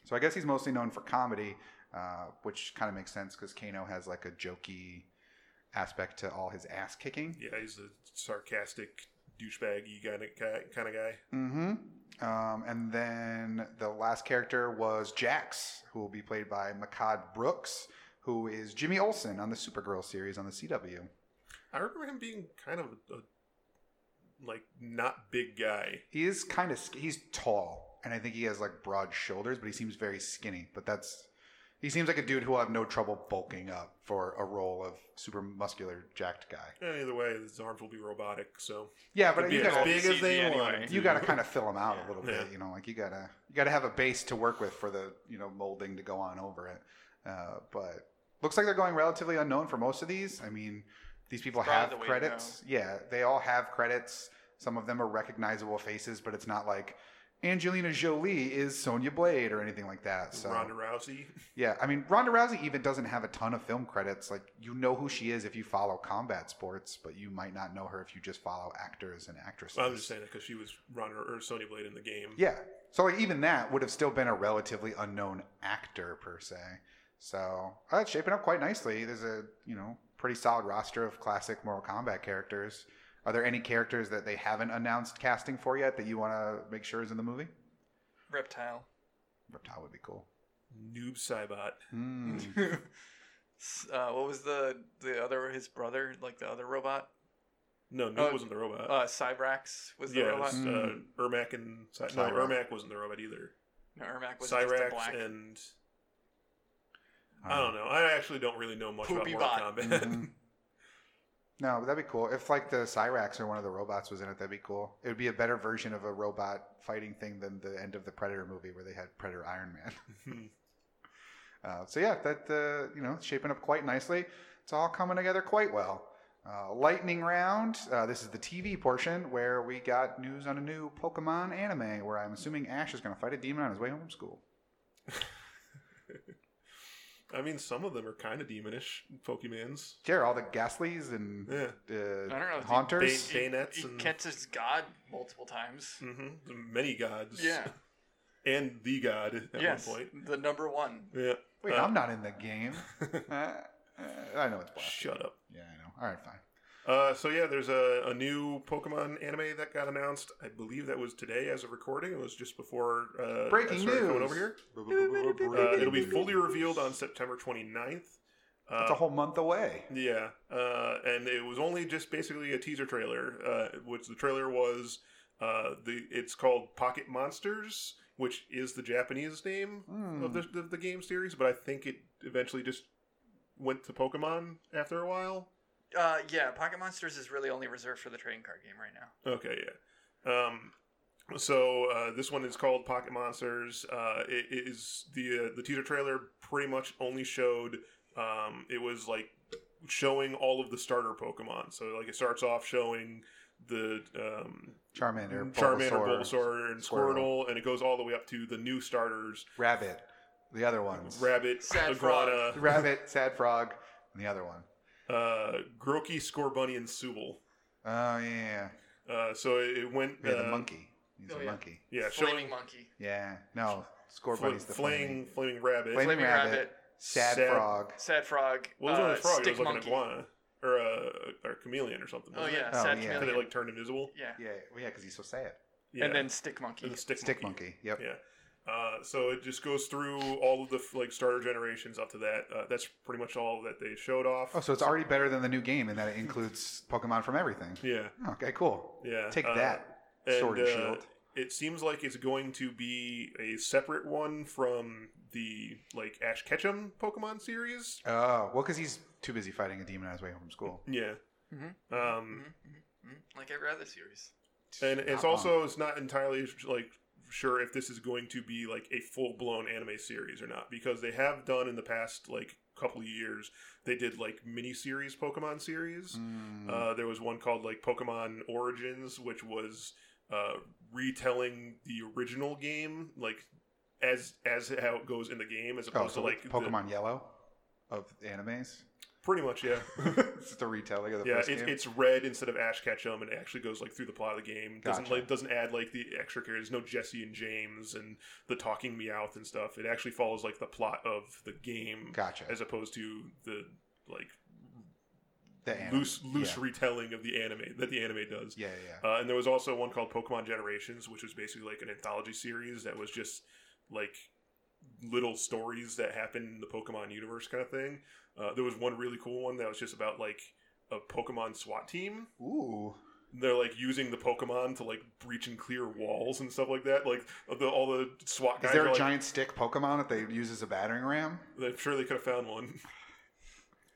So I guess he's mostly known for comedy, uh, which kind of makes sense because Kano has like a jokey aspect to all his ass kicking. Yeah, he's a sarcastic douchebaggy kind of kind of guy. hmm Um, and then the last character was Jax, who will be played by Makad Brooks, who is Jimmy Olsen on the Supergirl series on the CW. I remember him being kind of a, like not big guy. He is kind of he's tall, and I think he has like broad shoulders, but he seems very skinny. But that's he seems like a dude who will have no trouble bulking up for a role of super muscular jacked guy. Eh, Either way, his arms will be robotic. So Yeah, but Could be you as gotta, big as they CG want. anyway. you gotta kind of fill him out a little Yeah. bit you know like you gotta you gotta have a base to work with for the you know molding to go on over it uh, but looks like they're going relatively unknown for most of these i mean these people Probably have the way to credits yeah they all have credits some of them are recognizable faces but it's not like angelina jolie is sonia blade or anything like that so Ronda Rousey. yeah, I mean Ronda Rousey even doesn't have a ton of film credits. Like you know who she is if you follow combat sports, but you might not know her if you just follow actors and actresses. I was just saying that because she was Ronda or Sonya Blade in the game. Yeah. So like even that would have still been a relatively unknown actor per se. So uh, it's shaping up quite nicely. There's a you know pretty solid roster of classic Mortal Kombat characters. Are there any characters that they haven't announced casting for yet that you want to make sure is in the movie? Reptile. Reptile would be cool. Noob Cybot. Hmm. S- uh, what was the the other his brother like the other robot? No, Noob Uh, wasn't the robot. Uh, Cyrax was the yeah, robot. it's, Mm. uh, Ermac and Cy- no, Cyrax. Ermac wasn't the robot either. No, Ermac was just a Cyrax black. and I don't know. I actually don't really know much Poopy about Mortal Kombat. Mhm. No, but that'd be cool. If like the Cyrax or one of the robots was in it, that'd be cool. It would be a better version of a robot fighting thing than the end of the Predator movie where they had Predator Iron Man. Mm-hmm. Uh, so yeah, that uh, you know it's shaping up quite nicely. It's all coming together quite well. Uh, lightning round. Uh, this is the TV portion where we got news on a new Pokemon anime, where I'm assuming Ash is going to fight a demon on his way home from school. I mean, some of them are kind of demonish Pokemons. Sure, all the Ghastlies and Yeah, uh, I don't know. Haunters. Ba- bayonets He, he and- catches God multiple times. hmm many gods. Mm-hmm. Yeah. and the god at yes. one point. The number one. Yeah, Wait, Uh, I'm not in the game. uh, uh, I know it's black. shut up. Yeah, I know. All right, fine. Uh, so yeah, there's a, a new Pokemon anime that got announced. I believe that was today as of recording. It was just before uh, I Breaking started news. coming over here. Uh, it'll be fully revealed on September 29th. Uh, It's a whole month away. Yeah, uh, and it was only just basically a teaser trailer, uh, which the trailer was uh, the. It's called Pocket Monsters, which is the Japanese name Hmm. of the, the the game series, but I think it eventually just went to Pokemon after a while. Uh, yeah, Pocket Monsters is really only reserved for the trading card game right now. Okay, yeah. Um, so uh, this one is called Pocket Monsters. Uh, it it is the uh, the teaser trailer pretty much only showed um, it was like showing all of the starter Pokemon. So like it starts off showing the um, Hmm. Charmander, Charmander, Bulbasaur, Bulbasaur, and Squirtle. Squirtle. and it goes all the way up to the new starters: Rabbit, the other ones. Rabbit, Sad Iguana, Rabbit, Sad Frog, and the other one. uh, Groki, Scorbunny, and Subble. Oh yeah, Uh, so it, it went yeah, the uh, monkey. He's oh, a yeah. monkey. Yeah, Flaming showing Monkey. Yeah, no, Score fl- Bunny's the flaming, flaming, flaming rabbit. Flaming Flaming Rabbit. Rabbit. sad, Sad- frog. Sad Frog. Well, it uh, was not a frog. It Stick was like Monkey. an iguana or a or a chameleon or something. Oh, wasn't yeah. it? Oh, sad yeah. chameleon. Did it like turn invisible? yeah. Yeah, well, yeah, because he's so sad. Yeah. And then Stick Monkey. And the stick, Stick monkey. monkey. Yep. Uh, so it just goes through all of the like starter generations up to that. Uh, that's pretty much all that they showed off. Oh, so it's already better than the new game in that it includes Pokemon from everything. yeah, Oh, okay, cool. yeah. Take Uh, that, Sword and uh, Shield. It seems like it's going to be a separate one from the like Ash Ketchum Pokemon series. Oh, well, because he's too busy fighting a demon on his way home from school. Yeah. Mhm. Um, Mm-hmm. Like every other series. and Not it's wrong. also uh, it's not entirely like sure if this is going to be like a full-blown anime series or not because they have done in the past like couple of years they did like mini series pokemon series Mm. uh, there was one called like pokemon origins which was uh, retelling the original game like as as how it goes in the game as oh, opposed so to like like Pokemon Yellow of the animes. the- Pretty much, yeah. it's just a retelling of the yeah, first it's, game. it's red instead of Ash Ketchum, and it actually goes like through the plot of the game. Doesn't Gotcha. like doesn't add like the extra characters. No Jesse and James and the talking Meowth and stuff. It actually follows like the plot of the game gotcha. as opposed to the like the anime. loose loose Yeah. retelling of the anime that the anime does. Yeah, yeah, yeah. Uh, and there was also one called Pokemon Generations, which was basically like an anthology series that was just like little stories that happen in the Pokemon universe kind of thing. Uh, there was one really cool one that was just about like a Pokemon SWAT team. Ooh, They're like using the Pokemon to like breach and clear walls and stuff like that. Like the, all the SWAT guys. is there are, a like- giant stick Pokemon that they use as a battering ram? I'm sure they could have found one.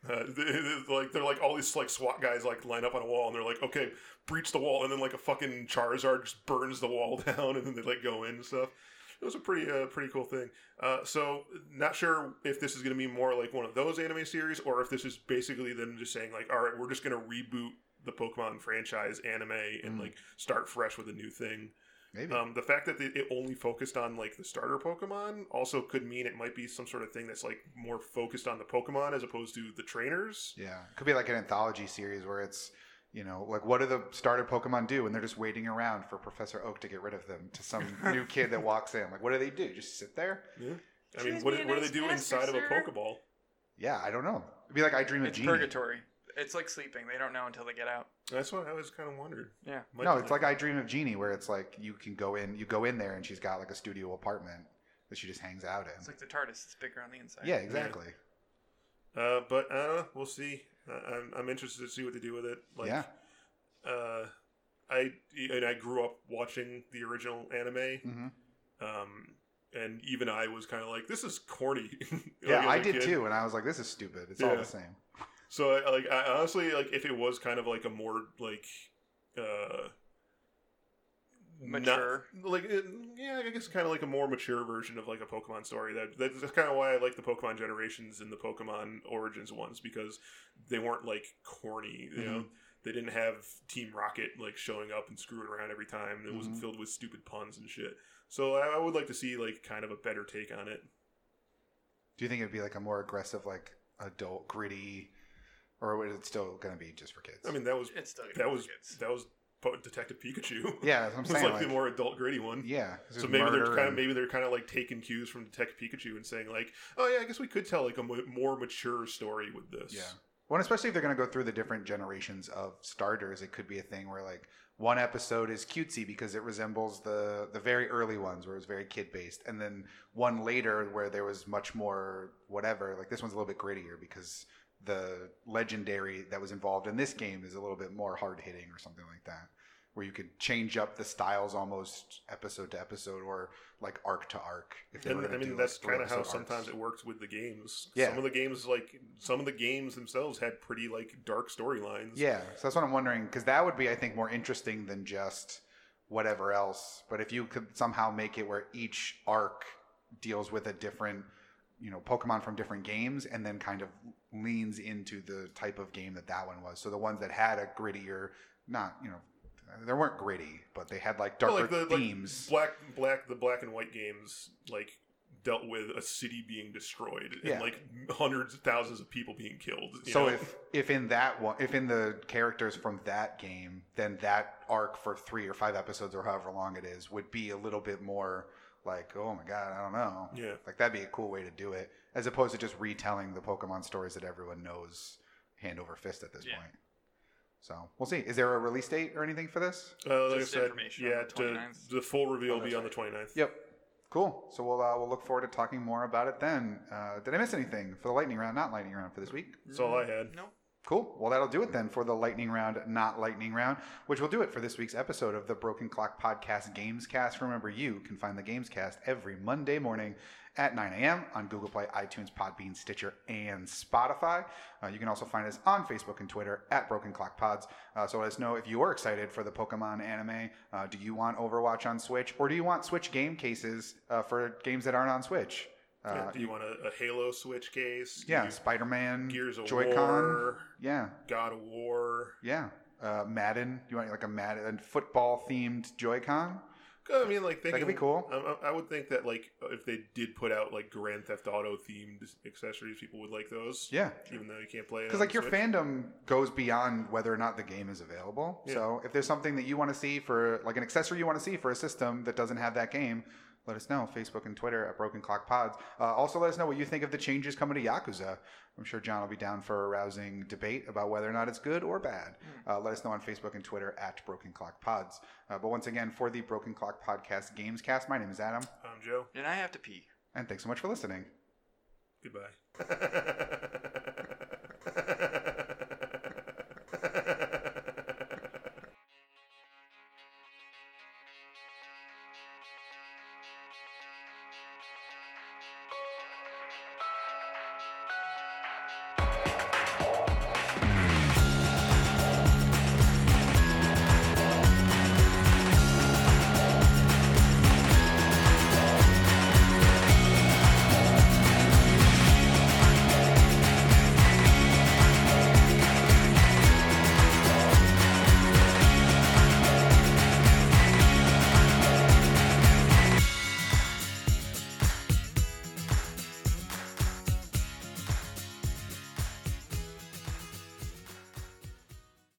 Uh, they- they- like they're like all these like SWAT guys like line up on a wall and they're like okay breach the wall and then like a fucking Charizard just burns the wall down and then they like go in and stuff. It was a pretty uh, pretty cool thing. Uh, so not sure if this is going to be more like one of those anime series or if this is basically them just saying like all right we're just going to reboot the Pokemon franchise anime Mm. and like start fresh with a new thing. Maybe. Um, the fact that they- it only focused on like the starter Pokemon also could mean it might be some sort of thing that's like more focused on the Pokemon as opposed to the trainers. Yeah, it could be like an anthology series where it's, you know, like what do the starter Pokemon do? And they're just waiting around for Professor Oak to get rid of them to some new kid that walks in. Like, what do they do? Just sit there? I mean, Choose what, me a what do they nice do master, inside of a sir. Pokeball? Yeah, I don't know. It'd be like I Dream of It's Genie. purgatory. It's like sleeping. They don't know until they get out. That's what I always kind of wondered. Yeah. Might No, be it's like I Dream of Genie, where it's like you can go in, you go in there, and she's got like a studio apartment that she just hangs out in. It's like the TARDIS. It's bigger on the inside. yeah, exactly. Uh, but I don't know. We'll see. Uh, I'm, I'm interested to see what they do with it. Like, yeah, Uh, I and I grew up watching the original anime. hmm Um, and even I was kind of like, this is corny. Like, as yeah. I a did kid. too, and I was like, this is stupid. It's all Yeah. the same. So I- like I honestly like if it was kind of like a more like uh not- Mature. like it- yeah, I guess kind of like a more mature version of like a Pokemon story. That that's kind of why I like the Pokemon Generations and the Pokemon Origins ones because they weren't like corny, you know. They didn't have Team Rocket like showing up and screwing around every time. It wasn't Mhm. filled with stupid puns and shit. So I, I would like to see like kind of a better take on it. Do you think it'd be like a more aggressive, like adult, gritty, or would it still gonna be just for kids? I mean, that was It's still gonna that be was for kids. that was Po- Detective Pikachu. yeah, that's what I'm It's saying. like, like- the more adult gritty one. Yeah. 'cause So there's maybe they're murder kind of and- maybe they're kind of like taking cues from Detective Pikachu and saying like, oh yeah, I guess we could tell like a mo- more mature story with this. yeah. Well, and especially if they're going to go through the different generations of starters, it could be a thing where like one episode is cutesy because it resembles the the very early ones where it was very kid based, and then one later where there was much more whatever. Like this one's a little bit grittier because the legendary that was involved in this game is a little bit more hard hitting or something like that, where you could change up the styles almost episode to episode or like arc to arc. If they were And gonna I mean do, that's like, three kind of how episode arcs. sometimes it works with the games. Yeah. Some of the games like some of the games themselves had pretty like dark storylines. Yeah, so that's what I'm wondering because that would be, I think, more interesting than just whatever else. But if you could somehow make it where each arc deals with a different, you know, Pokemon from different games, and then kind of leans into the type of game that that one was. So the ones that had a grittier, not you know, they weren't gritty, but they had like darker Well, like the like, themes. black black the black and white games like dealt with a city being destroyed Yeah. and like hundreds of thousands of people being killed. you so know? if if in that one if in the characters from that game then that arc for three or five episodes or however long it is would be a little bit more like oh my god i don't know yeah. like that'd be a cool way to do it as opposed to just retelling the pokemon stories that everyone knows hand over fist at this Yeah. point so we'll see is there a release date or anything for this Uh, like Just I said, information on yeah, the to- 29th. the full reveal Oh, will be that's on the right. 29th. yep cool so we'll uh, we'll look forward to talking more about it then uh, did i miss anything for the lightning round not lightning round for this week That's all I had. No. Cool. Well, that'll do it then for the lightning round, not lightning round, which will do it for this week's episode of the Broken Clock Podcast Gamescast. Remember, you can find the Gamescast every Monday morning at 9 a.m. on Google Play, iTunes, Podbean, Stitcher, and Spotify. Uh, you can also find us on Facebook and Twitter at Broken Clock Pods. Uh, so let us know if you are excited for the Pokemon anime. Uh, do you want Overwatch on Switch, or do you want Switch game cases uh, for games that aren't on Switch? Uh, Yeah, do you want a, a Halo Switch case? Do yeah, you- Spider Man, Gears of Joy-Con. War, Yeah. God of War. Yeah. Uh, Madden. You want like a Madden football themed Joy-Con? 'Cause, I mean, like That could thinking- be cool. I- I, I would think that like if they did put out like Grand Theft Auto themed accessories, people would like those. Yeah. Even though you can't play it Because on like the your Switch. fandom goes beyond whether or not the game is available. Yeah. So if there's something that you want to see for like an accessory you want to see for a system that doesn't have that game, let us know. Facebook and Twitter at Broken Clock Pods. Uh, also, let us know what you think of the changes coming to Yakuza. I'm sure John will be down for a rousing debate about whether or not it's good or bad. Mm. Uh, let us know on Facebook and Twitter at Broken Clock Pods. Uh, but once again, for the Broken Clock Podcast Gamescast, my name is Adam, I'm Joe. And I have to pee. and thanks so much for listening. Goodbye.